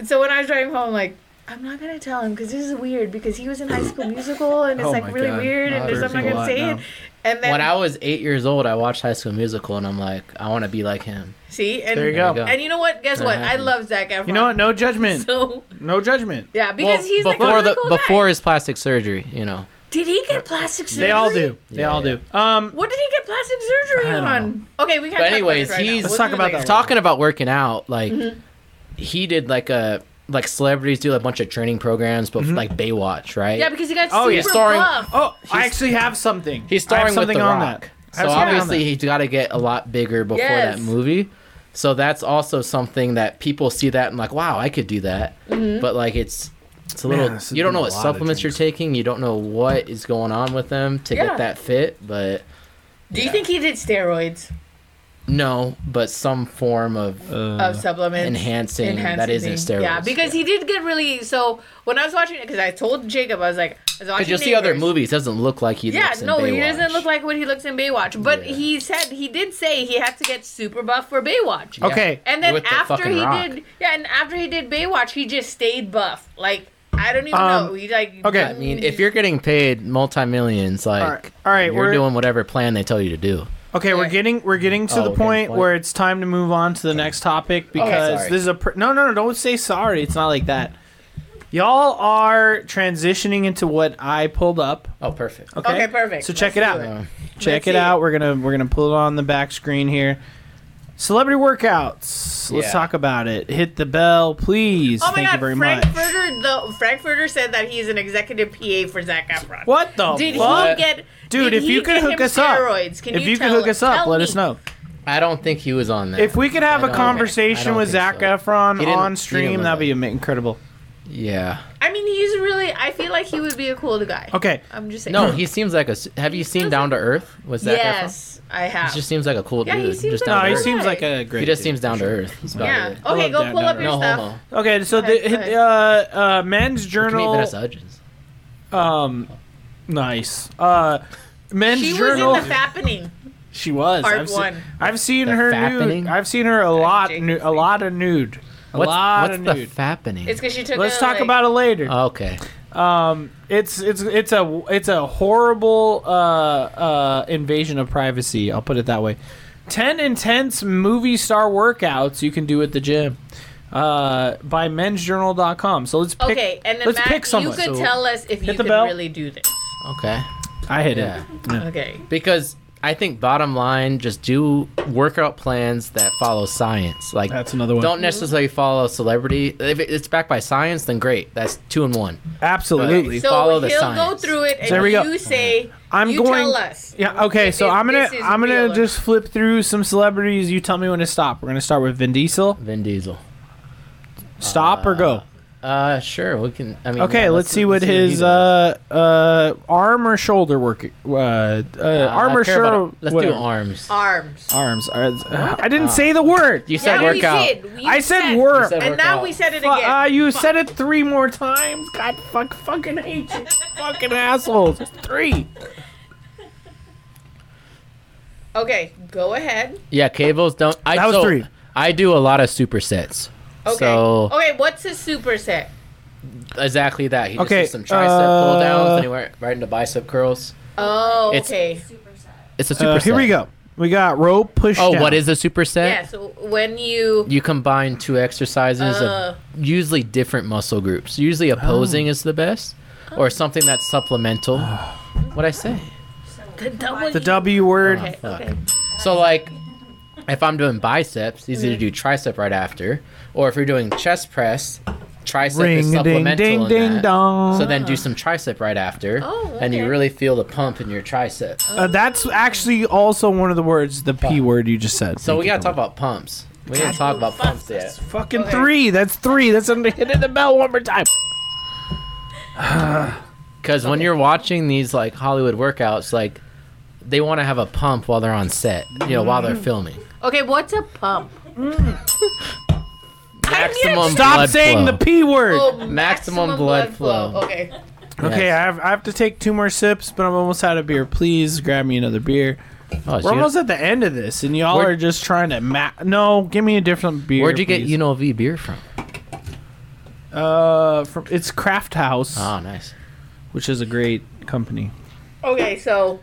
S2: so when I was driving home, I'm like. I'm not gonna tell him because this is weird because he was in High School Musical and it's
S3: Oh my
S2: like really
S3: God.
S2: weird
S3: Not
S2: and there's, I'm not
S3: everything
S2: gonna
S3: a
S2: say
S3: lot
S2: it. And then
S4: When I was eight years old, I watched High School Musical, and I'm like, I want to be like him.
S2: see and
S3: There you
S4: There you
S3: go.
S4: go.
S2: and you know what? Guess
S4: That
S2: what? I
S4: happened.
S2: love Zach Efron.
S3: You know what? No judgment.
S2: [LAUGHS] So
S3: No judgment.
S2: yeah, because
S4: Well,
S2: he's like, a
S4: before
S2: really
S4: the
S2: cool guy.
S4: before his plastic surgery, you know.
S2: Did he get plastic surgery?
S3: They all do. They all do. Um,
S2: What did he get plastic surgery
S3: I don't
S2: on? Okay, we can't. talk about
S4: But
S2: this
S4: anyways,
S2: right now.
S4: he's
S3: Let's talk
S2: do
S3: about
S2: later.
S3: that.
S4: talking about working out. Like
S2: Mm-hmm.
S4: he did, like a like celebrities do a bunch of training programs, but like Baywatch, right?
S2: Yeah, because he got
S3: Oh,
S2: super
S3: yeah.
S4: Starring-
S2: buff.
S3: oh, I actually have something.
S4: He's
S3: I have
S4: starring with
S3: something
S4: The
S3: on
S4: Rock.
S3: that. I
S4: So
S3: have something on
S4: obviously
S3: that.
S4: he's got to get a lot bigger before
S2: Yes.
S4: that movie. So that's also something that people see that and like, wow, I could do that.
S2: Mm-hmm.
S4: But like it's it's a
S3: Man,
S4: little
S3: this has
S4: you don't
S3: been
S4: know
S3: a
S4: what
S3: lot of
S4: supplements you're taking, you don't know what is going on with them to
S2: Yeah.
S4: get that fit, but
S2: Do you think he did steroids
S4: No, but some form of
S3: Uh,
S2: of supplements?
S4: Uh, enhancing, that isn't
S2: things?
S4: steroids.
S2: Yeah, because he did get really. So when I was watching it, because I told Jacob, I was like, I was watching
S4: Because you'll see other
S2: Neighbors.
S4: movies, doesn't look like he
S2: Yeah,
S4: looks in
S2: no, he
S4: Baywatch.
S2: doesn't look like what he looks in Baywatch. But
S4: Yeah.
S2: he said he did say he had to get super buff for Baywatch.
S4: Yeah.
S3: Okay.
S2: And then
S4: With the
S2: after
S4: fucking
S2: he
S4: rock.
S2: did, yeah, and after he did Baywatch, he just stayed buff. Like I don't even
S3: Um,
S2: know. He like
S3: okay.
S4: I mean, if you're getting paid multi millions, like,
S3: right, all right,
S4: you're
S3: we're-
S4: doing whatever plan they tell you to do.
S3: Okay, we're
S2: Right.
S3: getting we're getting to
S4: Oh,
S3: the
S4: okay,
S3: point
S4: point.
S3: where it's time to move on to the next topic because
S4: sorry.
S3: this is a per- no no no don't say sorry. It's not like that. Y'all are transitioning into what I pulled up.
S4: Oh, perfect.
S3: Okay,
S2: Okay, perfect.
S3: So check
S2: Let's
S3: it
S2: do
S3: out.
S2: it.
S3: Check
S2: Let's
S3: it
S2: see.
S3: out. We're gonna we're gonna pull it on the back screen here. Celebrity workouts. Let's
S4: Yeah.
S3: talk about it. Hit the bell, please.
S2: Oh my
S3: Thank
S2: God!
S3: you very much.
S2: Frankfurter, the Frankfurter said that he's an executive PA for Zach Efron.
S3: What the
S2: Did
S3: fuck?
S2: he get?
S3: Dude,
S2: did
S3: if
S2: he
S3: you could
S2: get
S3: hook
S2: him
S3: us
S2: steroids?
S3: up,
S2: Can
S3: if
S2: you,
S3: you could
S2: tell-
S3: hook us up,
S2: tell
S3: let
S2: me.
S3: us know.
S4: I don't think he was on that.
S3: If we could have
S4: I
S3: a
S4: don't- I
S3: conversation
S4: don't
S3: with Zach
S4: think so. He
S3: Efron
S4: didn't-
S3: on
S4: he
S3: stream,
S4: didn't
S3: that'd
S4: look
S3: be ama- incredible.
S4: yeah.
S2: I mean, he's really. I feel like he would be a cool guy.
S3: Okay,
S2: I'm just saying.
S4: No, he seems like a. s- Have you seen
S2: doesn't-
S4: Down to Earth? Was that
S2: yes, I
S4: He
S2: have.
S4: just seems like a cool
S2: Yeah, he
S4: dude.
S2: seems
S4: just
S2: like
S3: no,
S4: down
S2: a
S4: to
S3: he
S2: cool
S4: earth.
S3: seems
S2: guy.
S3: like a great.
S4: He just
S3: dude.
S4: seems down to earth. That's about
S2: yeah.
S4: it.
S3: I
S2: Okay,
S3: love
S2: go
S3: that
S2: pull up
S3: guy.
S2: your
S4: No
S2: stuff.
S4: homo.
S3: Okay, so
S2: ahead,
S3: the,
S2: go ahead.
S3: uh, uh, Men's
S4: You can meet
S3: Journal.
S4: Vanessa Hudgens.
S3: Um, nice. Uh, Men's
S2: She was in
S3: Journal.
S2: the fappening.
S3: she was.
S2: part
S3: I've
S2: one.
S3: Seen, I've seen
S4: The
S3: her nude.
S4: fappening?
S3: I've seen her a lot.
S2: Jake
S3: Nu-
S2: was
S3: a lot of nude. A
S4: What's,
S3: lot
S4: what's
S3: of
S4: the Uh-huh.
S3: nude.
S4: fappening?
S2: It's because she took.
S3: Let's
S2: a,
S3: talk
S2: like-
S3: about it later.
S4: okay.
S3: Um, it's it's it's a it's a horrible uh, uh, invasion of privacy. I'll put it that way. Ten intense movie star workouts you can do at the gym uh, by mensjournal.com. So let's pick.
S2: Okay, and then
S3: let's
S2: Matt,
S3: pick someone.
S2: you could
S3: So-
S2: tell us if you
S3: the
S2: could
S3: bell.
S2: really do this.
S4: Okay.
S3: I hit
S4: Yeah.
S3: it.
S2: Okay.
S4: Because I think bottom line, just do workout plans that follow science. Like
S3: That's another one.
S4: Don't necessarily follow celebrity. If it- it's backed by science, then great. That's two and one.
S3: Absolutely.
S2: So
S4: Follow the
S2: he'll go
S4: science.
S2: through it, and
S3: There we go.
S2: you say,
S3: I'm
S2: you
S3: going.
S2: tell us.
S3: Yeah. Okay. So
S2: if
S3: I'm gonna
S2: this is
S3: I'm gonna
S2: real or-
S3: just flip through some celebrities. You tell me when to stop. We're gonna start with Vin Diesel.
S4: Vin Diesel.
S3: Stop or go.
S4: Uh, sure. We can. I mean.
S3: Okay,
S4: yeah,
S3: let's see what
S4: he
S3: his
S4: does.
S3: uh uh arm or shoulder work uh, uh,
S4: Uh, I
S3: arm or
S4: care about-
S3: shoulder.
S4: Let's
S3: whatever.
S4: do arms.
S2: Arms.
S3: arms. Uh, I didn't say the word.
S4: You said
S2: yeah,
S4: workout.
S2: we did. We
S3: I said work.
S4: You said
S2: And now
S4: workout.
S2: we said it
S3: Fu-
S2: again.
S3: uh, you said it three more times. God, fuck, fucking
S2: [LAUGHS]
S3: hate you, fucking assholes. It's Three.
S2: Okay, go ahead.
S4: Yeah, cables don't. I,
S3: That was
S4: so,
S3: three.
S4: I do a lot of supersets.
S2: Okay. Oh.
S4: So
S2: okay, what's a superset?
S4: exactly that. He just
S3: Okay,
S4: does some tricep
S3: uh,
S4: pull downs, then he went right into bicep curls.
S2: Oh,
S4: It's-
S2: okay.
S4: It's a superset.
S3: Uh, here we go. We got rope push.
S4: Oh,
S3: down.
S4: what is a superset?
S2: Yeah, so when you.
S4: You combine two exercises
S2: Uh.
S4: of usually different muscle groups. Usually
S3: Oh.
S4: opposing is the best, or something that's
S3: [SIGHS]
S4: supplemental. What I say?
S2: The W.
S3: the W word?
S2: Okay,
S4: Fuck.
S2: okay.
S4: So like, if I'm doing biceps, easy
S3: Mm.
S4: to do tricep right after. Or if you're doing chest press, tricep is
S3: Ring a ding
S4: supplemental
S3: ding
S4: in
S3: ding
S4: that.
S3: dong.
S4: So then do some tricep right after,
S2: Oh,
S4: and you
S2: okay.
S4: really feel the pump in your triceps.
S3: Uh, that's actually also one of the words, the P word you just said.
S4: so we
S3: Thank
S4: gotta
S3: you.
S4: talk about pumps. We didn't talk about pumps yet.
S3: Fucking
S2: Okay.
S3: three. That's three. That's under hitting the bell one more time.
S4: Because when you're watching these like Hollywood workouts, like they want to have a pump while they're on set, you know, while
S3: Mm.
S4: they're filming.
S2: Okay, what's a pump?
S4: Maximum
S3: Stop
S4: blood
S3: saying
S4: flow.
S3: the P word.
S2: Oh,
S4: Maximum blood flow.
S2: Okay.
S3: Okay, I have, I have to take two more sips, but I'm almost out of beer. Please grab me another beer.
S4: Oh,
S3: We're
S4: so you-
S3: almost at the end of this, and y'all
S4: Where'd-
S3: are just trying to ma- No, give me a different beer.
S4: Where'd you get
S3: please.
S4: UNLV beer from?
S3: Uh, from it's Craft House,
S4: Oh, nice.
S3: which is a great company.
S2: Okay, so.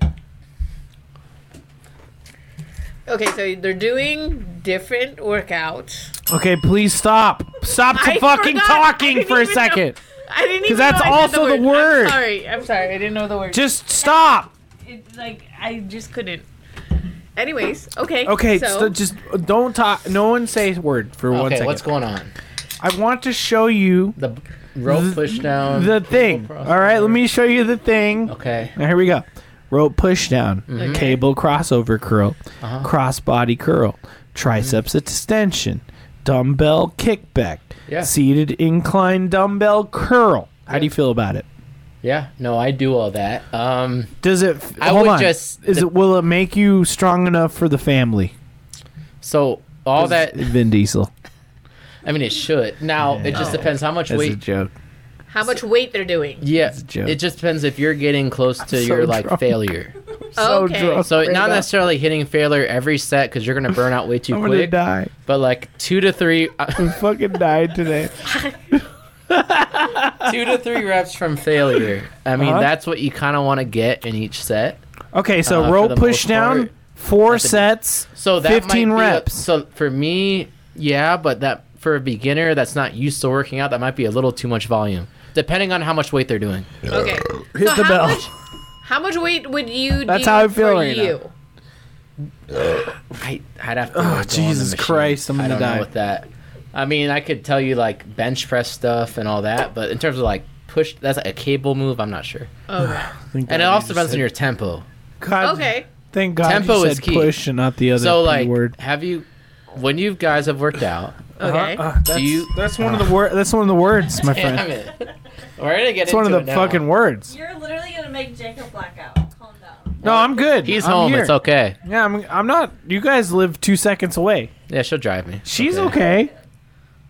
S2: Okay, so they're doing different workouts.
S3: Okay, please stop. Stop to
S2: I
S3: fucking
S2: forgot. I
S3: talking
S2: didn't
S3: for a
S2: even know.
S3: second.
S2: I didn't even.
S3: 'Cause that's
S2: know I said
S3: also the
S2: the
S3: word.
S2: I'm sorry, I'm sorry. I didn't know the word.
S3: Just stop.
S2: It, like I just couldn't. Anyways, okay.
S3: Okay,
S2: so
S3: so just don't talk. No one say a word for one
S4: Okay,
S3: second.
S4: what's going on?
S3: I want to show you
S4: The b- rope push down.
S3: the thing.
S4: crossover.
S3: All right, let me show you the thing.
S4: Okay. Mm-hmm.
S3: Now here we go. Rope push down, cable crossover curl,
S4: Uh-huh.
S3: crossbody curl,
S4: Mm-hmm.
S3: triceps extension, dumbbell kickback,
S4: Yeah.
S3: seated incline dumbbell curl. How do you feel about it?
S4: Yeah, no, I do all that. Um,
S3: Does it? f-
S4: I
S3: hold
S4: would
S3: on.
S4: just-
S3: Is it? Will it make you strong enough for the family?
S4: so all that,
S3: Vin Diesel.
S4: I mean, it should. Now it just depends how much
S3: That's a
S4: weight.
S3: joke.
S2: How much weight they're doing?
S4: Yeah,
S3: a joke.
S4: it just depends if you're getting close
S3: so
S4: to your like
S3: drunk. [LAUGHS]
S4: failure.
S3: So
S2: okay.
S3: drunk.
S4: So
S3: Bring it
S4: not
S3: up.
S4: necessarily hitting failure every set because you're gonna burn out way
S3: [LAUGHS]
S4: too
S3: I'm gonna
S4: quick,
S3: die.
S4: but like two to three, uh,
S3: I fucking died today.
S4: [LAUGHS] two to three reps from failure. I mean,
S3: Uh-huh.
S4: that's what you kind of want to get in each set.
S3: Okay, so
S4: Uh, for
S3: rope
S4: the
S3: push
S4: most
S3: down,
S4: part,
S3: four
S4: that's a-
S3: sets,
S4: So that
S3: fifteen
S4: might be a-
S3: reps.
S4: so for me, yeah, but that for a beginner that's not used to working out, that might be a little too much volume, depending on how much weight they're doing.
S2: Okay.
S3: Hit
S2: so
S3: the
S2: how
S3: bell.
S2: Much, how much weight would you
S3: That's
S2: do
S3: how I feel
S2: for
S3: right now.
S2: you?
S4: I, I'd have to.
S3: Oh,
S4: go on the
S3: Jesus
S4: machine.
S3: Christ, I'm
S4: I
S3: gonna
S4: don't know
S3: die.
S4: with that. I mean, I could tell you like bench press stuff and all that, but in terms of like push, that's a cable move. I'm not sure,
S2: Okay.
S4: and it also depends on your tempo.
S3: God,
S2: Okay.
S3: Thank God
S4: Tempo
S3: you
S4: is
S3: said
S4: key.
S3: push and not the other
S4: So
S3: P
S4: like,
S3: word.
S4: have you when you guys have worked out?
S2: Okay.
S3: Uh, uh, that's,
S4: you-
S3: that's one of the word. That's one of the words,
S4: [LAUGHS]
S3: my [LAUGHS] friend.
S4: Damn it! We're gonna get
S3: That's
S4: into
S3: one of
S4: it
S3: the
S4: now.
S3: fucking words.
S5: You're literally gonna make Jacob black out. Calm down.
S3: No, I'm good.
S4: He's
S3: I'm
S4: home.
S3: Here.
S4: It's okay.
S3: Yeah, I'm. I'm not. You guys live two seconds away.
S4: Yeah, she'll drive me.
S3: She's okay.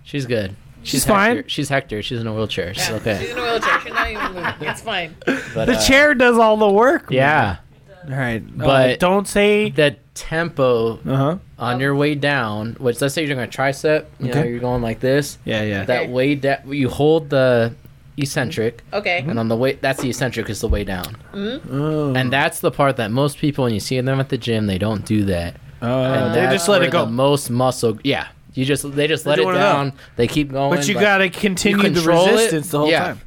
S4: She's good.
S3: She's fine.
S4: Hector. She's Hector. She's in a wheelchair.
S3: uh-huh.
S4: She's
S2: She's
S4: okay.
S2: in a wheelchair. She's not even moving. It's fine.
S4: But,
S3: The
S4: uh,
S3: chair does all the work.
S4: Yeah.
S3: All right, but
S4: But-
S3: don't say.
S4: The tempo
S3: Uh huh.
S4: on your way down, which let's say you're doing a tricep, you know,
S3: Okay.
S4: you're going like this.
S3: Yeah, yeah.
S4: That
S2: Okay.
S4: way down, you hold the eccentric,
S2: Okay.
S4: and on the way, that's the eccentric is the way down,
S3: oh.
S4: and that's the part that most people, when you see them at the gym, they don't do that.
S3: oh.
S4: And
S3: they
S4: that's
S3: just let
S4: where
S3: it go.
S4: The most muscle, yeah. You just they just
S3: They're
S4: let it
S3: doing it up.
S4: down. They keep going,
S3: but you gotta continue the
S4: control it?
S3: resistance the whole
S4: Yeah.
S3: time,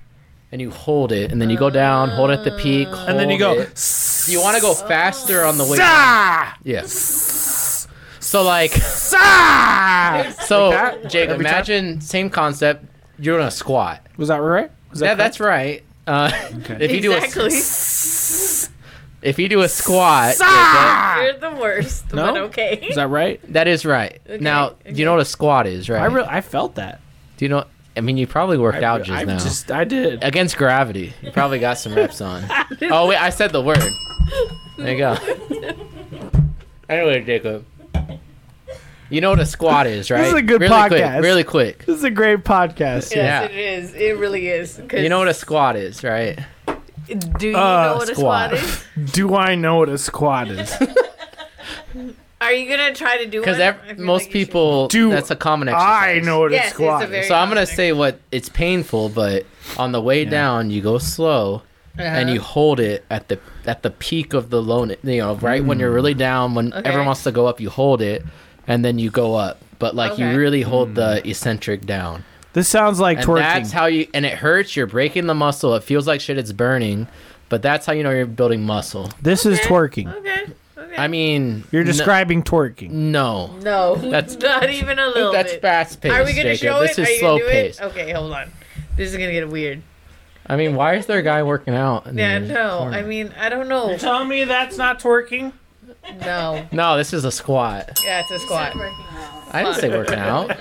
S4: and you hold it, and then you go down, hold it at the peak,
S3: and then you go.
S4: hold it.
S3: [LAUGHS]
S4: You want to go faster on the way. down.
S3: Sa!
S4: Yes. So like.
S3: Sa!
S4: So,
S3: Like that?
S4: Jake,
S3: Every time?
S4: imagine same concept. You're doing a squat.
S3: Was that right? Was that
S4: yeah,
S3: correct?
S4: that's right. Uh, [LAUGHS] If you do
S2: exactly.
S4: a if you do a squat, Jacob,
S2: You're the worst,
S3: No?
S2: but okay.
S3: Is that right?
S4: that is right. now, you know what a squat is, right?
S3: I re- I felt that.
S4: do you know? I mean, you probably worked
S3: I,
S4: out
S3: re-
S4: just
S3: I
S4: now
S3: just I did.
S4: against gravity. You probably got some reps
S2: [LAUGHS]
S4: on. oh wait, I said the word. There you go. anyway, Jacob, you know what a squat is, right?
S3: is a good
S4: really
S3: podcast.
S4: Quick, really quick.
S3: This is a great podcast.
S4: Yeah.
S2: Yes, it is. It really is. 'Cause
S4: You know what a squat is, right?
S2: Do you
S3: Uh,
S2: know what a
S4: squat.
S2: squat is?
S3: Do I know what a squat is?
S2: Are you gonna try to do one?
S4: Because
S2: I
S4: ev-
S2: feel
S4: most
S2: like you should.
S4: people,
S3: Do
S4: that's a common
S3: I
S4: exercise.
S3: know what
S2: Yes,
S3: a
S2: it's a
S3: squat is.
S2: very-
S4: So I'm gonna
S2: common
S4: say what it's painful, but on the way down you go slow
S3: Uh-huh.
S4: and you
S2: Uh-huh.
S4: hold it at the at the peak of the low, you know, right when you're really down, when
S2: Hmm. Okay.
S4: everyone wants to go up, you hold it, and then you go up. But like
S2: Okay.
S4: you really hold the eccentric down,
S3: This sounds like
S4: and
S3: twerking.
S4: that's how you. And it hurts. You're breaking the muscle. It feels like shit. It's burning, but that's how you know you're building muscle.
S3: this is
S2: Okay.
S3: twerking.
S2: Okay. Okay.
S4: I mean,
S3: You're
S4: n-
S3: describing twerking.
S4: no.
S2: no,
S4: [LAUGHS] That's-
S2: [LAUGHS] not even a little
S4: That's
S2: bit.
S4: fast paced.
S2: Are we gonna
S4: Jacob.
S2: show
S4: this
S2: it?
S4: is
S2: Are you
S4: slow
S2: gonna do
S4: paced.
S2: it? Okay, hold on. This is gonna get weird.
S4: I mean, why is there a guy working out? in
S2: Yeah,
S4: the
S2: no.
S4: corner?
S2: I mean, I don't know.
S3: Tell me that's not twerking.
S2: No.
S4: No, this is a squat.
S2: Yeah, it's a squat.
S4: I didn't say
S2: [LAUGHS]
S4: working out.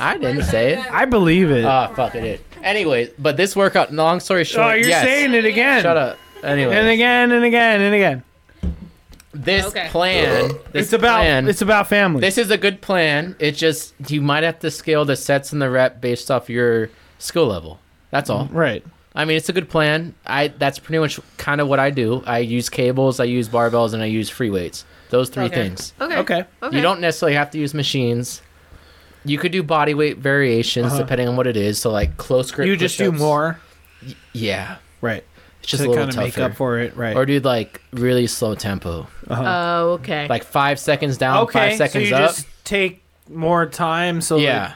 S4: I didn't say it.
S3: I believe it.
S4: Oh, fuck, I did. Anyways, but this workout, long story short,
S3: oh, you're
S4: yes.
S3: saying it again.
S4: Shut up.
S3: And
S4: Anyway,
S3: again and again and again.
S4: this
S2: Okay.
S4: plan, this
S3: It's about
S4: plan,
S3: it's about family.
S4: this is a good plan. It just, you might have to scale the sets and the rep based off your skill level. That's all.
S3: right.
S4: I mean, it's a good plan. I That's pretty much kind of what I do. I use cables, I use barbells, and I use free weights. Those three
S2: Okay.
S4: things.
S2: Okay.
S3: Okay.
S4: You don't necessarily have to use machines. You could do body weight variations depending on what it is. So like close grip.
S3: Uh-huh. You just do
S4: push-ups.
S3: more.
S4: Yeah,
S3: Right.
S4: it's just
S3: to
S4: a little
S3: kind of
S4: tougher.
S3: make up for it. Right.
S4: or do like really slow tempo,
S2: Oh, okay.
S4: Uh-huh. like five seconds down,
S3: okay.
S4: five seconds
S3: so you
S4: up.
S3: just take more time. So
S4: yeah,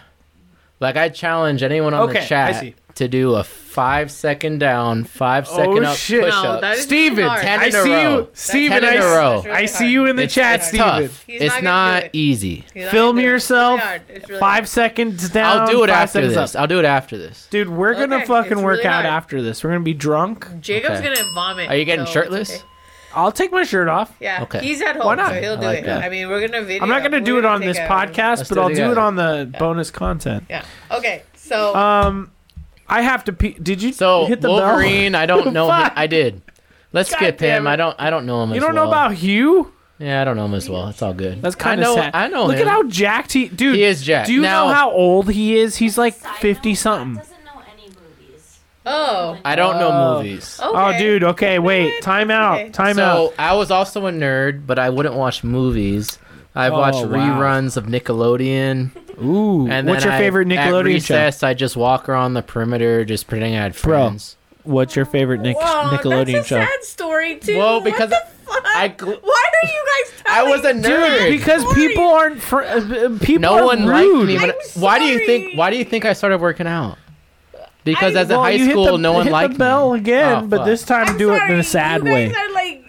S4: like, I challenge anyone on
S3: Okay, I
S4: the chat
S3: see.
S4: to do a five second down, five second
S3: Oh,
S4: up
S3: shit.
S4: push
S2: No,
S4: up.
S2: that
S3: Like,
S2: is
S3: Steven,
S2: hard.
S4: Ten
S3: I
S4: in a
S3: see
S4: row.
S3: you, Steven.
S4: ten
S3: I,
S4: in a
S3: s-
S4: row.
S3: I see you in the
S4: it's
S3: chat,
S4: it's
S3: Steven.
S4: tough.
S2: He's not
S4: It's
S2: gonna
S4: not
S2: do it.
S4: easy.
S2: He's not
S3: Film
S2: gonna do it. It's
S3: yourself.
S2: really hard. It's really
S3: Five seconds down.
S4: I'll do it
S3: five
S4: after
S3: seconds
S4: this.
S3: Up.
S4: I'll do it after this.
S3: Dude, we're gonna
S2: Okay,
S3: fucking
S2: it's
S3: work
S2: really
S3: out
S2: hard.
S3: after this. We're gonna be drunk.
S2: hard. Jacob's
S4: Okay.
S2: gonna vomit.
S4: Are you getting
S2: so it's
S4: shirtless?
S2: okay.
S3: I'll take my shirt off.
S2: Yeah.
S4: Okay.
S2: He's at home,
S3: Why not?
S2: so he'll
S4: I
S2: do
S4: like
S2: it.
S4: that.
S2: I mean, we're gonna video.
S3: I'm not gonna do
S2: We're
S3: it on
S2: take
S3: this
S2: a-
S3: podcast,
S4: Let's
S3: but
S4: do it
S3: I'll do it
S4: together. Uh,
S3: on the bonus content.
S2: Yeah. Okay. So
S3: Um, I have to pee. Did you
S4: So
S3: hit the bell?
S4: Wolverine,
S3: [LAUGHS]
S4: I don't know. him.
S3: Fuck.
S4: I did. Let's
S3: God
S4: skip
S3: damn
S4: him.
S3: it.
S4: I don't. I don't know him.
S3: You
S4: as
S3: don't know
S4: well.
S3: about Hugh?
S4: Yeah, I don't know him as well. It's all good.
S3: That's kind of
S4: I know.
S3: sad.
S4: I know.
S3: Look
S4: him.
S3: at how jacked he, dude.
S4: He is jacked.
S3: Do you
S4: Now-
S3: know how old he is? He's like
S5: Side note,
S3: fifty
S5: Matt
S3: something.
S5: doesn't know any movies.
S2: Oh.
S4: I don't
S3: Oh.
S4: know movies.
S2: Okay.
S3: Oh, dude. Okay, wait. Time
S2: Okay.
S3: out. Time out.
S4: So I was also a nerd, but I wouldn't watch movies. I've
S3: Oh,
S4: watched
S3: wow.
S4: reruns of Nickelodeon.
S3: Ooh,
S4: And
S3: what's
S4: then
S3: your
S4: I-
S3: favorite
S4: at
S3: Nickelodeon show?
S4: recess, I just walk around the perimeter, just pretending I had
S3: Bro.
S4: friends.
S3: What's your favorite Nick-
S2: Whoa,
S3: Nickelodeon
S2: that's a
S3: show?
S2: sad story too.
S4: Well,
S2: What
S4: because
S2: the fuck?
S4: I gl-
S2: Why are you guys?
S4: [LAUGHS] I was a
S2: telling-
S4: nerd
S3: Dude, because
S2: Sorry.
S3: people aren't fr- uh, uh, people
S4: no
S3: are
S4: one
S3: rude.
S4: liked me. When,
S2: I'm
S4: why do you
S2: sorry.
S4: think? Why do you think I started working out? Because
S2: I-
S4: as a
S3: Well,
S4: high
S3: you hit
S4: school,
S3: the-
S4: no one
S3: hit
S4: liked
S3: the bell
S4: me.
S3: again,
S4: Oh,
S3: but
S4: fuck.
S3: this time
S2: I'm
S3: do it in
S2: sorry,
S3: a sad
S2: you guys
S3: way.
S2: Are like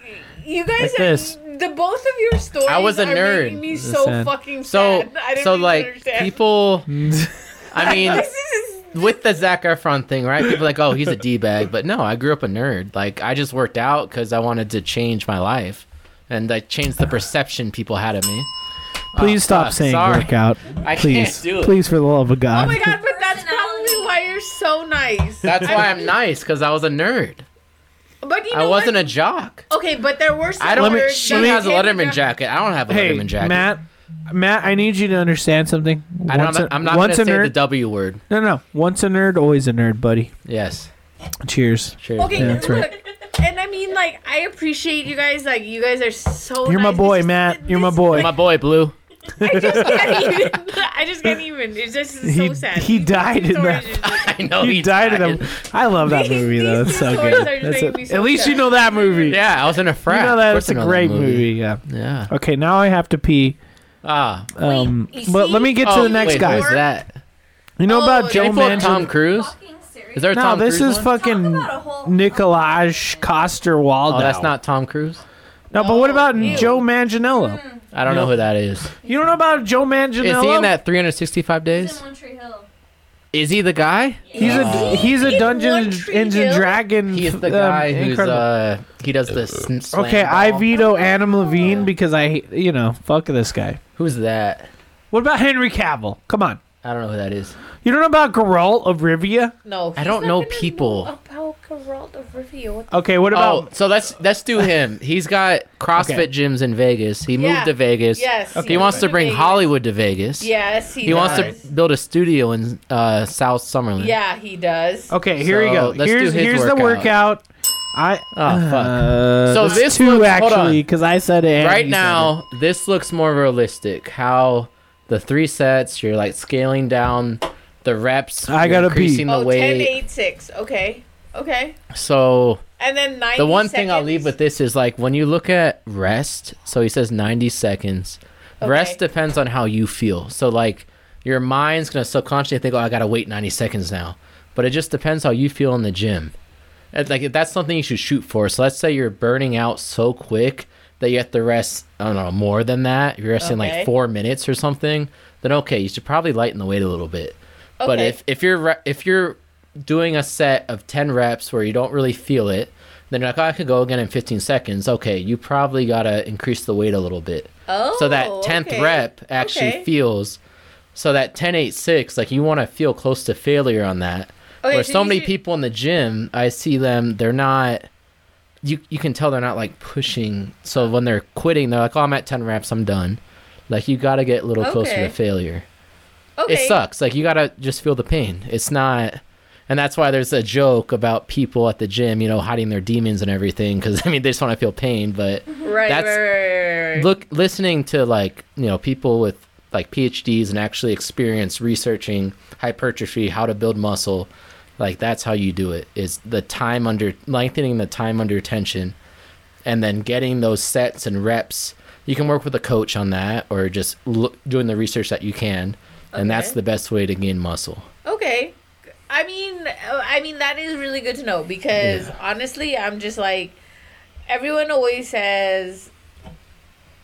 S2: you guys
S3: Like
S2: are
S3: this.
S2: the both of your stories.
S4: I was a
S2: are
S4: nerd.
S2: making Me
S3: This is
S2: so
S3: sad.
S2: fucking
S4: So,
S2: sad. [LAUGHS] I don't
S4: so
S2: even
S4: like
S2: understand.
S3: [LAUGHS]
S4: people. I
S2: [LAUGHS]
S4: mean,
S2: This is
S4: with the Zac Efron thing, right? People are like, oh, he's a d bag, but no, I grew up a nerd. Like, I just worked out because I wanted to change my life, and I changed the perception people had of me.
S3: Please
S4: Oh,
S3: stop
S4: fuck,
S3: saying
S4: sorry.
S3: workout.
S4: I
S3: Please,
S4: can't do it.
S3: please, for the love of God.
S2: oh my god, but that's
S5: Personality.
S2: probably why you're so nice.
S4: That's why I'm nice because I was a nerd.
S2: But you know
S4: I wasn't a
S2: what?
S4: jock.
S2: Okay, but there were some
S4: I don't.
S3: Let me-
S2: nerds
S4: she
S2: that
S4: has a
S2: came
S4: Letterman
S2: down-
S4: jacket. I don't have a
S3: hey,
S4: Letterman jacket.
S3: Matt, Matt, I need you to understand something.
S4: I don't,
S3: Once a-
S4: I'm not going
S3: once
S4: to
S3: a
S4: say
S3: nerd.
S4: the W word.
S3: no, no, no. Once a nerd, always a nerd, buddy.
S4: Yes.
S3: Cheers.
S4: Cheers.
S2: Okay,
S3: Yeah,
S4: man.
S3: that's right.
S2: look, and I mean, like, I appreciate you guys. Like, you guys are so.
S3: You're my
S2: nice.
S3: boy,
S2: It's just-
S3: Matt. You're my
S2: this-
S3: boy.
S4: My boy Blue.
S2: [LAUGHS]
S4: [LAUGHS]
S2: I just can't even. I just can't even. It's just so
S3: He-
S2: sad.
S3: he
S2: These
S3: died in
S2: stories
S3: that-
S2: are just-
S4: I know
S3: you
S4: Oh, he
S3: died in them. I love that
S2: These-
S3: movie though.
S2: these
S3: It's so
S2: two
S3: good.
S2: stories are just
S3: That's
S2: making
S3: it.
S2: me so
S3: At least
S2: sad.
S3: you know that movie.
S4: Yeah, I was in a
S3: you
S4: frat.
S3: know
S4: Of
S3: that
S4: course
S3: it's a
S4: I know that
S3: great movie. Yeah.
S4: Yeah.
S3: Okay, now I have to pee.
S4: Ah.
S3: Um,
S2: Wait, you
S3: but
S2: see?
S3: let me get to
S4: Oh,
S3: the next
S4: wait,
S3: guy.
S4: Who is that?
S3: You know
S2: Oh,
S3: about
S2: Can
S3: Joe
S4: Can we pull up
S3: Manchin?
S4: Tom Cruise?
S5: Fucking serious.
S4: Is there a
S3: no,
S4: Tom
S3: this
S4: Cruise
S3: is
S4: one?
S3: fucking
S5: Talk about a whole-
S3: Nikolaj Coster Waldau.
S4: Oh, that's not Tom Cruise.
S3: No, but what about
S2: Oh, Ew.
S3: Joe Manganiello?
S4: I don't know who that is.
S3: You don't know about Joe Manganiello?
S4: Is he in that 365
S5: He's
S4: days?
S5: in One Tree Hill.
S4: Is he the guy?
S3: He's a he's a
S2: in One
S3: Dungeons
S2: Tree
S3: and
S2: Hill?
S3: Dragon.
S4: He's the
S3: um,
S4: guy who's
S3: incredible-
S4: uh he does this.
S3: okay, I veto Adam Levine because I hate- you know fuck this guy.
S4: Who's that?
S3: What about Henry Cavill? Come on,
S4: I don't know who that is.
S3: you don't know about Geralt of Rivia?
S2: [LAUGHS] No,
S4: I don't
S2: he's not
S4: know
S2: gonna
S4: people.
S2: about Geralt of Rivia. What the-
S3: Okay, what
S4: Oh,
S3: about
S4: so let's let's do him. He's got
S3: [LAUGHS]
S4: CrossFit
S3: Okay.
S4: gyms in Vegas. He
S2: Yeah.
S4: moved to Vegas.
S2: Yes.
S3: Okay.
S4: He wants to bring
S2: Vegas.
S4: Hollywood to Vegas.
S2: Yes, he,
S4: He wants
S2: does.
S4: to build a studio in uh, South Summerlin.
S2: Yeah, he does.
S3: okay? Here
S4: Oh, So,
S3: we go.
S4: let's do
S3: Here's
S4: his
S3: here's the workout.
S4: workout.
S3: I
S4: Oh, fuck.
S3: Uh,
S4: So
S3: that's
S4: this
S3: two
S4: looks- hold
S3: actually
S4: on.
S3: because I said it and
S4: right
S3: you said it.
S4: now this looks more realistic how the three sets you're like scaling down the reps
S3: I
S4: you're
S3: gotta pee.
S4: increasing the
S2: oh, 10,
S4: weight
S2: 8, 6. Okay. Okay.
S4: so
S2: And then 90
S4: the one thing i'll
S2: seconds.
S4: leave with this is like when you look at rest so he says 90 seconds rest
S2: Okay.
S4: depends on how you feel so like your mind's gonna subconsciously think oh i gotta wait 90 seconds now but it just depends how you feel in the gym And, like that's something you should shoot for so let's say you're burning out so quick that you have to rest i don't know more than that if you're resting
S2: Okay.
S4: like four minutes or something then okay you should probably lighten the weight a little bit but
S2: Okay.
S4: if if you're re- if you're doing a set of 10 reps where you don't really feel it then you're like oh, i could go again in 15 seconds okay you probably gotta increase the weight a little bit
S2: Oh,
S4: so that 10th
S2: okay.
S4: rep actually
S2: Okay.
S4: feels so that 10 8 6 like you want to feel close to failure on that
S2: Okay,
S4: where
S2: so
S4: so
S2: you
S4: many
S2: should-
S4: people in the gym i see them they're not you you can tell they're not like pushing
S2: Uh.
S4: so when they're quitting they're like oh i'm at 10 reps i'm done like you gotta get a little closer
S2: Okay.
S4: to failure
S2: Okay.
S4: it sucks like you gotta just feel the pain it's not and that's why there's a joke about people at the gym you know hiding their demons and everything because [LAUGHS] i mean they just want to feel pain but
S2: Right,
S4: That's-
S2: right, right, right, right.
S4: look listening to like you know people with like phds and actually experience researching hypertrophy how to build muscle like that's how you do it is the time under lengthening the time under tension and then getting those sets and reps you can work with a coach on that or just look, doing the research that you can and that's
S2: Okay.
S4: the best way to gain muscle
S2: Okay. I mean, uh, I mean that is really good to know because honestly, I'm just like everyone always says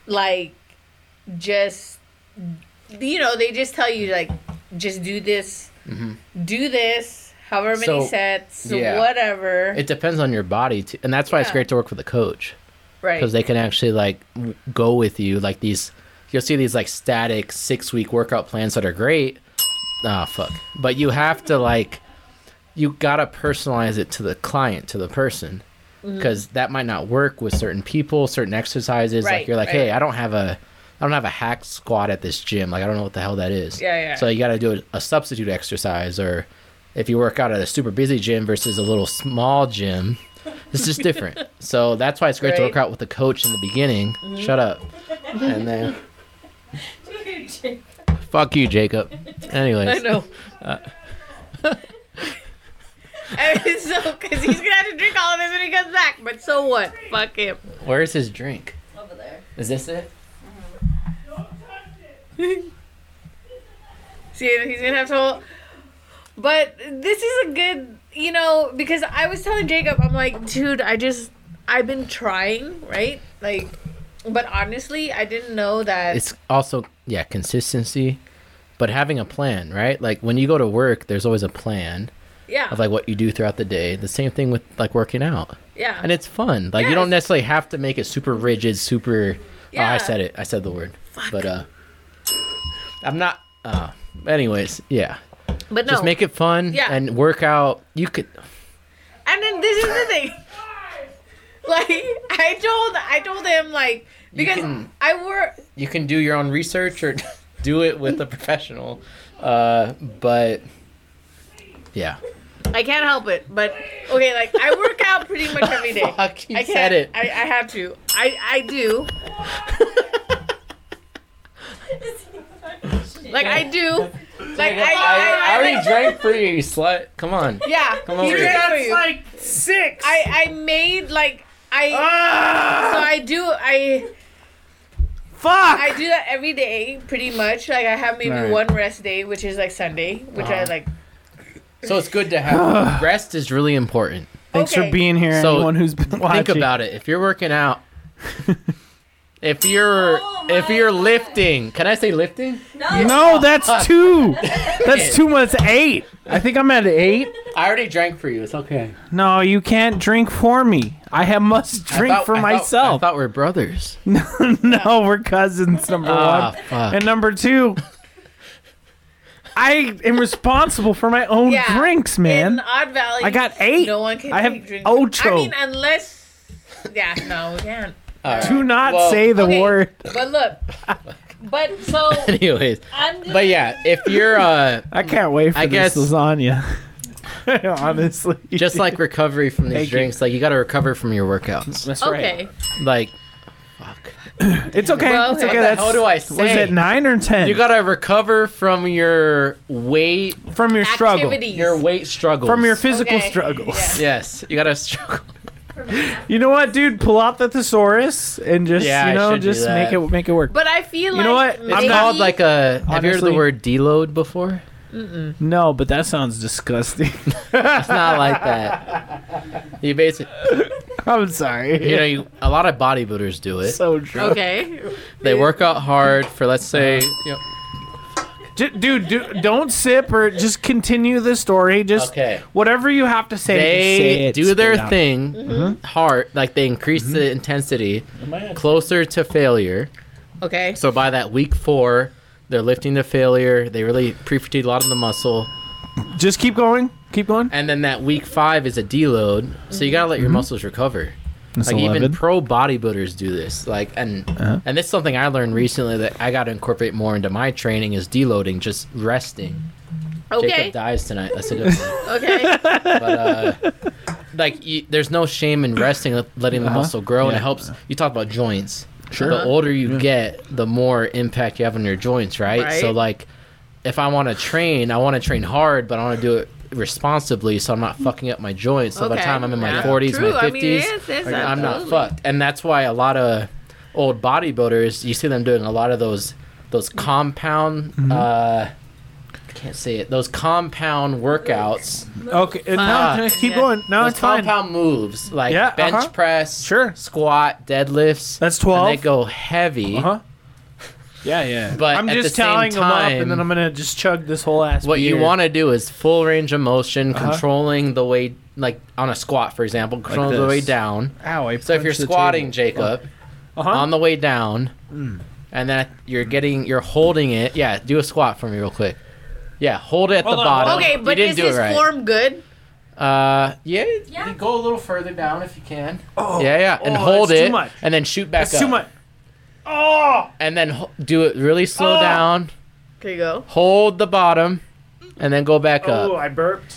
S2: like just you know, they just tell you like just do this. Do this however many
S4: Mm-hmm. So,
S2: sets,
S4: yeah.
S2: whatever.
S4: it depends on your body too, and that's why it's
S2: Yeah.
S4: great to work with a coach
S2: right.
S4: because they can actually like w- go with you like these you'll see these like static six week workout plans that are great ah fuck but you have to like you gotta personalize it to the client, to the person,
S2: Mm-hmm.
S4: because that might not work with certain people, certain exercises.
S2: Right,
S4: like you're like,
S2: right.
S4: hey, I don't have a, I don't have a hack squat at this gym. Like I don't know what the hell that is.
S2: Yeah, yeah.
S4: So you gotta do a, a substitute exercise, or if you work out at a super busy gym versus a little small gym. It's just different.
S2: [LAUGHS]
S4: So that's why it's great to work
S2: Right. Mm-hmm.
S4: out with a coach in the beginning. Shut up.
S2: [LAUGHS]
S4: And then Fuck you, Jacob.
S2: [LAUGHS] I
S4: Anyways,
S2: know.
S4: [LAUGHS] Uh.
S2: [LAUGHS] I mean, so, because he's gonna have to drink all of this when he comes back. But so what? Fuck him.
S4: where's his drink?
S5: Over there.
S4: Is this it?
S2: See, he's gonna have to. Hold... But this is a good, you know, because I was telling Jacob, I'm like, dude, I just, I've been trying, right? Like, but honestly, I didn't know that.
S4: It's also yeah, consistency, but having a plan, right? Like when you go to work, there's always a plan
S2: yeah,
S4: of like what you do throughout the day. The same thing with like working out,
S2: yeah.
S4: and it's fun. Like you
S2: Yes.
S4: don't necessarily have to make it super rigid, super. Oh,
S2: Yeah.
S4: I said it. I said the word. But uh, I'm not. Uh, anyways, yeah.
S2: but no,
S4: Just make it fun
S2: Yeah.
S4: and work out. You could.
S2: And then this is the thing. [LAUGHS] Like I told, I told him like because
S4: can-
S2: I were
S4: you can do your own research or [LAUGHS] do it with a professional uh, but yeah
S2: I can't help it, but okay, like I work out pretty much every day.
S4: Fuck, you
S2: I can't,
S4: said it.
S2: I, I have to. I I do. like I do. Like I I,
S4: I, I
S2: I,
S4: already drank for you you slut come on
S2: yeah.
S4: Come
S2: he
S4: over
S2: drank
S4: here.
S2: for you.
S3: like six.
S2: I I made like I
S3: Ah!
S2: so I do I
S3: Fuck.
S2: I do that every day, pretty much. Like I have maybe
S3: Alright.
S2: one rest day, which is like Sunday, which
S3: Uh-huh.
S2: I like.
S4: so it's good to
S2: [SIGHS]
S4: have rest is really important
S3: Thanks
S2: okay.
S3: for being here,
S4: So,
S3: anyone who's been watching.
S4: think about it if you're
S3: [LAUGHS]
S4: working out if you're
S5: Oh my
S4: if you're
S5: God.
S4: lifting can i say lifting
S3: No, that's two. That's two. That's eight. I think I'm at eight.
S4: i already drank for you it's okay
S3: No, you can't drink for me. I have must
S4: I
S3: drink
S4: thought-
S3: for
S4: I thought-
S3: myself.
S4: i thought we we're brothers
S3: no, we're cousins. Number
S4: Ah,
S3: one
S4: fuck. [LAUGHS]
S3: and number two. I am responsible for my own
S2: Yeah.
S3: drinks, man.
S2: In Odd Valley,
S3: I got eight.
S2: No one can
S3: I have
S2: take drink.
S3: ocho.
S2: I mean, unless yeah, no, we can't.
S4: All right.
S3: Do not
S4: Well-
S3: say the
S2: Okay,
S3: word.
S2: But look, but so
S4: anyways
S2: I'm. Just,
S4: but yeah if you're uh
S3: I can't wait for
S4: I
S3: this
S4: guess-
S3: lasagna. [LAUGHS] Honestly,
S4: just like recovery from
S3: Thank
S4: these
S3: you.
S4: drinks like you got to recover from your workouts
S3: that's
S2: okay.
S4: like
S3: It's okay.
S2: Well,
S3: it's
S2: okay.
S3: okay.
S2: What the
S3: That's
S4: how do i
S3: was
S4: say
S3: it nine or ten?
S4: you gotta recover from your weight
S3: from your struggle,
S2: Activities.
S4: your weight struggles
S3: from your physical
S2: Okay,
S3: struggles.
S2: yeah.
S4: yes you
S3: [LAUGHS]
S4: gotta struggle
S3: You know what, dude? Pull out the thesaurus and just
S4: Yeah, I
S3: you know
S4: should do
S3: just make
S4: that.
S3: it make it work.
S2: But I feel
S3: You
S2: like
S3: know what? It's
S4: it's
S2: maybe-
S4: called like a have you heard
S3: Honestly-
S4: the word deload before
S3: no, but that sounds disgusting. [LAUGHS]
S4: it's not like that you basically
S3: I'm sorry. [LAUGHS]
S4: you know you, a lot of bodybuilders do it
S3: so drunk,
S2: okay.
S4: they work out hard for let's say you know,
S3: J- dude. Do, don't sip or just continue the story. Just
S4: Okay.
S3: whatever you have to say. just say
S4: they
S3: it
S4: do their
S3: straight out.
S4: thing hard like they increase the intensity closer to failure
S2: Okay.
S4: So by that week four, they're lifting the failure. They really pre-fatigued a lot of the muscle,
S3: Just keep going. Keep going.
S4: and then that week five is a deload. So you gotta let your muscles recover.
S3: That's
S4: Like even
S3: 11.
S4: pro bodybuilders do this. Like and and this is something I learned recently that I gotta incorporate more into my training is deloading, just resting.
S2: Okay.
S4: Jacob dies tonight. That's a good one.
S2: Okay.
S4: But uh, [LAUGHS] like you, there's no shame in resting, let- letting the muscle grow,
S3: Uh-huh.
S4: and
S3: Yeah.
S4: it helps. You talk about joints.
S3: Sure.
S4: The older you get, the more impact you have on your joints, right? So
S2: Right.
S4: like, if I want to train, I want to train hard, but I want to do it responsibly, so I'm not fucking up my joints. So by the
S2: Okay.
S4: time I'm in my
S2: Yeah.
S4: 40s,
S2: True.
S4: my
S2: I mean,
S4: 50s,
S2: yes, yes,
S4: like, I'm not
S2: absolutely.
S4: fucked. And that's why a lot of old bodybuilders, you see them doing a lot of those those compound.
S3: Mm-hmm.
S4: Uh, I can't say it. Those compound workouts
S3: Okay. uh,
S4: Ah.
S3: no, just
S2: Yeah.
S3: keep going. No,
S4: those
S3: it's fine.
S4: compound moves like
S3: Yeah,
S4: bench
S3: uh-huh.
S4: press,
S3: Sure.
S4: squat, deadlifts.
S3: That's
S4: And
S3: 12.
S4: they go heavy. [LAUGHS]
S3: Uh-huh. Yeah, yeah.
S4: But
S3: I'm
S4: at
S3: just
S4: the same
S3: tallying them up, and then
S4: time-
S3: I'm gonna just Uh-huh. chug this whole ass.
S4: What you
S3: beer.
S4: want to do is full range of motion, controlling the weight, like on a squat, for example, controlling the
S3: this.
S4: way down.
S3: Ow! I
S4: So if you're
S3: punched the
S4: squatting,
S3: table. Hmm.
S4: Jacob,
S3: Uh-huh.
S4: on the way down, and then you're getting, you're holding it. Yeah, do a squat for me real quick. Yeah, hold it at
S3: Hold
S4: the
S3: on,
S4: bottom.
S2: Okay,
S4: You
S2: but
S4: didn't
S2: is
S4: do it
S2: his
S4: right.
S2: form good?
S4: Uh, yeah,
S5: Yeah.
S4: Go a little further down if you can.
S3: Oh,
S4: yeah, yeah, and
S3: oh,
S4: hold
S3: that's
S4: it,
S3: Too much.
S4: and then shoot back
S3: That's
S4: up,
S3: too much. Oh,
S4: and then ho- do it really slow
S3: Oh.
S4: down.
S2: There you go.
S4: Hold the bottom, and then go back
S3: oh,
S4: up.
S3: I burped.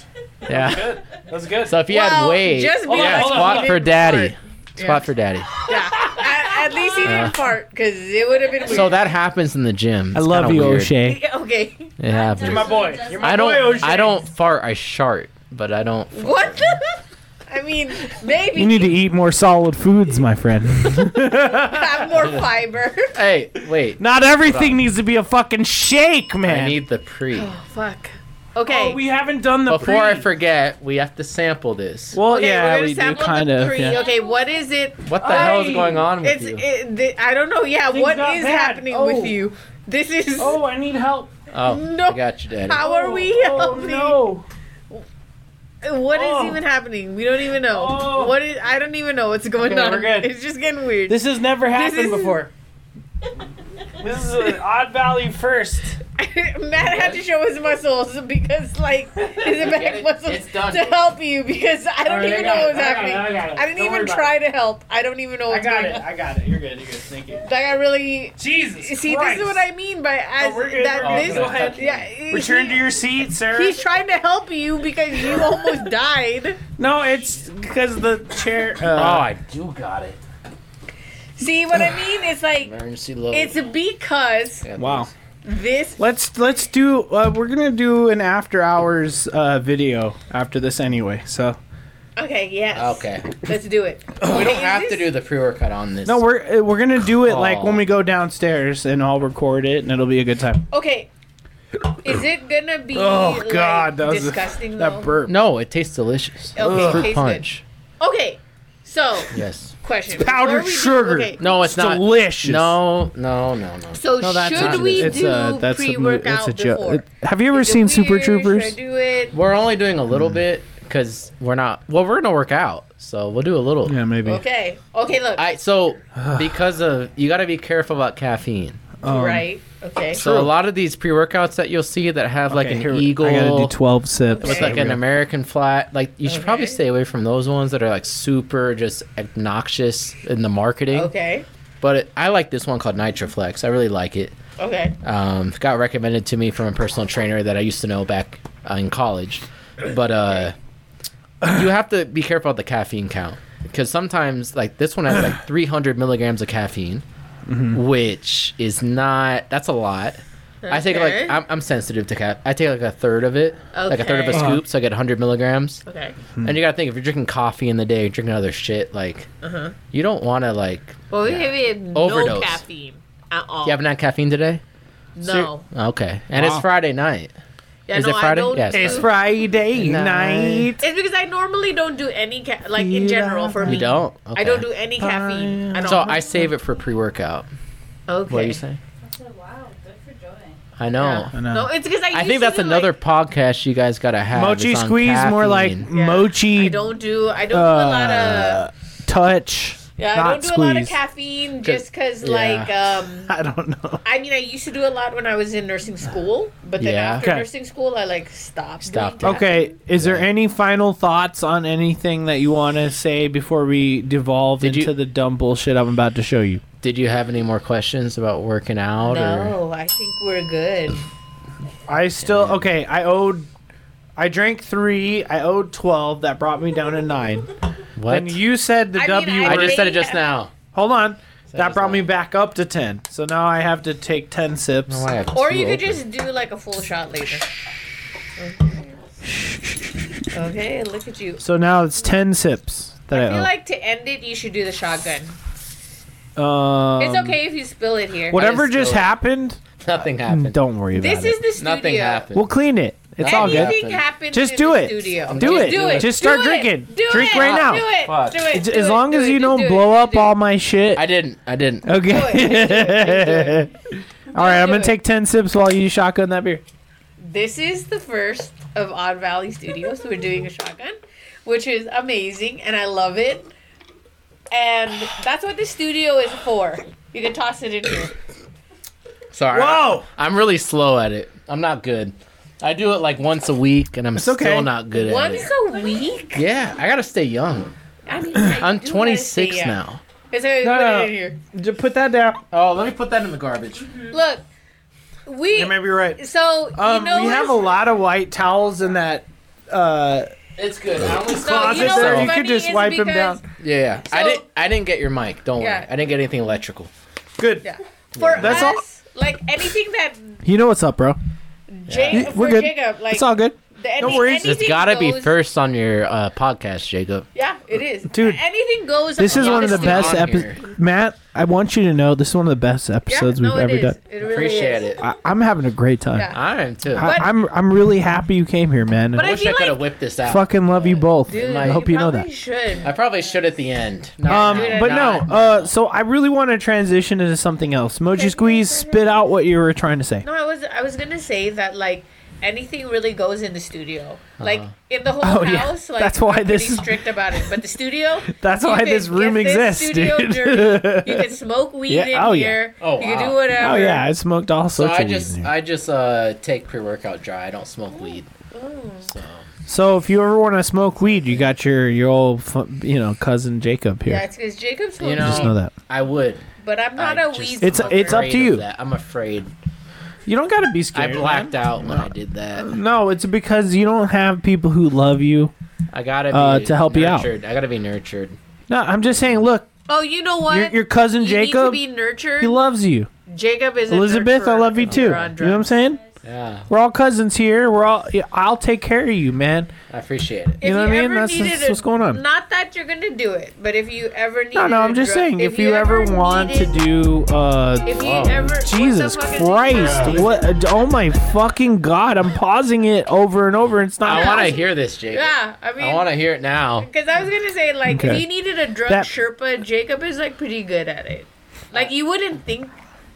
S4: Yeah.
S3: Good. That's good.
S4: So if you
S2: Well,
S4: had weight,
S2: just be
S4: yeah,
S3: like-
S4: squat for daddy.
S2: Yeah.
S4: Squat for daddy.
S2: Yeah. at, at least he didn't
S4: Yeah.
S2: fart because it would have been weird.
S4: So that happens in the gym. It's kinda weird.
S3: O'Shea.
S2: Yeah, [LAUGHS] okay.
S4: It happens.
S3: You're my boy. You're my
S4: I
S3: boy,
S4: don't.
S3: O'Shea.
S4: I don't fart. I shart, but I don't. Fart.
S2: What the? [LAUGHS] I mean, maybe
S3: eat more solid foods, my
S2: [LAUGHS]
S3: friend. [LAUGHS]
S2: have more fiber.
S4: Hey, wait.
S3: Not everything needs to be a fucking shake, man.
S4: I need the pre.
S2: Fuck. Okay.
S3: Oh, we haven't done the
S4: Before I
S3: pre.
S4: forget, we have to sample this.
S3: Well,
S2: okay,
S3: yeah,
S2: we're gonna
S3: we do
S2: sample the
S3: kind of.
S2: pre-
S3: Yeah.
S2: Okay, what is it?
S4: What the hell
S3: I-
S4: is going on with
S2: It's
S4: you?
S2: it, th- I don't know. Yeah,
S3: Things
S2: what
S3: got
S2: is
S3: bad.
S2: happening
S3: Oh.
S2: with you? This is
S3: Oh, I need help.
S4: oh,
S2: no.
S4: I got you, Daddy. Uh,
S2: how are we
S3: Oh
S2: healthy?
S3: no!
S2: What is
S3: Oh.
S2: even happening? We don't even know.
S3: Oh.
S2: What is? I don't even know what's going
S3: Okay,
S2: on.
S3: we're good.
S2: It's just getting weird.
S3: This has never happened
S2: is-
S3: before. this
S2: [LAUGHS]
S3: is an odd valley first.
S2: [LAUGHS] Matt had to show his muscles because,
S3: [LAUGHS]
S2: like, his back
S4: it?
S2: muscles
S4: It's done.
S2: to help you because I don't
S3: Alright, I
S2: even
S3: got
S2: know
S3: it,
S2: what's
S3: I got it,
S2: happening.
S3: I got it.
S2: didn't
S3: Don't worry
S2: even
S3: about
S2: try to help. I don't even know
S3: I
S2: what's
S3: got
S2: going
S3: it.
S2: on.
S3: I got it. You're good. You're good. Thank you.
S2: Like, I really.
S3: Jesus.
S2: See,
S3: Christ.
S2: this is what I mean by as
S3: we're good,
S2: that
S3: we're
S4: good.
S2: this.
S4: Go ahead.
S2: Yeah,
S3: Return
S2: he-
S3: to your seat, sir.
S2: He's trying to help you because you
S3: [LAUGHS]
S2: almost died.
S3: No, it's because the chair.
S4: Oh,
S3: Uh,
S4: I do got it.
S2: See what I mean? It's like
S4: Emergency load.
S2: it's because
S4: Yeah,
S3: wow.
S2: this
S3: Let's let's do. Uh, we're gonna do an after hours uh, video after this anyway. So
S2: Okay, yes.
S4: Okay.
S2: Let's do it.
S4: We don't
S2: Is
S4: have to
S2: this-
S4: do the pre-workout on this.
S3: no, we're uh, we're gonna do it like
S4: Call.
S3: when we go downstairs, and I'll record it, and it'll be a good time.
S2: Okay. Is it gonna be
S3: Oh
S2: like,
S3: God, that was
S2: disgusting
S3: that
S2: though?
S3: burp.
S4: No, it tastes delicious.
S2: Okay, it
S4: Fruit
S2: tastes
S4: punch.
S2: Okay. So
S4: Yes.
S2: question. What are
S3: powdered
S2: we do-
S3: sugar.
S2: Okay.
S4: No, it's, not.
S3: delicious.
S4: No, no, no, no.
S2: So
S4: No, that's
S2: should
S4: not
S2: we
S4: it.
S3: it's
S2: do
S3: a that's a mo-
S2: pre-workout
S3: that's a
S2: before?
S3: joke. Have you ever
S2: Is it
S3: seen Super
S2: weird?
S3: Troopers?
S2: Should I do it?
S4: We're only doing a
S3: Mm.
S4: little bit because we're not. Well, we're gonna work out, so we'll do a little.
S3: Yeah, maybe.
S2: Okay. Okay. Look.
S4: I so because of you got to be careful about caffeine.
S3: Um,
S2: right. Okay.
S4: So a lot of these pre-workouts that you'll see that have like
S3: okay,
S4: an
S3: here we-
S4: eagle
S3: I gotta do twelve sips.
S4: with like
S2: Okay.
S4: an American flag, like you should probably
S2: Okay.
S4: stay away from those ones that are like super just obnoxious in the marketing.
S2: Okay.
S4: But it, I like this one called Nitroflex. I really like it.
S2: Okay.
S4: Um, it got recommended to me from a personal trainer that I used to know back uh, in college. But uh, you have to be careful about the caffeine count because sometimes, like this one has like 300 milligrams of caffeine, which is not. That's a lot. I take
S2: Okay.
S4: like I'm, I'm sensitive to cap. I take like a third of it, like a third of a
S2: Okay.
S4: scoop, so I get 100 milligrams.
S2: Okay.
S4: And you gotta think if you're drinking coffee in the day, drinking other shit, like
S2: Uh-huh.
S4: you don't want to like.
S2: Well, we
S4: Yeah.
S2: have no
S4: Overdose.
S2: caffeine at all.
S4: You haven't had caffeine today?
S2: no.
S4: Okay, and
S3: Wow.
S4: it's Friday night.
S2: Yeah,
S4: Is
S2: no,
S4: it Friday?
S2: I don't
S4: Yes.
S2: do-
S4: It's
S3: Friday
S4: Night.
S2: It's because I normally don't do any ca- like in general for me.
S4: You don't?
S2: Mm. I don't
S4: Okay.
S2: do any caffeine. I don't.
S4: So I save it for pre-workout.
S2: okay.
S4: What are you saying?
S6: wow, good for Joey.
S4: I know.
S2: Yeah.
S3: I know.
S2: No, it's because I.
S4: I
S2: used
S4: think
S2: to
S4: that's
S2: do,
S4: another
S2: Like,
S4: podcast you guys gotta have.
S3: Mochi
S4: is on
S3: squeeze, more like
S4: caffeine.
S2: Yeah.
S3: mochi
S2: I don't do. I don't do a lot
S3: uh,
S2: of.
S3: touch. [LAUGHS]
S2: Yeah,
S3: not
S2: I don't do a lot of
S3: squeeze.
S2: caffeine just because,
S4: Yeah.
S2: like, um,
S3: I don't know.
S2: I mean, I used to do a lot when I was in nursing school, but then
S4: Yeah.
S2: after
S3: Okay.
S2: nursing school, I like stopped.
S4: Stopped
S2: doing
S4: it.
S3: Okay, is there any final thoughts on anything that you want to say before we devolve
S4: Did you-
S3: into the dumb bullshit I'm about to show you?
S4: Did you have any more questions about working out?
S2: that.
S4: Or?
S2: No, I think we're good.
S3: I still okay. I owed. I drank three. I owed twelve. That brought me down to nine.
S4: What?
S3: And you said the
S2: I mean,
S3: W
S2: I
S4: I
S3: word.
S4: just said
S2: Already
S4: it just
S2: have-
S4: now.
S3: Hold on. That
S4: just
S3: brought me
S4: now.
S3: back up to ten. So now I have to take ten sips.
S4: Oh, I have
S2: Or
S4: two
S2: you could
S4: open.
S2: just do like a full shot later. Okay, look at you.
S3: So now it's ten sips that I,
S2: I feel
S3: owe.
S2: like to end it, you should do the shotgun.
S3: um,
S2: It's okay if you spill it here.
S3: Whatever
S4: just
S3: just
S4: feel it.
S3: happened,
S4: nothing happened.
S3: don't worry about
S2: This
S3: it.
S2: is the studio.
S4: Nothing happened.
S3: we'll clean it. It's all good.
S2: Anything
S4: Nothing.
S2: happened
S3: Just
S2: in
S3: do
S2: the
S3: it.
S2: Studio.
S3: Do
S2: Just
S3: it. Just start
S2: Do it.
S3: drinking.
S2: Do
S3: Drink
S2: it.
S3: right now.
S2: Do it.
S4: Fuck.
S2: Do it.
S3: It's-
S2: Do
S3: as
S2: it.
S3: long
S2: Do
S3: as
S2: it.
S3: you
S2: Just
S3: don't
S2: do it.
S3: blow
S2: Just
S3: up
S2: do
S3: all
S2: it.
S3: my shit. [LAUGHS]
S4: I didn't. I didn't.
S3: okay. [LAUGHS] all right, I'm
S2: do
S3: gonna
S2: it.
S3: take ten sips while you shotgun that beer.
S2: This is the first of Odd Valley Studios. We're doing a shotgun, which is amazing, and I love it. And that's what the studio is for. You can toss it in here.
S4: Sorry.
S3: Whoa!
S4: I'm really slow at it. I'm not good. I do it like once a week, and I'm
S3: It's okay.
S4: still not good at
S2: Once
S4: it.
S2: a week?
S4: Yeah, I gotta stay young.
S2: I mean, I
S4: I'm
S2: do
S4: 26
S2: gotta say, yeah.
S4: now.
S2: It's already
S3: No,
S2: put
S3: no,
S2: it in
S3: no.
S2: here.
S3: Just put that down.
S4: Oh, let me put that in the garbage.
S2: Look, we.
S3: Yeah, maybe you're right.
S2: so
S3: Um,
S2: you know
S3: we have a
S2: what's-
S3: lot of white towels in that. Uh,
S4: It's good. I only
S2: so,
S4: closet
S2: you know
S4: there.
S2: what's
S4: You
S3: could
S2: funny
S3: just
S2: is
S3: wipe 'em
S2: because-
S3: down.
S4: Yeah, yeah. I
S2: So-
S4: didn't. I didn't get your mic. Don't
S2: Yeah.
S4: worry. I didn't get anything electrical.
S3: good.
S2: Yeah. For
S3: That's all-
S2: us, like anything that
S3: You know what's up, bro.
S2: Jake,
S3: Yeah.
S2: for
S3: We're good.
S2: Jacob, like
S3: it's all good.
S2: the,
S3: No
S2: any-
S3: worries. It's
S4: It's
S2: anything
S4: gotta be
S2: goes-
S4: first on your uh, podcast, Jacob.
S2: Yeah, it is,
S3: Dude,
S2: Anything goes.
S3: This is one of the
S2: honestly.
S3: best
S4: on here.
S3: episodes. Matt, I want you to know this is one of the best
S2: Yeah,
S3: episodes
S2: no,
S3: we've
S2: it
S3: ever
S2: is.
S3: done.
S2: It really
S4: Appreciate
S2: is.
S4: it.
S3: I, I'm having a great time.
S2: Yeah.
S4: I am too.
S3: I,
S2: But-
S3: I'm I'm really happy you came here, man.
S2: But
S4: I
S2: I
S4: wish
S2: feel
S4: I could have
S2: like-
S4: whipped this out.
S3: Fucking love you both.
S2: Dude,
S3: I hope you know that.
S2: probably Should.
S4: I probably should at the end. No,
S3: Um,
S2: Dude,
S3: but no,
S4: not.
S3: uh, so I really want to transition into something else. Moji Squeeze, spit out what you were trying to say.
S2: No, I was I was gonna say that like anything really goes in the studio. Like in the whole
S3: Uh-huh. Oh, yeah.
S2: house, like
S3: That's why
S2: we're pretty
S3: this is-
S2: strict about it. But the studio
S3: [LAUGHS] That's
S2: you
S3: why
S2: can
S3: this
S2: get
S3: room exists,
S2: studio
S3: dude.
S2: dirty.
S3: [LAUGHS]
S2: you can smoke weed
S3: Yeah,
S2: in
S3: oh, yeah.
S2: here.
S4: Oh,
S2: you can
S4: wow.
S2: do whatever.
S3: Oh yeah, I smoked all
S4: So
S3: sorts
S4: I
S3: of
S4: just
S3: weed.
S4: I just uh take pre workout dry. I don't smoke weed. So
S3: so if you ever want to smoke weed, you got your your old fu- you know cousin Jacob here.
S2: Yeah, it's because Jacob's
S4: You
S2: you
S4: know-
S3: just know that
S4: I would.
S2: but I'm not
S4: I
S2: a
S4: just-
S2: weed
S3: It's-
S2: smoker.
S3: it's up
S4: afraid
S3: to
S4: of
S3: you.
S4: that. I'm afraid.
S3: you don't gotta be
S4: I
S3: scared.
S4: blacked
S3: man.
S4: out when I did that.
S3: No, Mm. it's because you don't have people who love you.
S4: I gotta be
S3: Uh, to help you out.
S4: nurtured. I gotta be nurtured.
S3: No, I'm just saying. Look,
S2: Oh, you know what?
S3: your, your cousin
S2: you
S3: Jacob,
S2: need to be nurtured.
S3: he loves you.
S2: Jacob is a
S3: Elizabeth, I
S2: nurturer
S3: love you
S2: if
S3: too. You
S2: you're
S3: know
S2: on
S3: what I'm
S2: drugs.
S3: saying?
S4: Yeah,
S3: We're all cousins here. We're all. yeah, I'll take care of you, man.
S4: I appreciate it.
S2: If
S3: You know what I
S2: ever
S3: mean? That's-
S2: needed
S3: that's
S2: a-
S3: what's going on.
S2: Not that you're gonna do it, but if you ever need
S3: No, no, I'm just saying. If you, ever want to do, uh,
S2: If you
S4: Whoa.
S2: ever, what the
S3: Jesus
S2: fuck is-
S3: Christ, what? Oh my fucking god! I'm pausing it over and over. and It's not.
S4: I want to hear this, Jake.
S2: Yeah, I mean,
S4: I want to hear it now.
S2: because I was gonna say like,
S3: Okay.
S2: if you needed a drug
S3: That-
S2: Sherpa, Jacob is like pretty good at it. Like you wouldn't think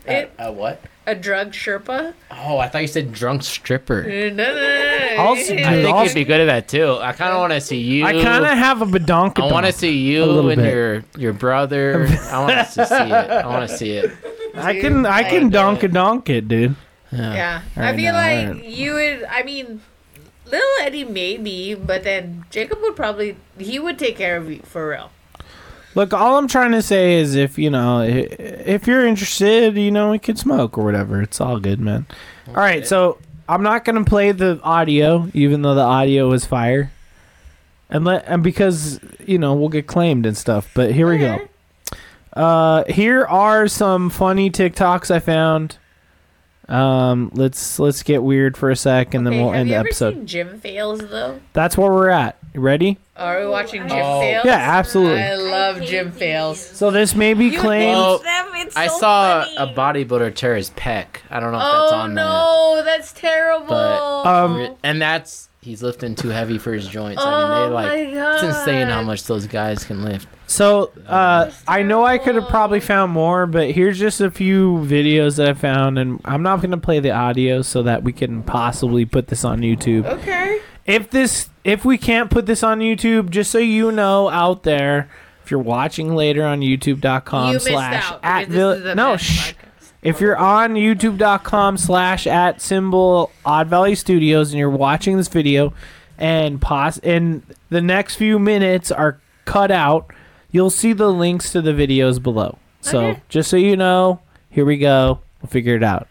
S2: it
S4: Uh, uh, what?
S2: a drug Sherpa.
S4: Oh, I thought you said
S2: [LAUGHS]
S4: drunk stripper.
S2: No, no, no, no, no.
S3: Also,
S2: It-
S3: dude,
S4: I
S2: it-
S4: think
S3: I'll-
S4: you'd be good at that too. I kind of want to see you.
S3: I kind of have a badonk.
S4: I want to see
S3: A
S4: you
S3: little
S4: and
S3: bit.
S4: your
S3: [LAUGHS]
S4: your brother. I want us to see it. I want to see it.
S3: I can. I can donk
S4: uh,
S3: a donk it, dude.
S2: Yeah,
S3: Alright,
S2: I feel
S3: now,
S2: like
S3: alright.
S2: you would. I mean, little Eddie maybe, but then Jacob would probably he would take care of you for real.
S3: Look, all I'm trying to say is if you know, i- if you're interested, you know, we could smoke or whatever. It's all good, man. All right, so I'm not gonna play the audio, even though the audio was fire, and let and because you know we'll get claimed and stuff. But here we go. Uh, here are some funny TikToks I found. Um, let's let's get weird for a sec, and
S2: Okay,
S3: then we'll
S2: have
S3: end
S2: you
S3: the
S2: ever
S3: episode.
S2: seen Jim fails though?
S3: That's where we're at. You Ready?
S2: Are we watching Jim
S4: Oh.
S2: fails?
S3: Yeah, absolutely.
S2: I love
S6: I hate
S2: Jim
S6: these.
S2: fails.
S3: So this may be
S2: uh, You
S3: claimed.
S4: Well,
S2: them? It's [LAUGHS]
S4: I
S2: so
S4: saw
S2: funny.
S4: a bodybuilder tear his pec. I don't know if that's
S2: Oh
S4: on
S2: no, that's terrible.
S4: But,
S3: Um,
S4: that. And that's he's lifting too heavy for his joints. I mean,
S2: oh
S4: they like
S2: my god,
S4: it's insane how much those guys can lift.
S3: So uh,
S2: That's
S3: I know I could have probably found more, but here's just a few videos that I found, and I'm not gonna play the audio so that we can possibly put this on YouTube.
S2: Okay.
S3: If this, if we can't put this on YouTube, just so you know out there, if you're watching later on
S2: you
S3: YouTube.com
S2: missed
S3: um, slash
S2: out.
S3: at
S2: because this is
S3: vill-
S2: the
S3: no
S2: best
S3: shh.
S2: podcast.
S3: If you're on youtube.com slash at symbol Odd Valley Studios and you're watching this video and pause and the next few minutes are cut out, you'll see the links to the videos below. So
S2: Okay.
S3: just so you know, here we go. We'll figure it out.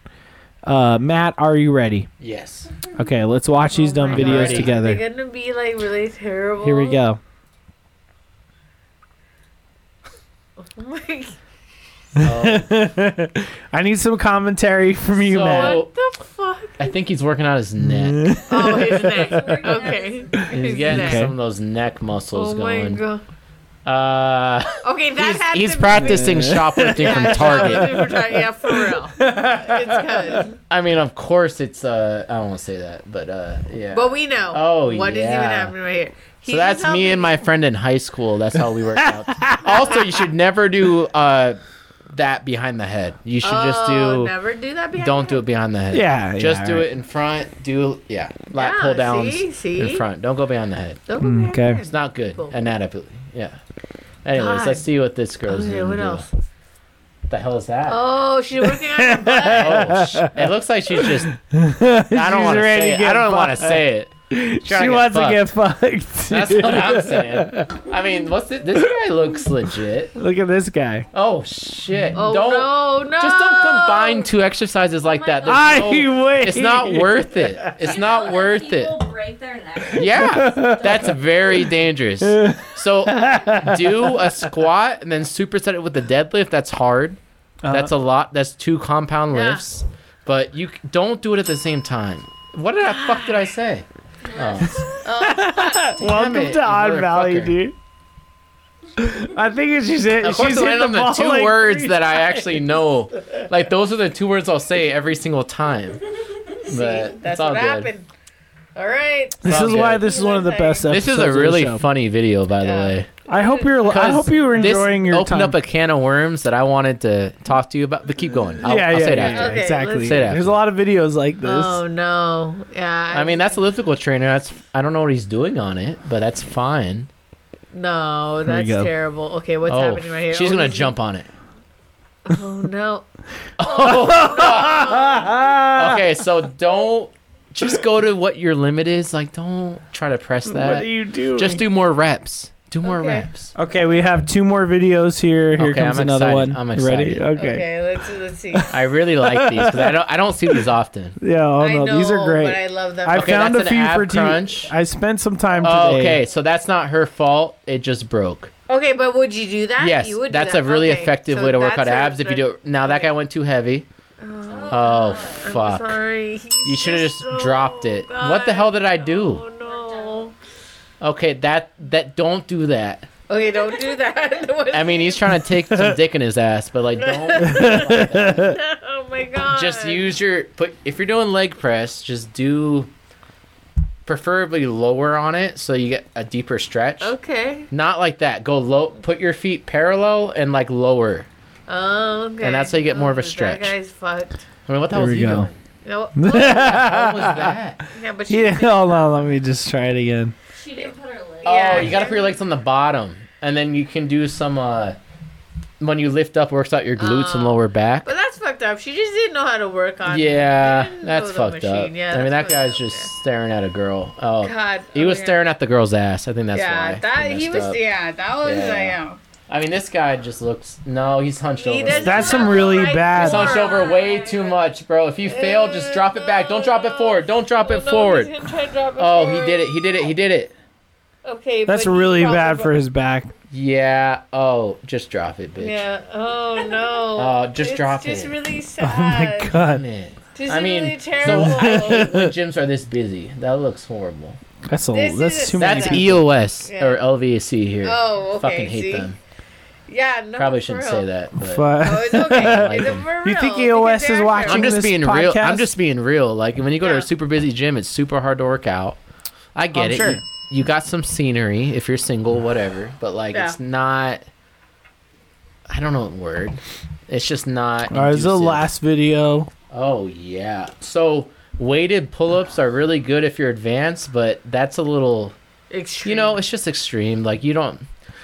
S3: Uh, Matt, are you ready?
S4: Yes.
S3: Okay, let's watch these dumb
S2: my
S3: videos
S4: Oh God.
S3: together.
S2: They're gonna be like really terrible.
S3: Here we go.
S2: Oh my
S3: I need some commentary from you,
S4: So-
S3: Matt.
S2: What the fuck?
S4: I think he's working out his neck.
S3: [LAUGHS]
S2: Oh, [LAUGHS] his neck. Okay.
S4: He's
S2: His
S4: getting
S2: neck.
S4: some of those neck muscles
S2: Oh my
S4: going.
S2: god.
S4: Uh,
S2: Okay, that
S4: he's,
S2: had
S4: he's
S2: to
S4: practicing shoplifting
S2: be [LAUGHS]
S4: from
S2: Yeah,
S4: Target.
S2: shoplifting from Target. Yeah, for
S3: [LAUGHS]
S2: real. It's good.
S4: I mean, of course, it's uh, I don't want to say that, but uh, yeah.
S2: But we know.
S4: Oh,
S2: What is even
S4: yeah.
S2: happening right here? He
S4: so
S2: just
S4: that's
S2: helped
S4: me and my [LAUGHS] friend in high school. That's how we worked out. also, you should never do uh, that behind the head. You should just
S2: Oh,
S4: do.
S2: Never do that. Behind
S4: Don't
S2: the
S4: do it behind the head.
S3: Yeah,
S4: Just
S3: yeah,
S4: do
S3: right.
S4: it in front. Do yeah, lat
S2: Yeah,
S4: pull downs
S2: see, see?
S4: in front. Don't go behind the head.
S2: head. Don't go
S3: Mm, Okay.
S2: behind the
S4: It's
S2: head.
S4: not good
S2: Cool.
S4: anatomically. Yeah. Anyways,
S2: God.
S4: let's see what this girl's
S2: Okay,
S4: gonna
S2: what
S4: do.
S2: else?
S4: The hell is that?
S2: Oh, she's working on
S4: [LAUGHS]
S2: her butt.
S4: Oh, sh- it looks like she's just. I don't
S3: She's
S4: want to
S3: ready
S4: say
S3: to
S4: it.
S3: get
S4: I don't want to
S3: fucked.
S4: say it. She's trying
S3: she wants to
S4: fucked.
S3: get fucked.
S4: That's
S3: [LAUGHS]
S4: what I'm saying. I mean, what's it? This guy looks legit.
S3: Look at this guy.
S4: Oh shit!
S2: Oh
S4: don't
S2: no, no.
S4: just don't combine two exercises like that. There's
S3: I
S4: no-
S3: wait.
S4: it's not worth it. It's not worth it.
S6: People break their neck.
S4: Yeah, [LAUGHS] that's very dangerous. So do a squat and then superset it with a deadlift. That's hard.
S3: Uh-huh.
S4: That's a lot. That's two compound
S2: Yeah.
S4: lifts. But you c- don't do it at the same time. What did I fuck did I say? Oh. Damn
S3: Welcome
S4: it,
S3: to
S4: you
S3: Odd Valley,
S4: motherfucker.
S3: dude. I think it's just it.
S4: Of course,
S3: [LAUGHS] she's
S4: I
S3: hit
S4: land
S3: the
S4: on the
S3: ball
S4: two
S3: like
S4: words
S3: three
S4: that I actually know. Like those are the two words I'll say every
S2: [LAUGHS]
S4: single time. But
S2: That's
S4: it's all
S2: what
S4: good.
S2: happened. All right.
S3: This
S4: Sounds
S3: is why
S4: good.
S3: this is one of the best episodes.
S4: This is a
S3: of the
S4: really
S3: show.
S4: funny video, by
S2: Yeah.
S4: the way.
S3: I hope you're. I
S4: 'Cause
S3: hope you were
S4: this
S3: enjoying your
S4: opened
S3: time.
S4: up a can of worms that I wanted to talk to you about. But keep going. I'll,
S3: yeah,
S4: I'll
S3: yeah,
S4: say it
S3: yeah,
S4: after.
S3: yeah,
S2: Okay,
S3: exactly.
S2: let's-
S4: Say it after.
S3: There's a lot of videos like this.
S2: Oh no. Yeah.
S4: I mean, that's elliptical trainer. That's I don't know what he's doing on it, but that's fine.
S2: no,
S3: There
S2: that's
S3: you go.
S2: terrible. Okay, what's
S4: oh,
S2: happening right here?
S4: she's
S2: Oh,
S4: gonna
S2: this-
S4: jump on it.
S2: Oh no. Uh,
S4: Okay, so don't just go to what your limit is. Like, don't try to press
S3: what
S4: that.
S3: do you do?
S4: just do more reps. Do more
S2: Okay.
S4: reps.
S3: Okay, we have two more videos here. Here
S4: Okay,
S3: comes
S4: I'm
S3: another
S4: excited.
S3: one.
S4: I'm
S3: You Ready?
S4: excited.
S3: Okay.
S2: Okay, let's let's see.
S4: I really like these because I don't I don't see these often.
S3: Yeah. Oh
S2: I
S3: no,
S2: know,
S3: these are
S2: But I
S3: great.
S2: love them.
S3: I
S4: Okay,
S3: found a
S4: that's an
S3: few
S4: ab
S3: for two.
S4: crunch.
S3: I spent some time [LAUGHS] today.
S4: Oh, okay, so that's not her fault. It just broke.
S2: okay, but would you do that?
S4: yes,
S2: you would do
S4: that's
S2: that.
S4: a really
S2: Okay,
S4: effective
S2: so
S4: way to work out
S2: that's a-
S4: abs if you do it. Now that guy went too heavy. Oh,
S2: I'm
S4: fuck.
S2: sorry.
S4: You
S2: He's
S4: should have just
S2: so
S4: dropped it. What the
S2: bad.
S4: hell did I do?
S2: Oh no.
S4: Okay, that that don't do that.
S2: Okay, don't do that. [LAUGHS] What-
S4: I mean, he's trying to take some dick in his ass, but like
S2: [LAUGHS]
S4: don't
S2: oh my god.
S4: just use your put if you're doing leg press, just do preferably lower on it so you get a deeper stretch.
S2: Okay.
S4: Not like that. Go low, put your feet parallel and like lower.
S2: Oh, okay.
S4: And that's how you get more of a
S2: Oh,
S4: stretch.
S2: That guy's fucked.
S4: I mean, what the
S3: Here
S4: hell was
S3: we
S4: you
S3: go.
S4: doing? [LAUGHS]
S2: No. oh,
S4: What was that?
S2: Yeah, but she
S3: [LAUGHS] Yeah. Hold on. Let me just try it again.
S6: She didn't put her leg.
S2: Yeah.
S4: Oh, you gotta put your legs on the bottom, and then you can do some. uh When you lift up, works out your glutes and
S2: Oh.
S4: lower back.
S2: But that's fucked up. She just didn't know how to work on.
S4: Yeah,
S2: didn't
S4: that's
S2: know the
S4: fucked up.
S2: machine. Yeah,
S4: I mean, that
S2: that's fucked
S4: guy's
S2: up,
S4: just
S2: yeah.
S4: staring at a girl. Oh,
S2: God.
S4: he
S2: oh,
S4: was
S2: yeah.
S4: staring at the girl's ass. I think that's
S2: yeah,
S4: why.
S2: that he
S4: messed
S2: was.
S4: up.
S2: Yeah, that was.
S4: Yeah.
S2: I am.
S4: I mean, this guy just looks. No, he's hunched
S2: He
S4: over.
S2: doesn't
S3: That's some
S2: have the
S3: really
S2: right
S3: bad-
S4: He's
S2: form.
S4: hunched over way too much, bro. If you fail, just drop it back. Don't drop it forward. Don't drop
S2: Oh,
S4: it
S2: no,
S4: forward.
S2: he's gonna try to drop it
S4: Oh, he
S2: forward.
S4: did it. He did it. He did it.
S2: Okay,
S3: That's
S2: but he
S3: really
S2: probably
S3: bad for
S2: bro-
S3: his back.
S4: Yeah. Oh, just drop it, bitch.
S2: Yeah.
S3: [LAUGHS]
S2: Oh no.
S4: Oh, just
S2: it's
S4: drop
S2: just
S4: it.
S2: really
S3: Oh my
S2: sad.
S3: god.
S4: Man.
S2: Just
S4: I mean,
S2: really
S4: so
S2: terrible.
S4: I [LAUGHS] hate
S2: [LAUGHS]
S4: when gyms are this busy. That looks horrible.
S3: That's a,
S2: This is
S3: that's
S2: a
S3: too many.
S4: That's
S2: Yeah.
S3: people.
S4: EOS
S2: Yeah.
S4: or LVAC here.
S2: Oh, okay,
S4: Fucking hate
S2: see?
S4: them.
S2: yeah. No.
S4: Probably
S2: for
S4: shouldn't
S2: real.
S4: say that. But.
S3: Fuck. [LAUGHS]
S2: Oh, it's okay. It's for
S3: You think
S2: real.
S3: EOS
S2: Because
S3: is
S2: they're
S3: watching
S4: I'm
S2: terrible.
S4: just
S3: this
S4: being real. I'm
S3: podcast?
S4: just being real. Like when you go to
S2: Yeah.
S4: a super busy gym, it's super hard to work out. I get
S3: I'm
S4: it.
S3: sure.
S4: You, you got some scenery if you're single, whatever. But like,
S2: Yeah.
S4: it's not. I don't know what word. It's just not.
S3: All right, this is the
S4: conducive.
S3: last video.
S4: Oh yeah. So weighted pull-ups are really good if you're advanced, but that's a little.
S2: Extreme.
S4: You know, it's just extreme. Like you don't,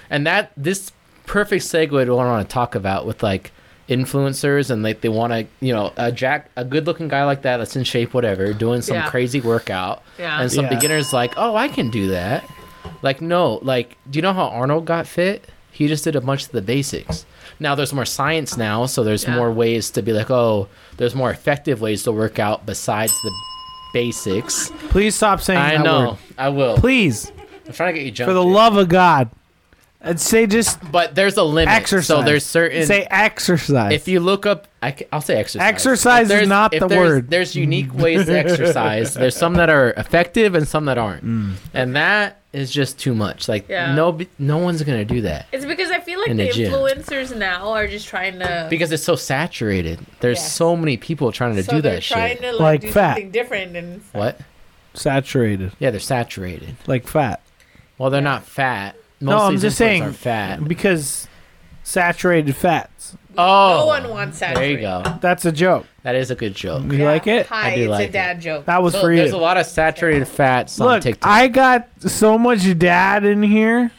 S4: and that this perfect segue to what I want to talk about with like influencers and like they want to, you know, a jack, a good-looking guy like that that's in shape, whatever, doing some
S2: Yeah.
S4: crazy workout,
S2: Yeah.
S4: and some
S3: Yeah.
S4: beginners like, oh, I can do that. Like no, like do you know how Arnold got fit? He just did a bunch of the basics. Now there's more science now, so there's
S2: Yeah.
S4: more ways to be like, oh, there's more effective ways to work out besides the basics.
S3: Please stop saying
S4: I
S3: that
S4: know,
S3: word.
S4: I will.
S3: Please,
S4: I'm trying to get you jumped.
S3: for the
S4: here.
S3: love of God, and say just
S4: but there's a limit.
S3: exercise.
S4: So there's certain.
S3: Say exercise.
S4: if you look up, I, will say exercise.
S3: Exercise
S4: If
S3: is
S4: there's-
S3: not
S4: if
S3: the
S4: there's-
S3: word.
S4: There's unique ways to exercise. There's some that are effective and some that aren't,
S3: Mm.
S4: and that is just too much. Like
S2: Yeah.
S4: no, no one's gonna do that
S2: It's because I feel like
S4: In
S2: the
S4: the gym.
S2: influencers now are just trying to
S4: because it's so saturated. There's
S2: Yes.
S4: so many people trying to
S2: so
S4: do
S2: they're
S4: that
S2: trying
S4: shit.
S2: to
S3: Like
S2: like, do
S3: fat.
S2: something different and
S4: what?
S3: Saturated,
S4: Yeah, they're saturated.
S3: like fat,
S4: Well, they're not fat. Most
S3: No,
S4: of
S3: I'm
S4: these
S3: just
S4: influencers
S3: saying-
S4: are fat.
S3: because saturated fats.
S4: Oh,
S2: no one wants that.
S4: there you go.
S3: That's a joke.
S4: That is a good joke.
S3: You like it?
S2: Hi,
S4: I do
S2: it's
S4: like
S2: a
S4: it.
S2: dad joke.
S3: That was
S4: So
S3: for
S4: there's a
S3: you.
S4: lot of saturated fats on
S3: Look,
S4: TikTok.
S3: I got so much dad in here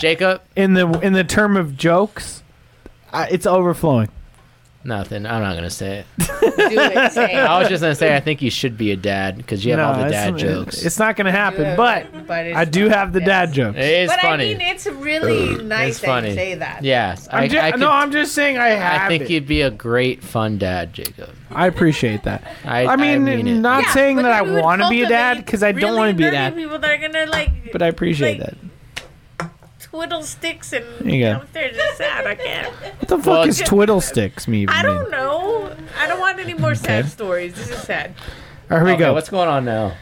S4: Jacob,
S3: in the in the term of jokes. I, it's overflowing.
S4: Nothing. I'm not gonna say it.
S2: Do it.
S4: [LAUGHS]
S2: Say it.
S4: I was just gonna say I think you should be a dad because you have all the dad
S3: it's,
S4: jokes.
S3: It's not gonna
S2: Do it,
S3: happen, but
S2: it's
S3: I do
S2: fun.
S3: have the
S2: Yes.
S3: dad jokes.
S4: it is
S2: but
S4: funny.
S2: I mean, it's really nice
S4: it's
S2: that
S4: funny.
S2: you say that.
S4: yes,
S3: I'm
S4: I,
S3: ju-
S4: I could-
S3: no, I'm just saying I have.
S4: I think
S3: it.
S4: you'd be a great fun dad, Jacob.
S3: I appreciate that.
S4: I,
S3: I mean,
S4: it.
S3: not
S2: Yeah,
S3: saying
S2: but
S3: that I
S2: then we would
S3: want to be a dad
S2: cultivate
S3: because I don't
S2: really
S3: want to be a
S2: nerdy
S3: dad,
S2: People that are gonna like
S3: but I appreciate
S2: like,
S3: that.
S2: twiddle sticks and
S3: There you go.
S2: they're just sad. I
S3: [LAUGHS]
S2: can't.
S3: What the
S4: Well,
S3: fuck is
S2: it's-
S3: twiddle sticks? Me even
S2: I
S3: mean?
S2: don't know. I don't want any more sad
S3: Okay.
S2: stories. This is sad.
S3: All right, here we
S4: Okay,
S3: go.
S4: What's going on now?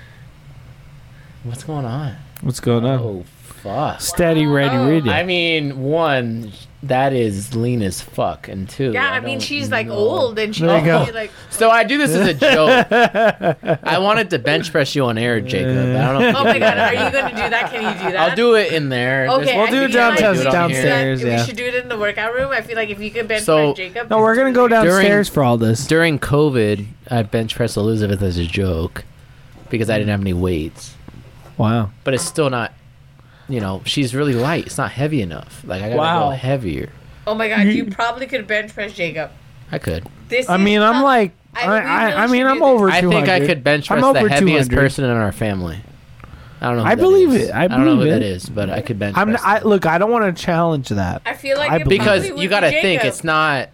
S4: What's going on?
S3: What's going on?
S4: Oh fuck!
S3: Steady, ready,
S2: Oh.
S3: reading.
S4: I mean, one, that is lean as fuck, and two,
S2: Yeah, I,
S4: don't
S2: mean, she's like
S4: know.
S2: old and she's
S3: There you go.
S2: really, like,
S4: So I do this as a joke.
S3: [LAUGHS]
S4: I wanted to bench press you on air, Jacob. but I don't know. if
S2: oh
S4: you
S2: my
S4: can
S2: god,
S4: do
S2: are
S4: that.
S2: you gonna do that? Can you do that?
S4: I'll do it in there. There's-
S2: Okay,
S3: We'll
S2: I
S3: do it
S2: feel like
S3: downtown-
S2: we should do that-
S3: downstairs, yeah.
S2: We should do it in the workout room. I feel like if you could bench
S4: So-
S2: press Jacob.
S3: no, we're gonna go downstairs for all this.
S4: During COVID, I bench pressed Elizabeth as a joke because I didn't have any weights.
S3: Wow.
S4: but it's still not you know she's really light it's not heavy enough like i gotta
S3: Wow.
S4: go heavier
S2: Oh my god, you probably could bench press Jacob.
S4: i could
S2: This
S3: I
S2: is
S3: mean, I'm
S2: not-
S3: like, I,
S2: I- we
S3: I,
S2: really
S3: I mean,
S2: should
S3: I'm
S2: do this.
S3: over 200.
S4: i think i could bench
S3: I'm
S4: press the
S3: over
S4: heaviest
S3: 200.
S4: person in our family i don't know who
S3: I
S4: that
S3: believe
S4: is.
S3: it. I
S4: don't know
S3: believe
S4: who that
S3: it.
S4: is but i could bench
S3: I'm.
S4: press
S3: Not, I
S4: them.
S3: look. I don't want to challenge that.
S2: I feel like
S3: I
S2: it
S3: believe-
S2: probably
S4: because
S2: would
S4: you
S2: be
S4: gotta
S2: Jacob.
S4: think it's not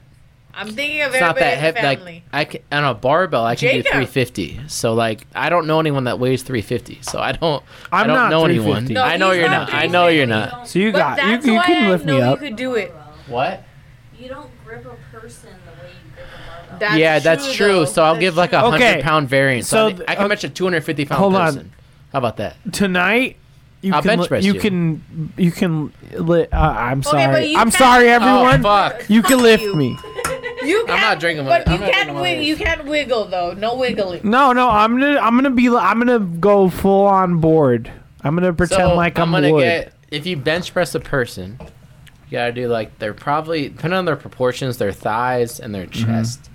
S2: I'm thinking of
S4: it's not
S2: everybody
S4: that
S2: in the
S4: heavy like
S2: family.
S4: i can on a barbell i can do
S2: Jacob.
S4: 350 so like i don't know anyone that weighs 350 so i don't i
S3: I'm
S4: don't
S3: not
S4: know anyone
S3: 350.
S2: No,
S4: i know
S2: he's
S4: you're
S2: not
S4: not, i know you're not
S3: So you
S2: but
S3: got. You,
S2: that's
S3: you
S2: why
S3: can lift
S2: I know
S3: me up.
S2: you could do it.
S4: what
S5: You don't grip a person the way you grip a barbell.
S2: That's
S4: yeah that's true
S2: though.
S4: so i'll
S2: That's
S4: give like a
S2: true.
S4: hundred
S3: Okay,
S4: pound variance
S3: so
S4: so i,
S3: th-
S4: I can bench a 250 pound
S3: Hold on.
S4: person how about that
S3: tonight. You
S4: I'll
S3: can.
S4: bench
S3: li-
S4: press
S3: you
S4: you.
S3: can. You can. Li- uh, I'm
S2: but
S3: sorry.
S2: you
S3: I'm
S2: can't-
S3: sorry, everyone.
S4: Oh, fuck.
S3: you can
S2: Fuck
S3: lift
S2: you.
S3: me.
S2: You
S4: I'm
S2: can't-
S4: not drinking one-
S2: But
S4: I'm
S2: you
S4: not drinking
S2: can't
S4: one of
S2: wig-
S4: these.
S2: you can't wiggle though. No wiggling.
S3: No, no. I'm gonna. I'm gonna be. li- I'm gonna go full on board. I'm gonna pretend like I'm,
S4: gonna
S3: wood.
S4: get if you bench press a person, you gotta do like they're probably depending on their proportions, their thighs and their
S3: Mm-hmm.
S4: chest.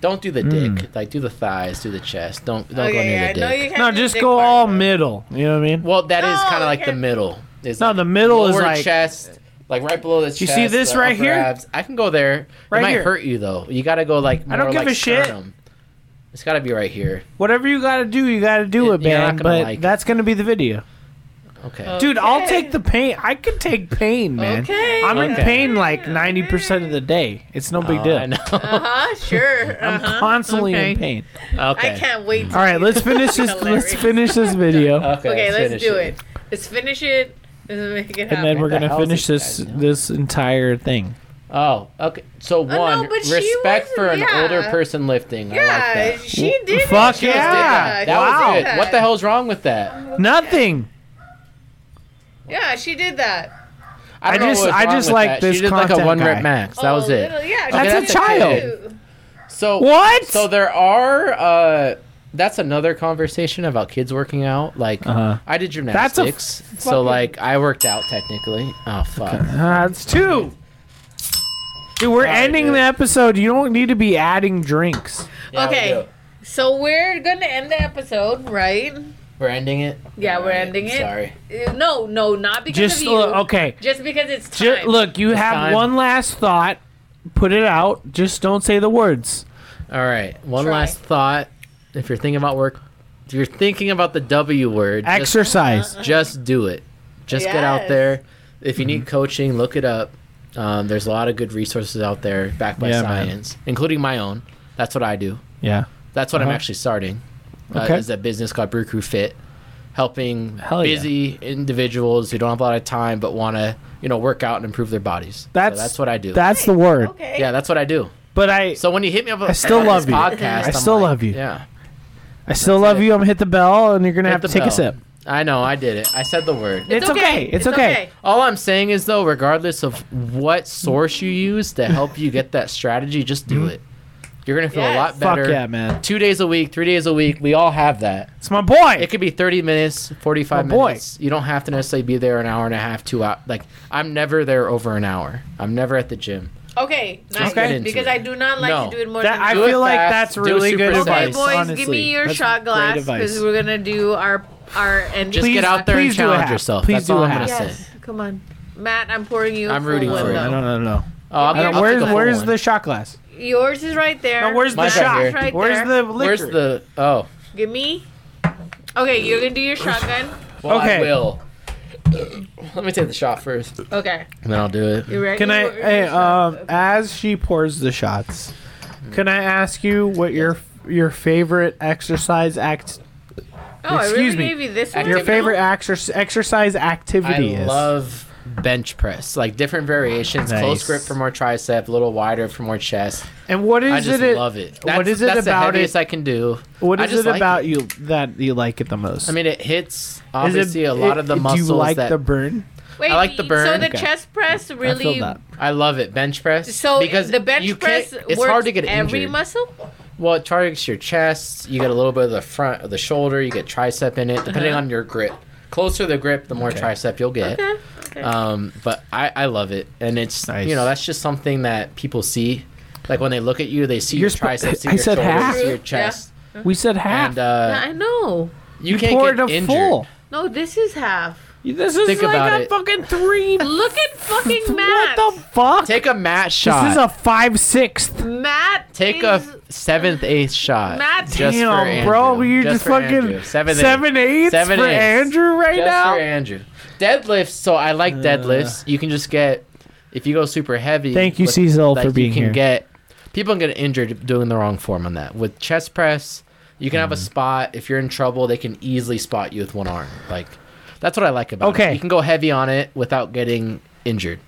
S4: Don't do the
S3: Mm.
S4: dick. Like do the thighs, do the chest. Don't don't go
S2: Okay,
S4: near
S2: yeah,
S4: the
S2: no,
S4: dick.
S2: you can't
S3: no,
S2: do the
S3: just
S2: dick
S3: go
S2: part.
S3: all middle. You know what I mean?
S4: well, that is
S2: No,
S4: kind of
S2: you
S4: like the
S2: can't-
S4: middle. Is
S3: No,
S4: like
S3: the middle is
S4: lower
S3: like-
S4: chest, like right below the chest.
S3: You see this
S4: the
S3: right
S4: upper
S3: here?
S4: Abs. I can go there.
S3: Right
S4: it might
S3: here.
S4: hurt you though. You gotta go like. More
S3: I don't give
S4: like
S3: a shit.
S4: sternum. It's gotta be right here.
S3: Whatever you gotta do, you gotta do
S4: You're
S3: it,
S4: not
S3: man.
S4: gonna
S3: But
S4: like it.
S3: that's gonna be the video.
S4: Okay.
S3: Dude, I'll
S2: Okay.
S3: take the pain. I can take pain, man.
S2: Okay.
S3: I'm in
S4: Okay.
S3: pain like 90% of the day. It's no big
S4: Oh,
S3: deal.
S4: I know. [LAUGHS]
S2: Uh huh. Sure.
S3: [LAUGHS] I'm
S2: uh-huh,
S3: constantly
S2: okay.
S3: in pain.
S4: okay.
S2: I can't wait. to
S3: All right,
S2: see
S3: let's
S2: this.
S3: finish
S2: [LAUGHS]
S3: this.
S2: Hilarious.
S3: let's finish this video,
S4: Okay.
S2: Okay, let's
S4: finish
S2: do it. Let's finish it. Let's make it
S3: and then
S2: happen.
S3: we're
S4: the
S3: gonna
S4: hell is
S3: finish
S4: this
S3: this
S4: guy doing?
S3: this entire thing.
S4: Oh, okay. So
S2: Uh, no,
S4: one,
S2: but she
S4: respect for an
S2: wasn't- yeah.
S4: older person lifting. I like
S2: yeah,
S4: that.
S2: she did. it.
S3: Fuck
S2: She just did
S3: yeah.
S2: That,
S4: That
S3: Wow.
S4: was good. What the hell's wrong with that?
S3: Nothing.
S2: Yeah, she did that.
S3: I
S4: don't know
S3: just-
S4: what was
S3: I
S4: wrong
S3: just
S4: with
S3: like
S4: that.
S3: this
S4: She did like a
S3: content
S4: one
S3: guy.
S4: rep max. That
S2: Oh,
S4: was it.
S2: little- yeah,
S3: That's
S2: she
S3: a
S2: did
S3: child.
S2: it.
S4: So
S3: What?
S4: So there are. uh that's another conversation about kids working out. Like
S3: Uh-huh.
S4: I
S3: That's
S4: did
S3: a f-
S4: gymnastics, so
S3: fucking-
S4: like I worked out technically. Oh fuck!
S3: Uh, it's two. Dude, we're
S4: Sorry,
S3: ending
S4: dude.
S3: the episode. You don't need to be adding drinks.
S4: Yeah, we
S2: Okay.
S4: do.
S2: So we're gonna end the episode, right?
S4: we're ending it.
S2: Yeah, we're
S4: Alright,
S2: ending it.
S4: Sorry.
S2: Uh, No, no, not because
S3: Just
S2: of you.
S3: uh, okay.
S2: Just because it's time.
S3: Ju- look, you have
S4: time.
S3: one last thought. Put it out. Just don't say the words.
S4: All right. One
S2: Try.
S4: last thought. If you're thinking about work, if you're thinking about the W word, just
S3: Exercise.
S4: just do it. Just get out
S2: Yes.
S4: there. If you
S3: Mm-hmm.
S4: need coaching, look it up. Um, there's a lot of good resources out there backed by
S3: Yeah, man.
S4: science, including my own. That's what I do.
S3: yeah.
S4: That's what I'm
S3: Uh-huh.
S4: actually starting. Uh,
S3: Okay.
S4: Is a business called Brew Crew Fit, helping
S3: Hell yeah.
S4: busy individuals who don't have a lot of time but want to, you know, work out and improve their bodies. So
S3: That's
S4: that's what I do.
S3: That's the word.
S2: Okay.
S4: yeah, that's what I do.
S3: But I
S4: So when you hit me up,
S3: I still
S4: about
S3: love
S4: this
S3: you.
S4: Podcast,
S3: I
S4: I'm
S3: still
S4: like,
S3: love you.
S4: Yeah,
S3: I still love
S4: it.
S3: you. I'm gonna hit the bell, and you're gonna
S4: Hit
S3: have to
S4: the
S3: take a
S4: bell.
S3: sip.
S4: I know. I did it. I said the word.
S3: It's okay. It's okay.
S4: All I'm saying is though, regardless of what source you use to help you get that strategy, just do it. You're gonna feel a
S2: Yes.
S4: lot better.
S3: Mm-hmm. Fuck yeah, man.
S4: Two days a week, three days a week, we all have that.
S3: It's my boy.
S4: It could be 30 minutes, 45
S3: Oh, boy.
S4: minutes. You don't have to necessarily be there an hour and a half, two hours. Like I'm never there over an hour. I'm never at the gym.
S2: Okay. Nice.
S4: get into
S2: Because
S4: it.
S2: I do not like
S4: No.
S2: to do it more
S3: That- I
S2: than
S4: Do it
S3: feel like
S4: fast,
S3: that's
S4: do it
S3: really
S4: super
S3: good
S4: fast.
S2: Okay,
S3: advice.
S2: boys,
S3: honestly.
S2: give me your
S3: That's
S2: shot
S3: great
S2: glass
S3: advice.
S2: because we're gonna do our our end.
S4: Just
S3: Please-
S4: get out there and
S3: please do a
S4: challenge
S3: half.
S4: yourself.
S3: Please
S4: That's
S3: do
S4: all
S3: a
S4: I'm gonna
S3: half.
S4: say.
S2: Yes. Come on, Matt. I'm pouring you. a
S4: I'm
S2: full
S4: rooting
S2: one,
S4: for you.
S3: I
S2: though.
S3: don't know. no.
S4: Oh, I'll
S2: I don't-
S4: I'll
S3: where's
S4: take a full
S3: where's
S4: one.
S3: the shot glass?
S2: Yours is right there.
S3: No, where's the
S4: Mine's right
S3: shot?
S4: here.
S2: Right
S3: where's
S2: there.
S3: the liquor?
S4: Where's the? Oh,
S2: Give me. Okay, you're gonna do your shotgun.
S4: well,
S3: Okay.
S4: I will. Let me take the shot first, and
S2: Okay,
S4: then I'll do it.
S2: you ready?
S3: Can I?
S2: Your- your
S3: Hey,
S2: shot.
S3: um, as she pours the shots, can I ask you what your your favorite exercise act?
S2: oh, I
S3: excuse
S2: really
S3: me.
S2: gave you this one.
S4: Activity.
S3: Your favorite exer- exercise
S4: I
S3: activity is.
S4: love bench press, like different variations.
S3: Nice.
S4: Close grip for more tricep, a little wider for more chest.
S3: and what is
S4: I just
S3: it?
S4: love it. That's,
S3: What is it
S4: that's the
S3: about it?
S4: heaviest I can do.
S3: What
S4: I
S3: is
S4: just
S3: it
S4: like
S3: about you that you like it the most?
S4: I mean, it hits
S3: Is it-
S4: obviously a lot
S3: it-
S4: of the
S3: do
S4: muscles
S3: you like
S4: that
S3: the burn?
S2: Wait,
S4: I like the
S2: So
S4: burn.
S2: the
S3: Okay.
S2: chest press
S3: I feel
S2: really.
S3: that.
S4: I love it. Bench press.
S2: So the bench
S4: you can't-
S2: press
S4: It's
S2: works
S4: hard to get
S2: every
S4: injured.
S2: muscle.
S4: well, it targets your chest. You get a little bit of the front of the shoulder. You get tricep in it, depending on your grip. Closer the grip, the more tricep you'll get.
S2: Uh-huh. Okay. okay.
S4: Um, but I, I love it, and it's
S3: Nice.
S4: you know that's just something that people see. Like when they look at you, they see
S3: You're
S4: your
S3: spo-
S4: triceps, see
S3: I
S4: your
S3: said
S4: shoulders,
S3: half.
S4: see your
S2: Yeah.
S4: chest,
S3: We said half.
S4: and uh,
S2: I know.
S4: you,
S3: you
S4: can't
S3: poured
S4: get
S3: a
S4: injured.
S3: full.
S2: No, this is half.
S3: This is
S4: Think
S3: like
S4: about
S3: a
S4: it.
S3: fucking three.
S2: Look at
S4: [LAUGHS]
S2: fucking Matt.
S3: what the fuck?
S4: Take a mat shot.
S3: this is a five sixth.
S2: Matt.
S4: Take a
S2: is,
S4: f- seventh, eighth shot.
S2: Matt,
S4: just for
S3: Damn,
S4: Andrew.
S3: bro, you're just,
S4: for
S3: fucking
S4: Andrew. seventh, eighth.
S3: seven eighths
S4: Seven
S3: for
S4: eighths.
S3: Andrew right
S4: just
S3: now.
S4: for Andrew. Deadlifts. So I like
S3: Uh,
S4: deadlifts. you can just get if you go super heavy.
S3: Thank you,
S4: with-
S3: Cecil, for being
S4: You can
S3: here.
S4: get people can get injured doing the wrong form on that. With chest press, you can have
S3: Mm-hmm.
S4: a spot. If you're in trouble, they can easily spot you with one arm. Like that's what I like about it.
S3: Okay.
S4: You can go heavy on it without getting injured.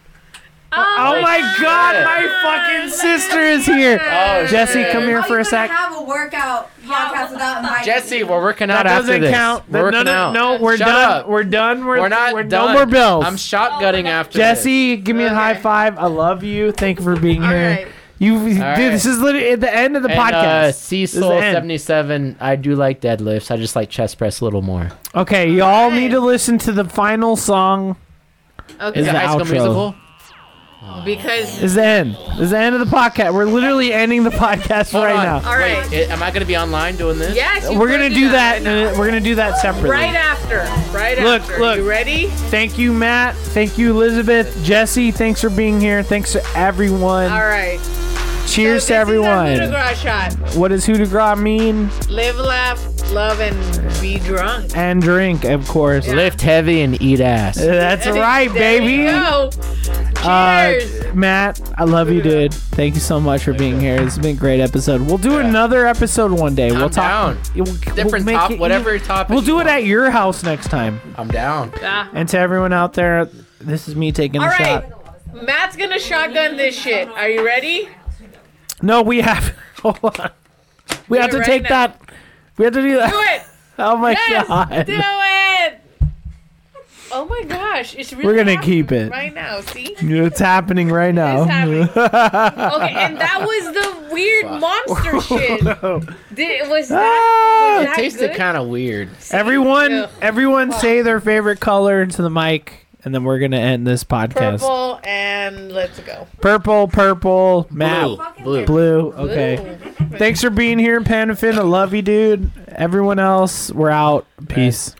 S3: Oh my god, my fucking sister is here.
S4: Oh,
S3: Jesse, come here
S6: How
S3: for
S6: you
S3: a sec.
S6: gonna have a workout podcast without inviting
S4: Jesse, we're working
S3: That
S4: out after
S3: doesn't
S4: this.
S3: count.
S4: We're
S3: no,
S4: working
S3: no,
S4: out.
S3: no, we're
S4: Shut
S3: done.
S4: up.
S3: We're done. We're,
S4: We're not done.
S3: No more bills.
S4: I'm
S3: Oh,
S4: shotgunning after this.
S3: Jesse, give me a high five. I love you. Thank you for being
S2: All
S3: here.
S2: right.
S3: You, dude,
S4: right.
S3: this is literally at the end of the
S4: And,
S3: podcast.
S4: Uh,
S3: This
S4: Cecil
S3: is the end.
S4: seventy seven. I do like deadlifts. I just like chest press a little more.
S3: Okay, y'all all need to listen to the final song.
S2: Okay.
S3: Is
S4: Is it
S3: the
S4: High School
S3: outro.
S4: Musical?
S2: because.
S3: This is the end. This is the end of the podcast. We're literally ending the podcast
S4: Hold
S3: right
S4: on.
S3: now.
S2: All right.
S4: Wait, i- am I gonna be online doing this?
S2: Yes. you
S3: We're
S2: can
S3: gonna do that.
S2: right
S3: and we're gonna do that separately.
S2: Right after. Right
S3: Look,
S2: after.
S3: look.
S2: You ready?
S3: Thank you, Matt. Thank you, Elizabeth. Jesse, thanks for being here. Thanks to everyone.
S2: All right.
S3: Cheers
S2: so
S3: to
S2: this Is our
S3: everyone.
S2: Mardi Gras shot.
S3: What does hoodoo gras mean?
S2: Live, laugh, love, and be drunk.
S3: And drink, of course.
S2: [LAUGHS]
S4: Lift heavy and eat ass.
S3: That's right,
S2: There
S3: baby.
S2: you go.
S3: Uh,
S2: Cheers.
S3: Matt, I love you, dude. Thank you so much for being here. It's been a great episode. We'll do another episode one day. we'll talk.
S4: down.
S3: We'll,
S4: Different
S3: make
S4: top,
S3: it-
S4: whatever topic.
S3: We'll do
S4: you
S3: it at your house next time.
S4: want. I'm down.
S2: Ah.
S3: And to everyone out there, this is me taking
S2: All
S3: the
S2: right.
S3: shot.
S2: Matt's gonna shotgun this shit. Are you ready?
S3: No, we have. [LAUGHS] Hold on. We have
S2: it
S3: to
S2: right
S3: take
S2: now.
S3: that. We have to do that.
S2: Do it.
S3: Oh [LAUGHS] my
S2: Yes.
S3: god.
S2: Do it. Oh my gosh, it's really.
S3: We're gonna
S2: happening
S3: keep it.
S2: right now. See.
S3: It's happening right now.
S2: happening.
S3: [LAUGHS]
S2: Okay, and that was the weird
S3: [LAUGHS]
S2: monster shit. Did, was that, was
S3: Ah!
S2: that
S4: Tasted
S2: good?
S4: kind of weird.
S3: everyone,
S2: Ew.
S3: everyone, say their favorite color into the mic, and then we're gonna end this podcast.
S2: purple and let's go.
S3: Purple, purple,
S4: Blue.
S3: Matt,
S4: Blue.
S3: blue. Okay.
S2: Ooh.
S3: Thanks for being here, Panafin. I love you, dude. Everyone else, we're out. Peace.